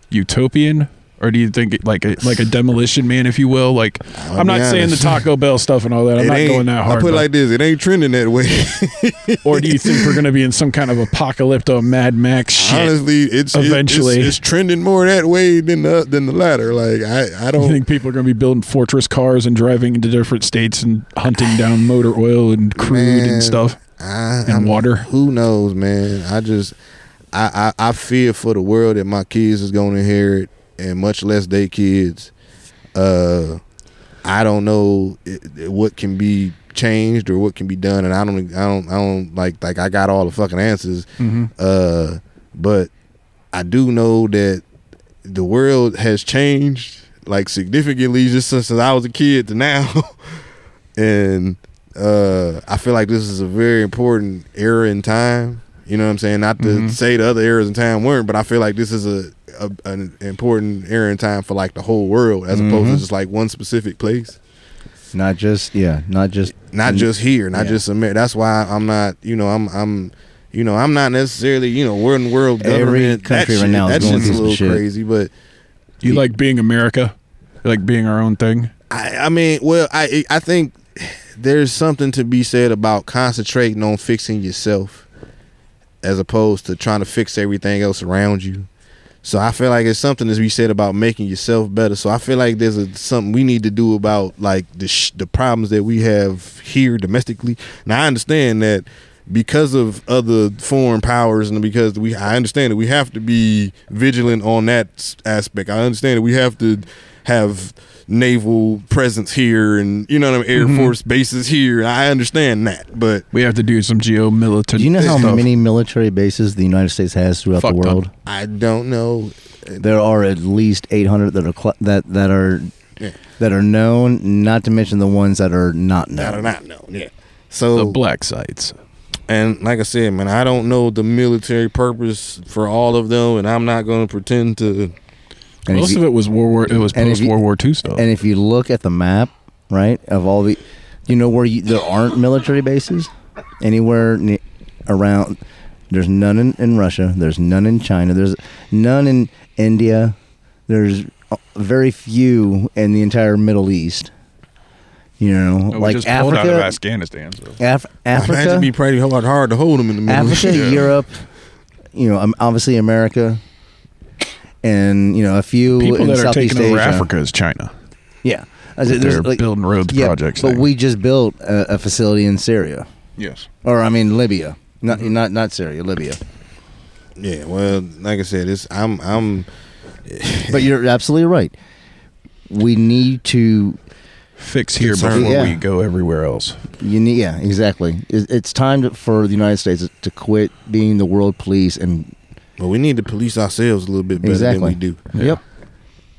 utopian, or do you think it, like a, like a demolition man, if you will? Like
I'll
I'm
be
not saying the
honest.
Taco Bell stuff and all that. I'm
It
not
ain't-
going that
I
hard.
put it
but-
like this it ain't trending that way
or do you think we're going to be in some kind of apocalypto Mad Max shit?
honestly it's it-
Eventually.
it's, it's trending more that way than the than the latter like I I
you
don't
think people are going to be building fortress cars and driving into different states and hunting down motor oil and crude
Man.
and stuff?
I,
and water.
Who knows, man? I just I, I I fear for the world that my kids is going to inherit, and much less they kids. Uh, I don't know i- i- what can be changed or what can be done, and I don't I don't I don't like like I got all the fucking answers.
Mm-hmm.
Uh, but I do know that the world has changed like significantly just since, since I was a kid to now, and uh, I feel like this is a very important era in time. You know what I'm saying? Not to
Mhm.
say the other eras in time weren't, but I feel like this is a, a an important era in time for like the whole world as opposed to
Mhm.
just like one specific place
e-, Not just yeah. Not just
not just here, not
Yeah.
just America. That's why I'm not, you know, I'm, I'm, you know, I'm not necessarily, you know, we're in world
Every
government. That
country right
shit-
now is
that
going
shit's a
through some
little
shit.
crazy, but
You like being America? You like being our own thing?
I, I mean, well, I I think there's something to be said about concentrating on fixing yourself as opposed to trying to fix everything else around you. So I feel like it's something that we said about making yourself better. So I feel like there's a, something we need to do about like the sh- the problems that we have here domestically. Now I understand that because of other foreign powers and because we I understand that we have to be vigilant on that s- aspect. I understand that we have to have naval presence here and you know what I mean air force bases here. I understand that, but
We have to do some geo militant.
Do you know how
stuff.
many military bases the United States has throughout
Fuck
the
ton.
world?
I don't know.
There are at least 800 that are cl- that that are
Yeah.
that are known, not to mention the ones that are not known.
I do not know. Yeah.
the
So
black sites?
And like I said, man, I don't know the military purpose for all of them, and I'm not going to pretend to.
And if
Most
you-
of it was World War. It was
and if
post
you-
World War II stuff.
And if you look at the map, right, of all the, you know where you, there aren't military bases anywhere ne- around. There's none in, in Russia. There's none in China. There's none in India. There's uh, very few in the entire Middle East. You know,
Well, Oh, we
like
just pulled out of
Africa,
Afghanistan. So.
Af-
Africa?
Africa,
be pretty hard, hard to hold them in the middle.
Africa,
Yeah.
Europe. You know, um, obviously America, and you know a few
People
in
that are
Southeast
taking over
Asia.
Africa is China.
Yeah, I said,
They're building roads projects
But
there.
we just built a, a facility in Syria,
Yes.
or I mean Libya, not
Mm-hmm.
not not Syria, Libya.
Yeah, well, like I said, it's I'm I'm
But you're absolutely right. We need to.
Fix here
Concern.
before
Yeah.
we go everywhere else.
You need, yeah, exactly. It, it's time to, for the United States to quit being the world police and
but we need to police ourselves a little bit better
exactly
than we do.
Yep.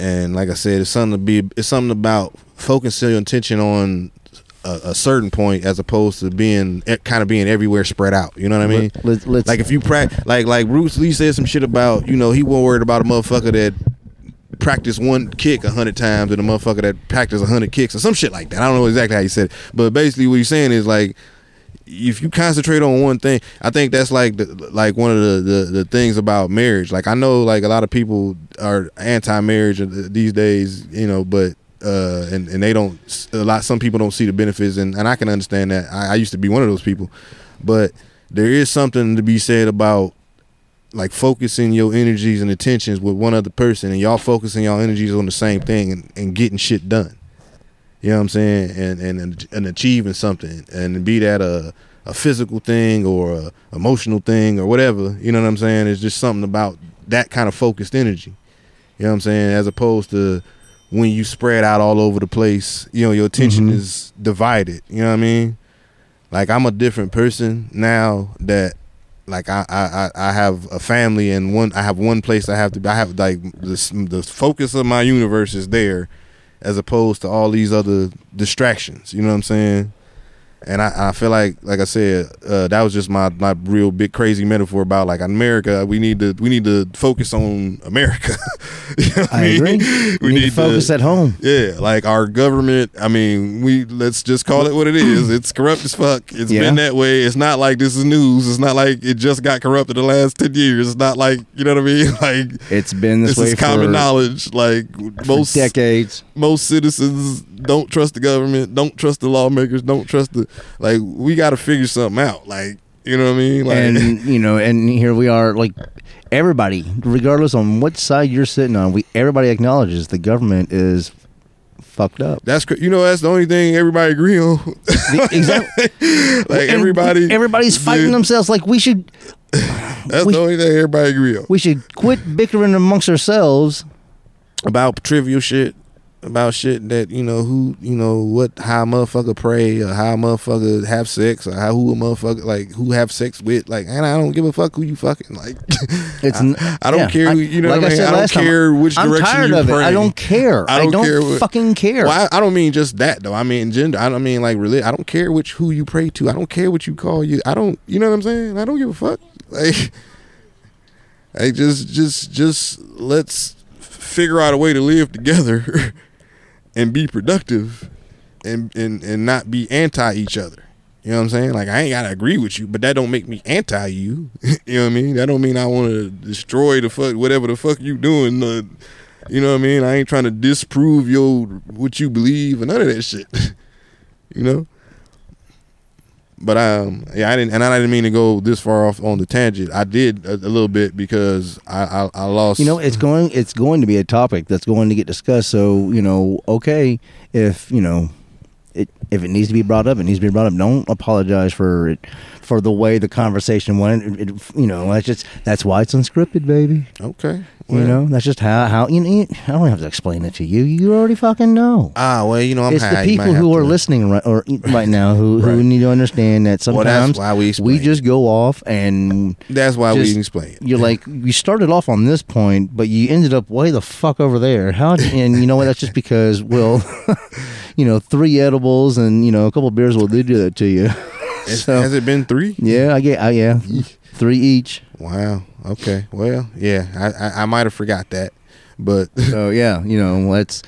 And like I said, it's something to be it's something about focusing your attention on a, a certain point as opposed to being kind of being everywhere spread out. You know what I mean?
Let, let's- let's
Like if you prac like like Bruce Lee said some shit about you know he wasn't worried about a motherfucker that practiced one kick a hundred times and a motherfucker that practiced a hundred kicks or some shit like that. I don't know exactly how he said it, but basically what he's saying is like if you concentrate on one thing, I think that's like the, like one of the, the the things about marriage. Like I know like a lot of people are anti-marriage these days, you know, but uh, and and they don't a lot. Some people don't see the benefits, and and I can understand that. I, I used to be one of those people, but there is something to be said about like focusing your energies and attentions with one other person and y'all focusing y'all energies on the same thing and, and getting shit done you know what i'm saying and and and achieving something and be that uh, a a physical thing or a emotional thing or whatever you know what i'm saying it's just something about that kind of focused energy you know what i'm saying as opposed to when you spread out all over the place you know your attention
Mm-hmm.
is divided you know what i mean like i'm a different person now that like I, I I- I have a family and one I have one place I have to be. I have like the the focus of my universe is there, as opposed to all these other distractions. You know what I'm saying? And I, I feel like like I said uh, that was just my my real big crazy metaphor about like America. We need to we need to focus on America. You know what
I
mean?
agree. we need, to focus at home.
yeah, like our government. I mean, we let's just call it what it is. It's corrupt as fuck. It's
Yeah.
been that way. It's not like this is news. It's not like it just got corrupted the last ten years. It's not like you know what I mean. Like
It's been this,
this
way
is common
for,
knowledge. Like
for
most
decades.
most citizens don't trust the government. Don't trust the lawmakers. Don't trust the like. We got to figure something out. Like you know what I mean. Like
and you know, and here we are, like everybody, regardless on what side you're sitting on, we everybody acknowledges the government is fucked up.
that's cr- you know that's the only thing everybody agree on.
The- exactly.
like
And
everybody,
everybody's fighting
Dude,
themselves. Like we should,
That's
we-
the only thing everybody agree on.
we should quit bickering amongst ourselves.
about trivial shit, about shit that you know who you know what how a motherfucker pray or how a motherfucker have sex or how who a motherfucker like who have sex with like and I don't give a fuck who you fucking like
It's
I, I don't care who- you know
like
what I mean
said
I don't
last time,
care which
I'm
direction
tired
you
of
pray
It. I don't care.
I
I
don't
don't,
care what-
fucking care.
well, I, I don't mean just that though I mean gender I don't mean like really I don't care which who you pray to I don't care what you call you I don't you know what I'm saying I don't give a fuck like like just just just let's figure out a way to live together and be productive and and and not be anti each other You know what I'm saying? Like I ain't gotta agree with you, but that don't make me anti you. you know what I mean? That don't mean I want to destroy the fuck whatever the fuck you doing. Uh, you know what I mean? I ain't trying to disprove your what you believe and none of that shit. you know. But um, yeah, I didn't, and I didn't mean to go this far off on the tangent. I did a, a little bit because I, I, I lost.
You know, it's
Mm-hmm.
going it's going to be a topic that's going to get discussed. So you know, okay, if you know, it if it needs to be brought up, it needs to be brought up. Don't apologize for it for the way the conversation went. It, it- you know, that's just that's why it's unscripted, baby.
okay,
You
well,
know, that's just how how you, you. I don't have to explain it to you. You already fucking know.
Ah, well, you know, I'm
it's
high.
the
You might
people who
have
are
to-
listening right, or right now who, who
Right.
need to understand that
Well,
sometimes
that's why we
we
explain.
just go off and
That's why
just-
we explain it.
you're like you started off on this point, but you ended up way the fuck over there. How and you know what? That's just because well, you know, three edibles and you know a couple beers will do that to you.
It's-
so-
has it been three?
Yeah, I get. I, yeah, three each.
Wow. Okay. Well, yeah. I I, I might have forgot that, but
So yeah, you know, let's.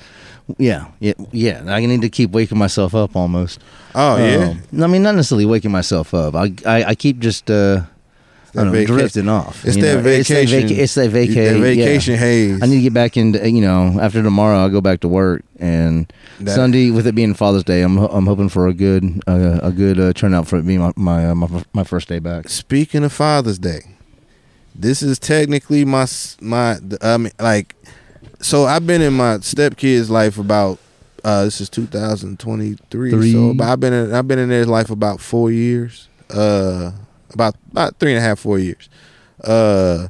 Yeah, yeah, yeah. I need to keep waking myself up almost.
oh yeah.
Um, I mean, not necessarily waking myself up. I I, I keep just uh, I
that
don't know,
vaca-
drifting off.
It's
you
that
know? It's that,
vacation.
vaca- it's that vaca-
That
yeah.
vacation haze.
I need to get back into you know after tomorrow I'll go back to work and
That-
Sunday with it being Father's Day I'm I'm hoping for a good uh, a good uh, turnout for it being my my, uh, my my first day back.
Speaking of Father's Day, this is technically my s- my I mean like, so I've been in my stepkid's life about uh this is 2023 so
Three.
but I've been in, I've been in their life about four years uh about about three and a half four years uh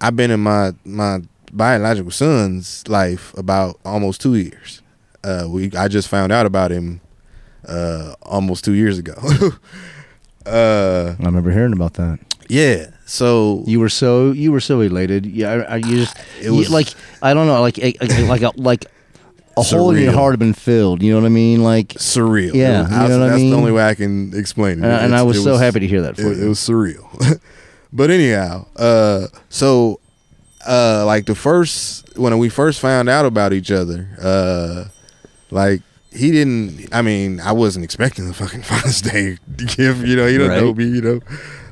I've been in my my biological son's life about almost two years uh we I just found out about him uh almost two years ago uh
I remember hearing about that.
yeah. So
You were so you were so elated. Yeah, I, I, you just
It
you-
was-
like I don't know like like like a, like a hole in your
Surreal.
heart had been filled. You know what I mean? Like
surreal.
Yeah,
It was-
you know what I
that's
mean?
the only way I can explain it.
and, I- and I
It's-
was
it
so happy to hear that for
it,
you.
it was surreal. but anyhow, uh, so uh, like the first when we first found out about each other, uh, like he didn't. I mean, I wasn't expecting the fucking Father's Day gift. You know, he don't know
Right.
me. You know,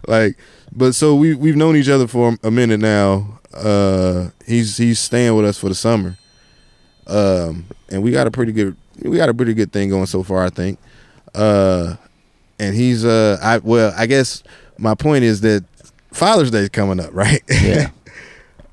like but so we we've known each other for a minute now. Uh, he's he's staying with us for the summer. Um, and we got a pretty good we got a pretty good thing going so far, I think. Uh, and he's uh, I well, I guess my point is that Father's Day's coming up, right?
yeah.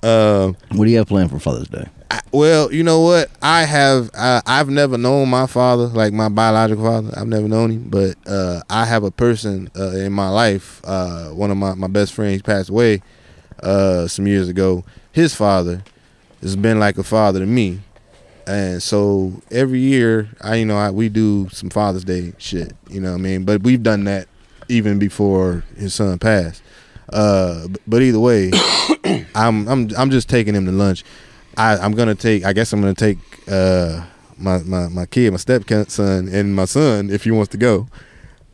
um,
What do you have planned for Father's Day?
I- well, you know what? I have uh, I've never known my father, like my biological father. I've never known him, but uh, I have a person uh, in my life. Uh, one of my my best friends passed away uh, some years ago. His father has been like a father to me, and so every year, I you know I, we do some Father's Day shit. You know what I mean? But we've done that even before his son passed. Uh, b- but either way, I'm I'm I'm just taking him to lunch. I, I'm gonna take. I guess I'm gonna take uh, my, my my kid, my stepson, and my son if he wants to go.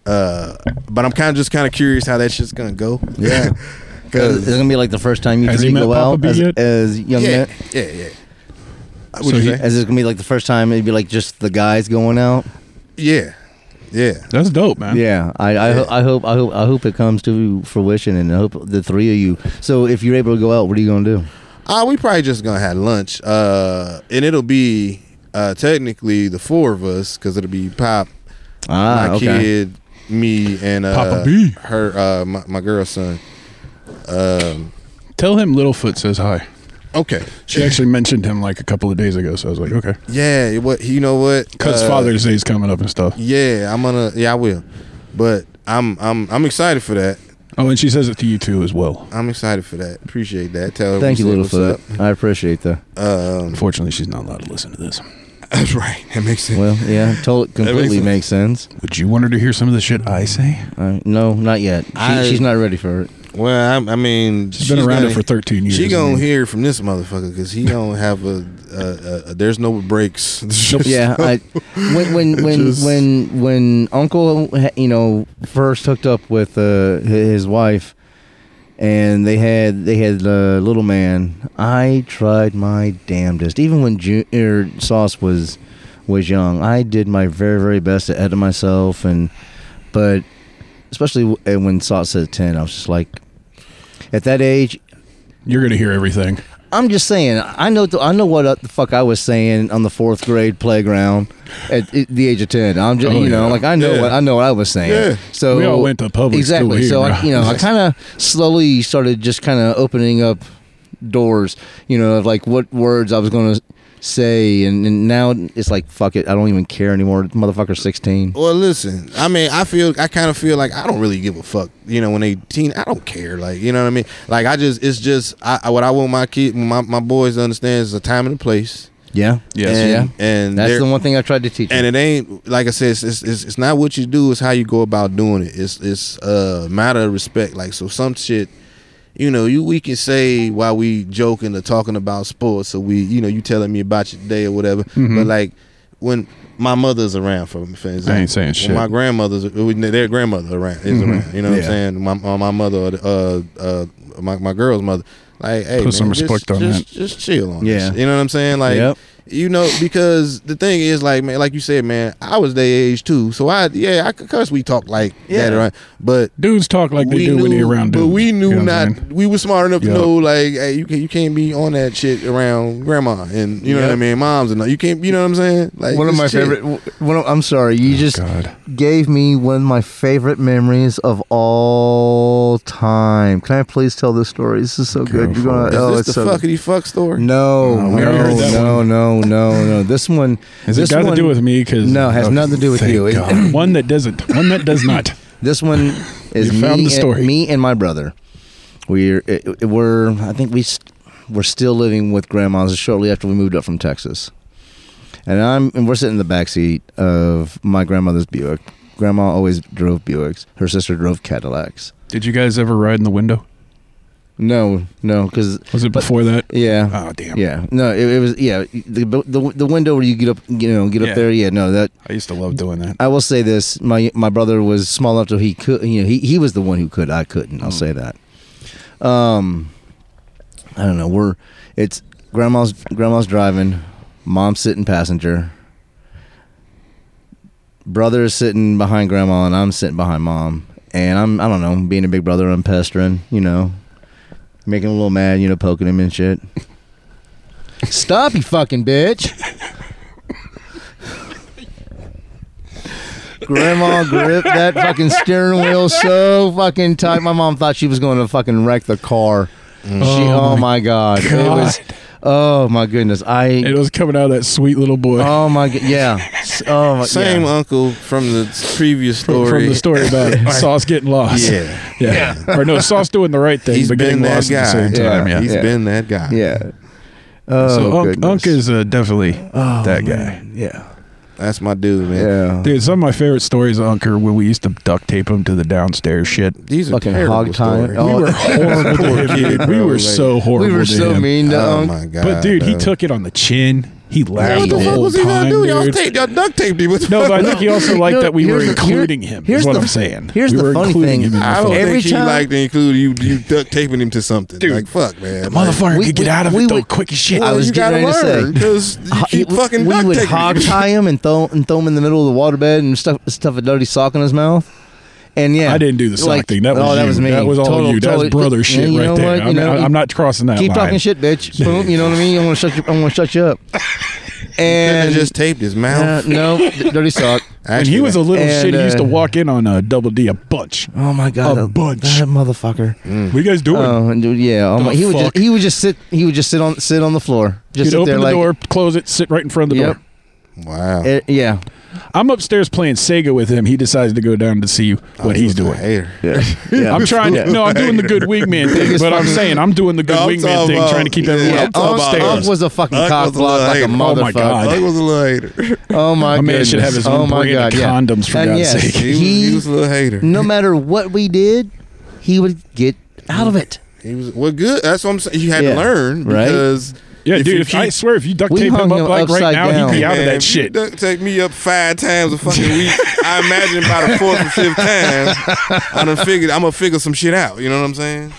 Uh, but I'm kind of just kind of curious how that shit's gonna go.
Yeah. Uh, It's
because
gonna be like the first time you
Has
two
he met
go
Papa
out
B
as,
yet?
as young
yeah,
men.
yeah, yeah. What'd
So
you
he-
say?
As it's gonna be like the first time, it'd be like just the guys going out.
yeah, yeah.
That's dope, man.
Yeah, I I, ho-
Yeah.
I hope I hope I hope it comes to fruition, and I hope the three of you. So if you're able to go out, what are you gonna do?
Uh, we probably just gonna have lunch. Uh, and it'll be uh technically the four of us because it'll be pop,
Ah,
my
okay.
kid, me, and uh,
Papa B.
her, uh, my, my girl's son. Um,
Tell him Littlefoot says hi.
okay.
She actually mentioned him like a couple of days ago, so I was like, okay.
Yeah, what you know what?
Because
Uh,
Father's Day's coming up and stuff.
Yeah, I'm gonna. Yeah, I will. But I'm I'm I'm excited for that.
Oh, and she says it to you too as well.
I'm excited for that. Appreciate that. Tell her
Thank you,
we said what's
Littlefoot. I appreciate that.
up. Um,
Unfortunately, she's not allowed to listen to this.
that's right. That makes sense.
Well, yeah, totally completely makes
makes
sense.
Would you want her to hear some of the shit I say?
Uh, no, not yet. She,
I-
she's not ready for it.
Well, I, I mean,
She's been around
gonna-
it for 13 years.
She
I
gonna
mean,
hear from this motherfucker because he don't have a, a, a, a. There's no breaks.
Yeah, I, when when when
Just-
when when Uncle you know first hooked up with uh, his wife, and they had they had uh, little man. I tried my damnedest. Even when Ju- er, Sauce was was young, I did my very very best to edit myself and, but especially w- and when Salt said ten, I was just like, at that age,
You're gonna hear everything.
I'm just saying. I know. I know what uh, the fuck I was saying on the fourth grade playground at i- the age of ten. I'm just,
Oh,
you know,
yeah.
like I know
Yeah.
what I know what I was saying.
Yeah.
So
We all went to public school
exactly.
here,
so I,
bro.
you know, I kind of slowly started just kind of opening up doors. You know, of like what words I was going to say, and, and now it's like fuck it. I don't even care anymore. Motherfucker, sixteen.
Well, listen. I mean, I feel. I kind of feel like I don't really give a fuck. You know, when they teen, I don't care. Like, you know what I mean? Like, I just. It's just. I I- what I want my kid, my my boys to understand is the time and the place.
Yeah.
Yes.
And,
Yeah.
And
That's
they're-
the one thing I tried to teach.
And
you.
it ain't like I said. It's, it's it's it's not what you do. It's how you go about doing it. It's it's a matter of respect. Like so, some shit. You know, you we can say while we joking or talking about sports, or we, you know, you telling me about your day or whatever.
Mm-hmm.
But like when my mother's around, for, for example,
saying
when
shit. Mm-hmm.
My grandmother's, when their grandmother around is around. You know what
Yeah.
I'm saying? My my my mother, or the- uh, uh, my my girl's mother. Like, hey,
Put
man,
some respect
just,
on
just, Just chill on
Yeah.
this. You know what I'm saying? Like,
Yep.
you know, because the thing is, like, man, like you said, man, I was their age too, so I, yeah, I could cuss. We talk like
Yeah.
that, right? But
Dudes talk like they
we
do
knew,
when they're around
but
dudes.
we knew
You know what I
not.
mean?
We were smart enough
Yup.
to know, like, hey, you can you can't be on that shit around grandma and you know what I
Yup.
mean, moms and all. you can't, you know what I'm saying? Like
one of
this
my
shit.
favorite. One of, I'm sorry, you just
God.
gave me one of my favorite memories of all time. Can I please tell this story? This is so good. You're gonna.
for
Is
oh,
this
it's
the
so good.
fuckity fuck story?
No,
Oh,
no,
we already heard that
no, no, no, no. This one.
Has
this
it got
one,
to do with me? Because
No, it has nothing to do with you. It-
one that doesn't. One that does not.
This one is
You
me,
found the
and,
story.
me and my brother. We're it, it- we're I think we st- we're still living with grandma's shortly after we moved up from Texas, and I'm and we're sitting in the back seat of my grandmother's Buick. Grandma always drove Buicks. Her sister drove Cadillacs.
Did you guys ever ride in the window?
No, no, because
Was it
But-
before that?
yeah,
Oh damn!
yeah, no, it, it was yeah the, the the window where you get up, you know, get up
Yeah.
there. Yeah, no, that
I used to love doing that.
I will say this: my my brother was small enough to he could, you know, he he was the one who could. I couldn't. I'll say that. Um, I don't know. We're it's grandma's grandma's driving, mom's sitting passenger, brother is sitting behind grandma, and I'm sitting behind mom. And I'm I don't know, being a big brother, I'm pestering, you know, making him a little mad, you know, poking him and shit. Stop, you fucking bitch. Grandma gripped that fucking steering wheel so fucking tight. My mom thought she was going to fucking wreck the car. She, oh,
Oh my
my god. it was.
God.
Oh my goodness, I.
It was coming out of that sweet little boy
oh my god, yeah. S- Oh my.
Same
uh,
yeah.
uncle from the previous
from,
story.
from the story about Sauce getting lost.
Yeah.
yeah. Or no, Sauce doing the right thing,
He's
but
been
getting
that
lost at the
guy.
same time. Yeah.
He's
Yeah.
been that guy.
Yeah. Oh
so Unc,
goodness.
Unc is uh, definitely
Oh,
that
man. Yeah.
That's my dude, man.
Yeah.
Dude, some of my favorite stories of Unc are when we used to duct tape him to the downstairs shit.
These are
Fucking
terrible
hog tie.
stories.
Oh,
We were horrible
Poor
to him,
kid,
dude. We
bro,
were
like-
so horrible
we were
to
so
him.
mean to
Oh
Unc.
my god!
But dude, he
bro.
took it on the chin. He
Yeah,
laughed
what the
the
fuck
whole
was he
time,
gonna do? Y'all
dude.
tape, y'all duct taped him. What the
No,
fuck?
but I think he also liked
No,
that we
here's
were
the- here-
including him.
here's
Here's what
the-
I'm saying.
here's
we
the
were
funny
including
thing.
Him in the
I
fuck.
don't
Every
think he
time-
liked to include you. You duct taping him to something.
Dude.
like fuck, man.
The
Like,
motherfucker
we-
could get
we-
out of
we
it though
would-
quick as shit.
I
well,
was
you
getting
gotta
ready to say-
learn because you
Ho-
keep
we-
fucking
we
duct
would
taping.
hog
him.
tie him and throw and throw him in the middle of the waterbed and stuff stuff a dirty sock in his mouth. And yeah,
I didn't do the sock
like-
thing. That was
oh, that
you.
was me.
That was all
Total-
you. That was
totally-
brother shit
you
right
know
there.
what?
I
You
mean,
know,
I- I'm not crossing that
Keep
line.
talking shit, bitch. Boom. You know what I mean? I want to shut you. I want to shut you up.
And
And
just taped his
uh,
mouth.
no d- dirty sock.
And
Actually,
he was a little
And,
shit. He used to
uh,
walk in on a double D a bunch.
Oh my god,
A
that-
bunch.
that motherfucker.
What you guys doing?
Oh and dude, yeah. Oh
The
my, he would
fuck?
just he would just sit he would just sit on sit on the floor. Just
He'd
sit
open
there
the
like
door, close it, sit right in front of the
Yep.
door.
wow.
eh, yeah.
I'm upstairs playing Sega with him. He decides to go down to see
Oh,
what
he
he's
was a
doing.
hater.
Yeah.
I'm trying.
Yeah.
No, I'm doing the good wingman thing,
Biggest
but I'm
fucking-
saying I'm doing the good
No, I'm
wingman
talking
thing,
about-
trying to keep
yeah,
everyone
I'm talking about-
Unc
upstairs.
was a fucking
Unc
cock
was a little
block like a
hater.
Oh,
motherfucker.
my God.
Doug was a little hater.
Oh my
A man should
goodness.
have his
oh
own
my
brand
God,
of
yeah.
condoms, for
And
God's
yes,
sake.
He was, he was a little hater.
no matter what we did, he would get out of it.
He was well good. That's what I'm saying. You had
Yeah.
to learn
Right?
because
Yeah,
if
dude.
you
if I
keep-
swear, if you duct
We
tape
hung
him
him
up like right
upside
now, he'd
down.
be out of
Man,
that
if you
shit.
duct tape me up five times a fucking week. I imagine by the fourth or fifth time, I done figured I'm gonna figure some shit out. You know what I'm saying?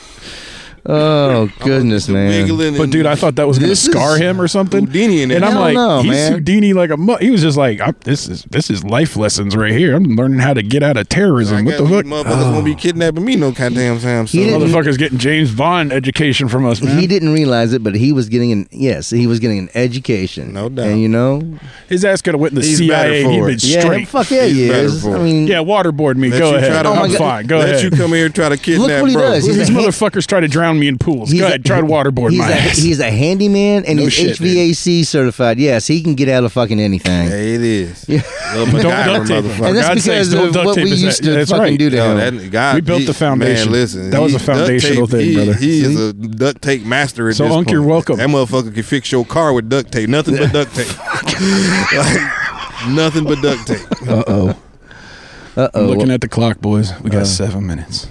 Oh goodness, man.
Wiggling
But
and-
dude, I thought that was going to
This
scar
is
him or something.
Houdini in
and
it.
I'm
Hell
like,
no,
he's
man.
Houdini like a mu-. He was just like, I'm, this is this is life lessons right here. I'm learning how to get out of terrorism.
I
what
got
the fuck?
Motherfuckers won't be kidnapping me no goddamn time
Oh. He
soon.
didn't-
Motherfuckers getting James Bond education from us, man.
He didn't realize it, but he was getting an yes, he was getting an education.
No doubt.
And you know,
His ass could have went in the
He's
CIA.
better
He'd
for
been
it.
yeah,
straight.
fuck yeah, he
He's better
is.
for
I
it.
mean,
Yeah, waterboard me.
Let
Go
you
ahead.
try to-
I'm
Oh my
fine. Go
Let
ahead.
you come here and try to kidnap
what he
bro.
does. He's
These
a ha-
motherfuckers try to drown me in pools. Go
a-
ahead. Try to waterboard
he's
my
a,
ass.
He's a handyman and
No
he's
shit, dude.
HVAC certified. Yes, he can get out of fucking anything.
Hey, it is.
Yeah.
Little
Don't
MacGyver
duct tape it.
And
motherfucker.
that's
God's sakes,
because
don't
of
duct
what
tape
we
his
used
ass.
to
That's
fucking
right.
do to
No,
him.
that- God,
We built
he-
the foundation.
Man, listen,
That was
he-
a foundational
duct tape,
thing,
he,
brother.
He is a duct tape master. At
So,
this
Unc,
point.
you're welcome.
That motherfucker can fix your car with duct tape. Nothing but duct tape. Like, nothing but duct tape.
Uh oh.
Uh
I'm looking
oh.
at the clock, boys. We got seven minutes.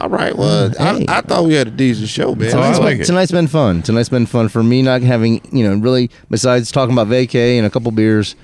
All right, well,
Hey.
I, I thought we had a decent show, man.
Oh, I
Tonight's
like
been-
it.
Tonight's been fun. Tonight's been fun for me not having, you know, really besides talking about vacay and a couple beers.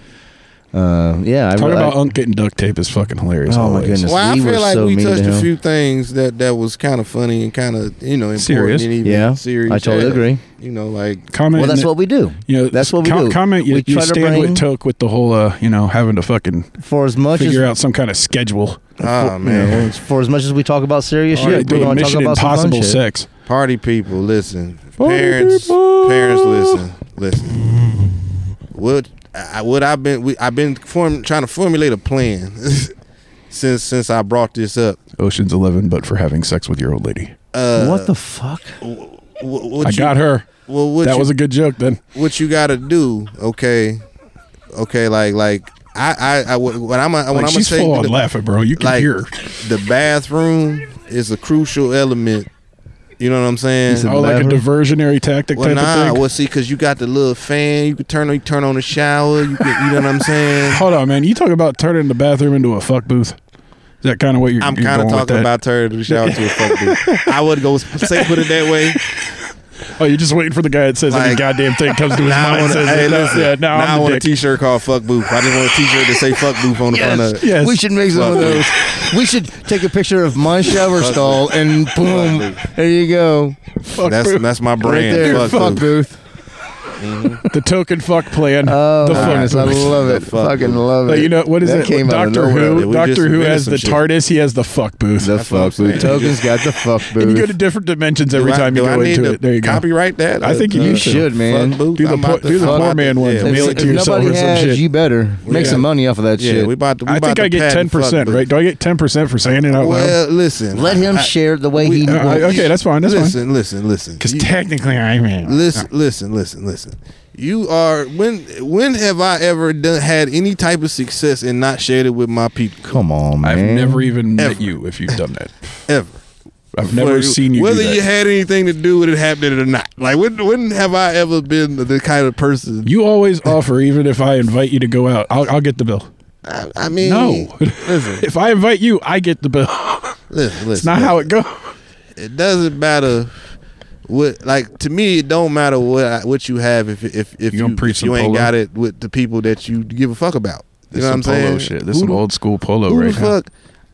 Uh, yeah, I
Talking
really-
about Unc getting duct tape is fucking hilarious.
Oh, my
always.
goodness.
Well,
We
I
were
feel like
so
we
mean to
touched a
him.
few things that that was kind of funny and kind of you know important
Serious.
and even
Yeah,
serious.
I totally
Yeah.
agree.
You know, like
Comment.
Well, that's
that-
what we do.
You know,
that's what we
com-
do.
Comment. You,
we
you
try to
stand
bring Oh,
with Toke with the whole, uh, you know, having to fucking
for as much as
figure out some kind of schedule.
ah
you know,
man,
for as much as we talk about serious
Already
shit, we
doing
want to talk
Mission
about some
Impossible
fun shit.
sex.
Party people, listen.
Party
parents,
people.
parents, listen, listen. What I what I've been we, I've been form, trying to formulate a plan since since I brought this up.
Ocean's Eleven, but for having sex with your old lady.
Uh,
what the fuck?
wh- wh- what
I
you,
got her.
Well, what
That
you,
was a good joke then.
what you got to do? Okay, okay, like like I I, I what what I'm a- when
Like,
I'm gonna
she's
take
full on
the-
laughing, bro. You can
like
hear. her.
the bathroom is a crucial element. You know what I'm saying?
He said-
Oh, like a
bathroom?
diversionary tactic
Well,
type
nah.
of thing.
Well, see, because you got the little fan. You could turn you turn on the shower. You can, you know what I'm saying?
Hold on, man. You talk about turning the bathroom into a fuck booth. Is that kind of what you're?
I'm
you're
kind of
going with
talking
that?
about turning the shower to a fuck dude. I would go say put it that way.
Oh, you're just waiting for the guy that says any
Like-
goddamn thing comes to his
Now I
mind.
want,
and
to
says,
hey,
"No,
listen,
yeah, no,
now I
I'm
want
the
a
dick."
T-shirt called "Fuck Booth." I didn't want a T-shirt to say "Fuck Booth" on the front of it.
Yes.
We should make some of
Fuck
those. we should take a picture of my shower stall and boom, there you go,
Fuck
That's
booth.
that's my
right
brand.
there. Fuck,
fuck Booth.
booth.
the token fuck plan.
Oh,
the
my
fuck
goodness, I
booth.
love
The
it.
fuck
Fucking
booth.
love it.
Like, you know what is
that
it?
Came out of
Doctor
nowhere.
Who.
We just
Doctor Who
invented
has
some
the
shit.
TARDIS. He has the fuck booth.
The
what I'm
fuck booth.
saying.
Token's got the fuck booth.
and you go to different dimensions every
Do I-
time you
do I
go
need
into
to
it. There you go.
Copyright that.
I think
Uh,
you
uh,
should, man.
Fuck Booth.
Do the
I'm
poor-
about to-
do the
I'm
poor
about
man
to-
one.
yeah,
Mail
we-
if
it to yourself
nobody
or some
has,
shit.
you better make
Yeah.
some money off of that
Yeah,
shit.
we about to. We
I
about
think
to
I get ten
patent fuck
percent,
Booth.
right? Oh, Do I get ten percent for saying it out loud? Uh,
Well, listen.
Let him share the way he.
I-
wants.
okay, that's fine, that's fine.
listen, listen, listen.
Because
You-
technically, I mean,
listen, listen, listen, listen. You are when when have I ever done had any type of success and not shared it with my people
Come on, man.
I've never even met
Ever.
you if you've done that.
ever?
I've never
Whether-
seen you. do
Whether
that.
you had anything to do with it happening or not. Like when when have I ever been the kind of person?
You always offer, even if I invite you to go out, I'll, I'll get the bill.
I, I mean,
No.
Listen,
If I invite you, I get the bill.
listen, listen.
It's not how it goes.
it doesn't matter what like to me it don't matter what I, what you have if if if
You
you,
gonna preach
if
some
you ain't
polo?
got it with the people that you give a fuck about. You know what I'm saying? Who the-
school polo
who the fuck?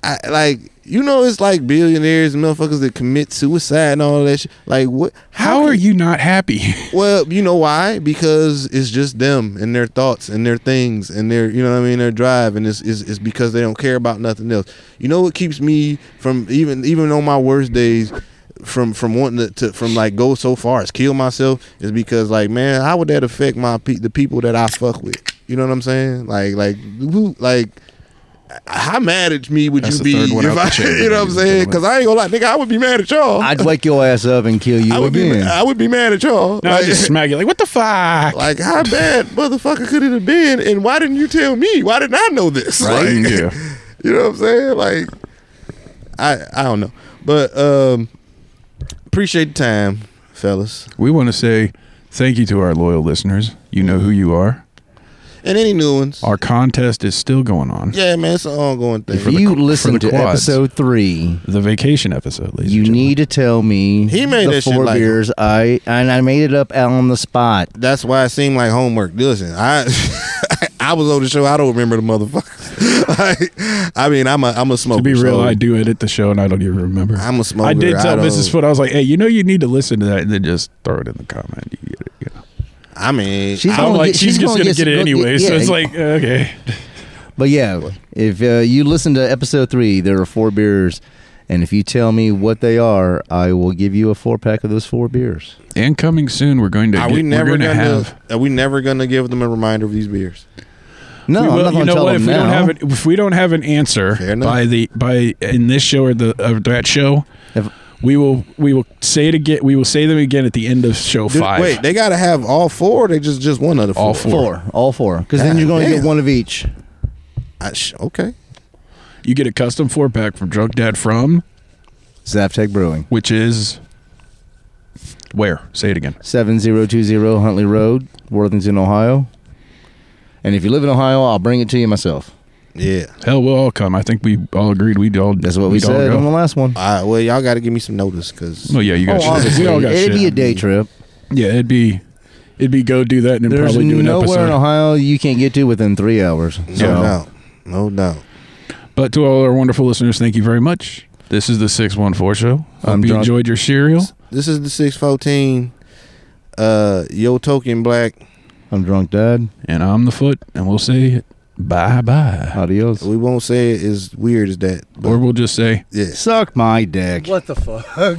I, like you know, it's like billionaires and motherfuckers that commit suicide and all that shit. Like what?
How are
can-
you not happy?
Well, you know why? Because it's just them and their thoughts and their things and their you know what I mean their drive and it's, it's, it's because they don't care about nothing else. You know what keeps me from even even on my worst days from from wanting to, to from like go so far as kill myself is because like man, how would that affect my pe- the people that I fuck with? You know what I'm saying? Like like who like. How mad at me would
That's the
you be
third one
if
out the
I,
chamber,
you know what I'm
ladies and
saying?
gentlemen.
Because I ain't gonna lie, nigga, I would be mad at y'all. I,
I'd wake your ass up and kill you
would be,
again.
I would be mad at y'all.
No, I just smack you like, what the fuck?
Like, how bad, motherfucker, could it have been? And why didn't you tell me? Why didn't I know this?
Right?
Like, you know what I'm saying? Like, I I don't know, but um, appreciate the time, fellas,
We want to say thank you to our loyal listeners. You know who you are.
and any new ones.
Our contest is still going on.
Yeah, man, it's an ongoing thing.
if you
qu- for
listen
the
to
quads.
episode three,
The vacation episode, ladies.
you
and
need to tell me
He made
the
that shit
four
like-
beers. I and I made it up out on the spot.
That's why it seemed like homework. Listen, I I was on the show. I don't remember the motherfuckers. Like, I mean, I'm a I'm a smoker.
To be real,
so
I do edit the show and I don't even remember.
I'm a smoker.
I did tell
don't-
Mrs. Foot, I was like, hey, you know, you need to listen to that and then just throw it in the comment. You get it, you know.
I mean,
She's
I-
gonna
I'm like,
get-
she's,
she's
just
gonna
going to
get-
get it
go-
anyway.
yeah,
so it's
yeah.
like, uh, okay.
But yeah, if uh, you listen to episode three, there are four beers, and if you tell me what they are, I will give you a four pack of those four beers.
And coming soon, we're going to,
are
get-
we never
we're
gonna,
going to have.
are we never gonna give them a reminder of these beers?
No,
We
I'm
will-
not
you
going to
know
tell
what?
them
If we
now.
don't have an, if we don't have an
Fair
answer
enough.
by the by in this show or the or that show,
If-
we will we will say it again. We will say them again at the end of show
Dude,
five.
Wait, they gotta have all four. Or they just just one of the four.
All four.
four, all four, because then
God
you're going to
damn.
get one of each.
I sh- okay.
you get a custom four pack from Drunk Dad from
Zaptec Brewing,
which is where? Say it again.
seven zero two zero Huntley Road, Worthington, Ohio. And if you live in Ohio, I'll bring it to you myself.
Yeah.
Hell, we'll all come. I think we all agreed we'd all.
That's what we
we'd all
said
go.
on the last one.
All right. Well, y'all gotta give me some notice because
Well, yeah, you got.
Oh,
shit.
obviously,
we all got
it'd
shit.
be a day trip.
yeah, it'd be, it'd be go do that and then
There's
probably do an
nowhere
episode.
in Ohio you can't get to within three hours.
no
So
doubt, no doubt.
But to all our wonderful listeners, thank you very much. This is the six one four show. Hope
I'm
you
drunk.
enjoyed your cereal.
This is the six fourteen. Uh, yo, token black.
I'm drunk, Dad.
and I'm the foot, and we'll say bye bye,
Adios.
We won't say it as weird as that. but
or we'll just say
yeah.
Suck my dick.
What the fuck?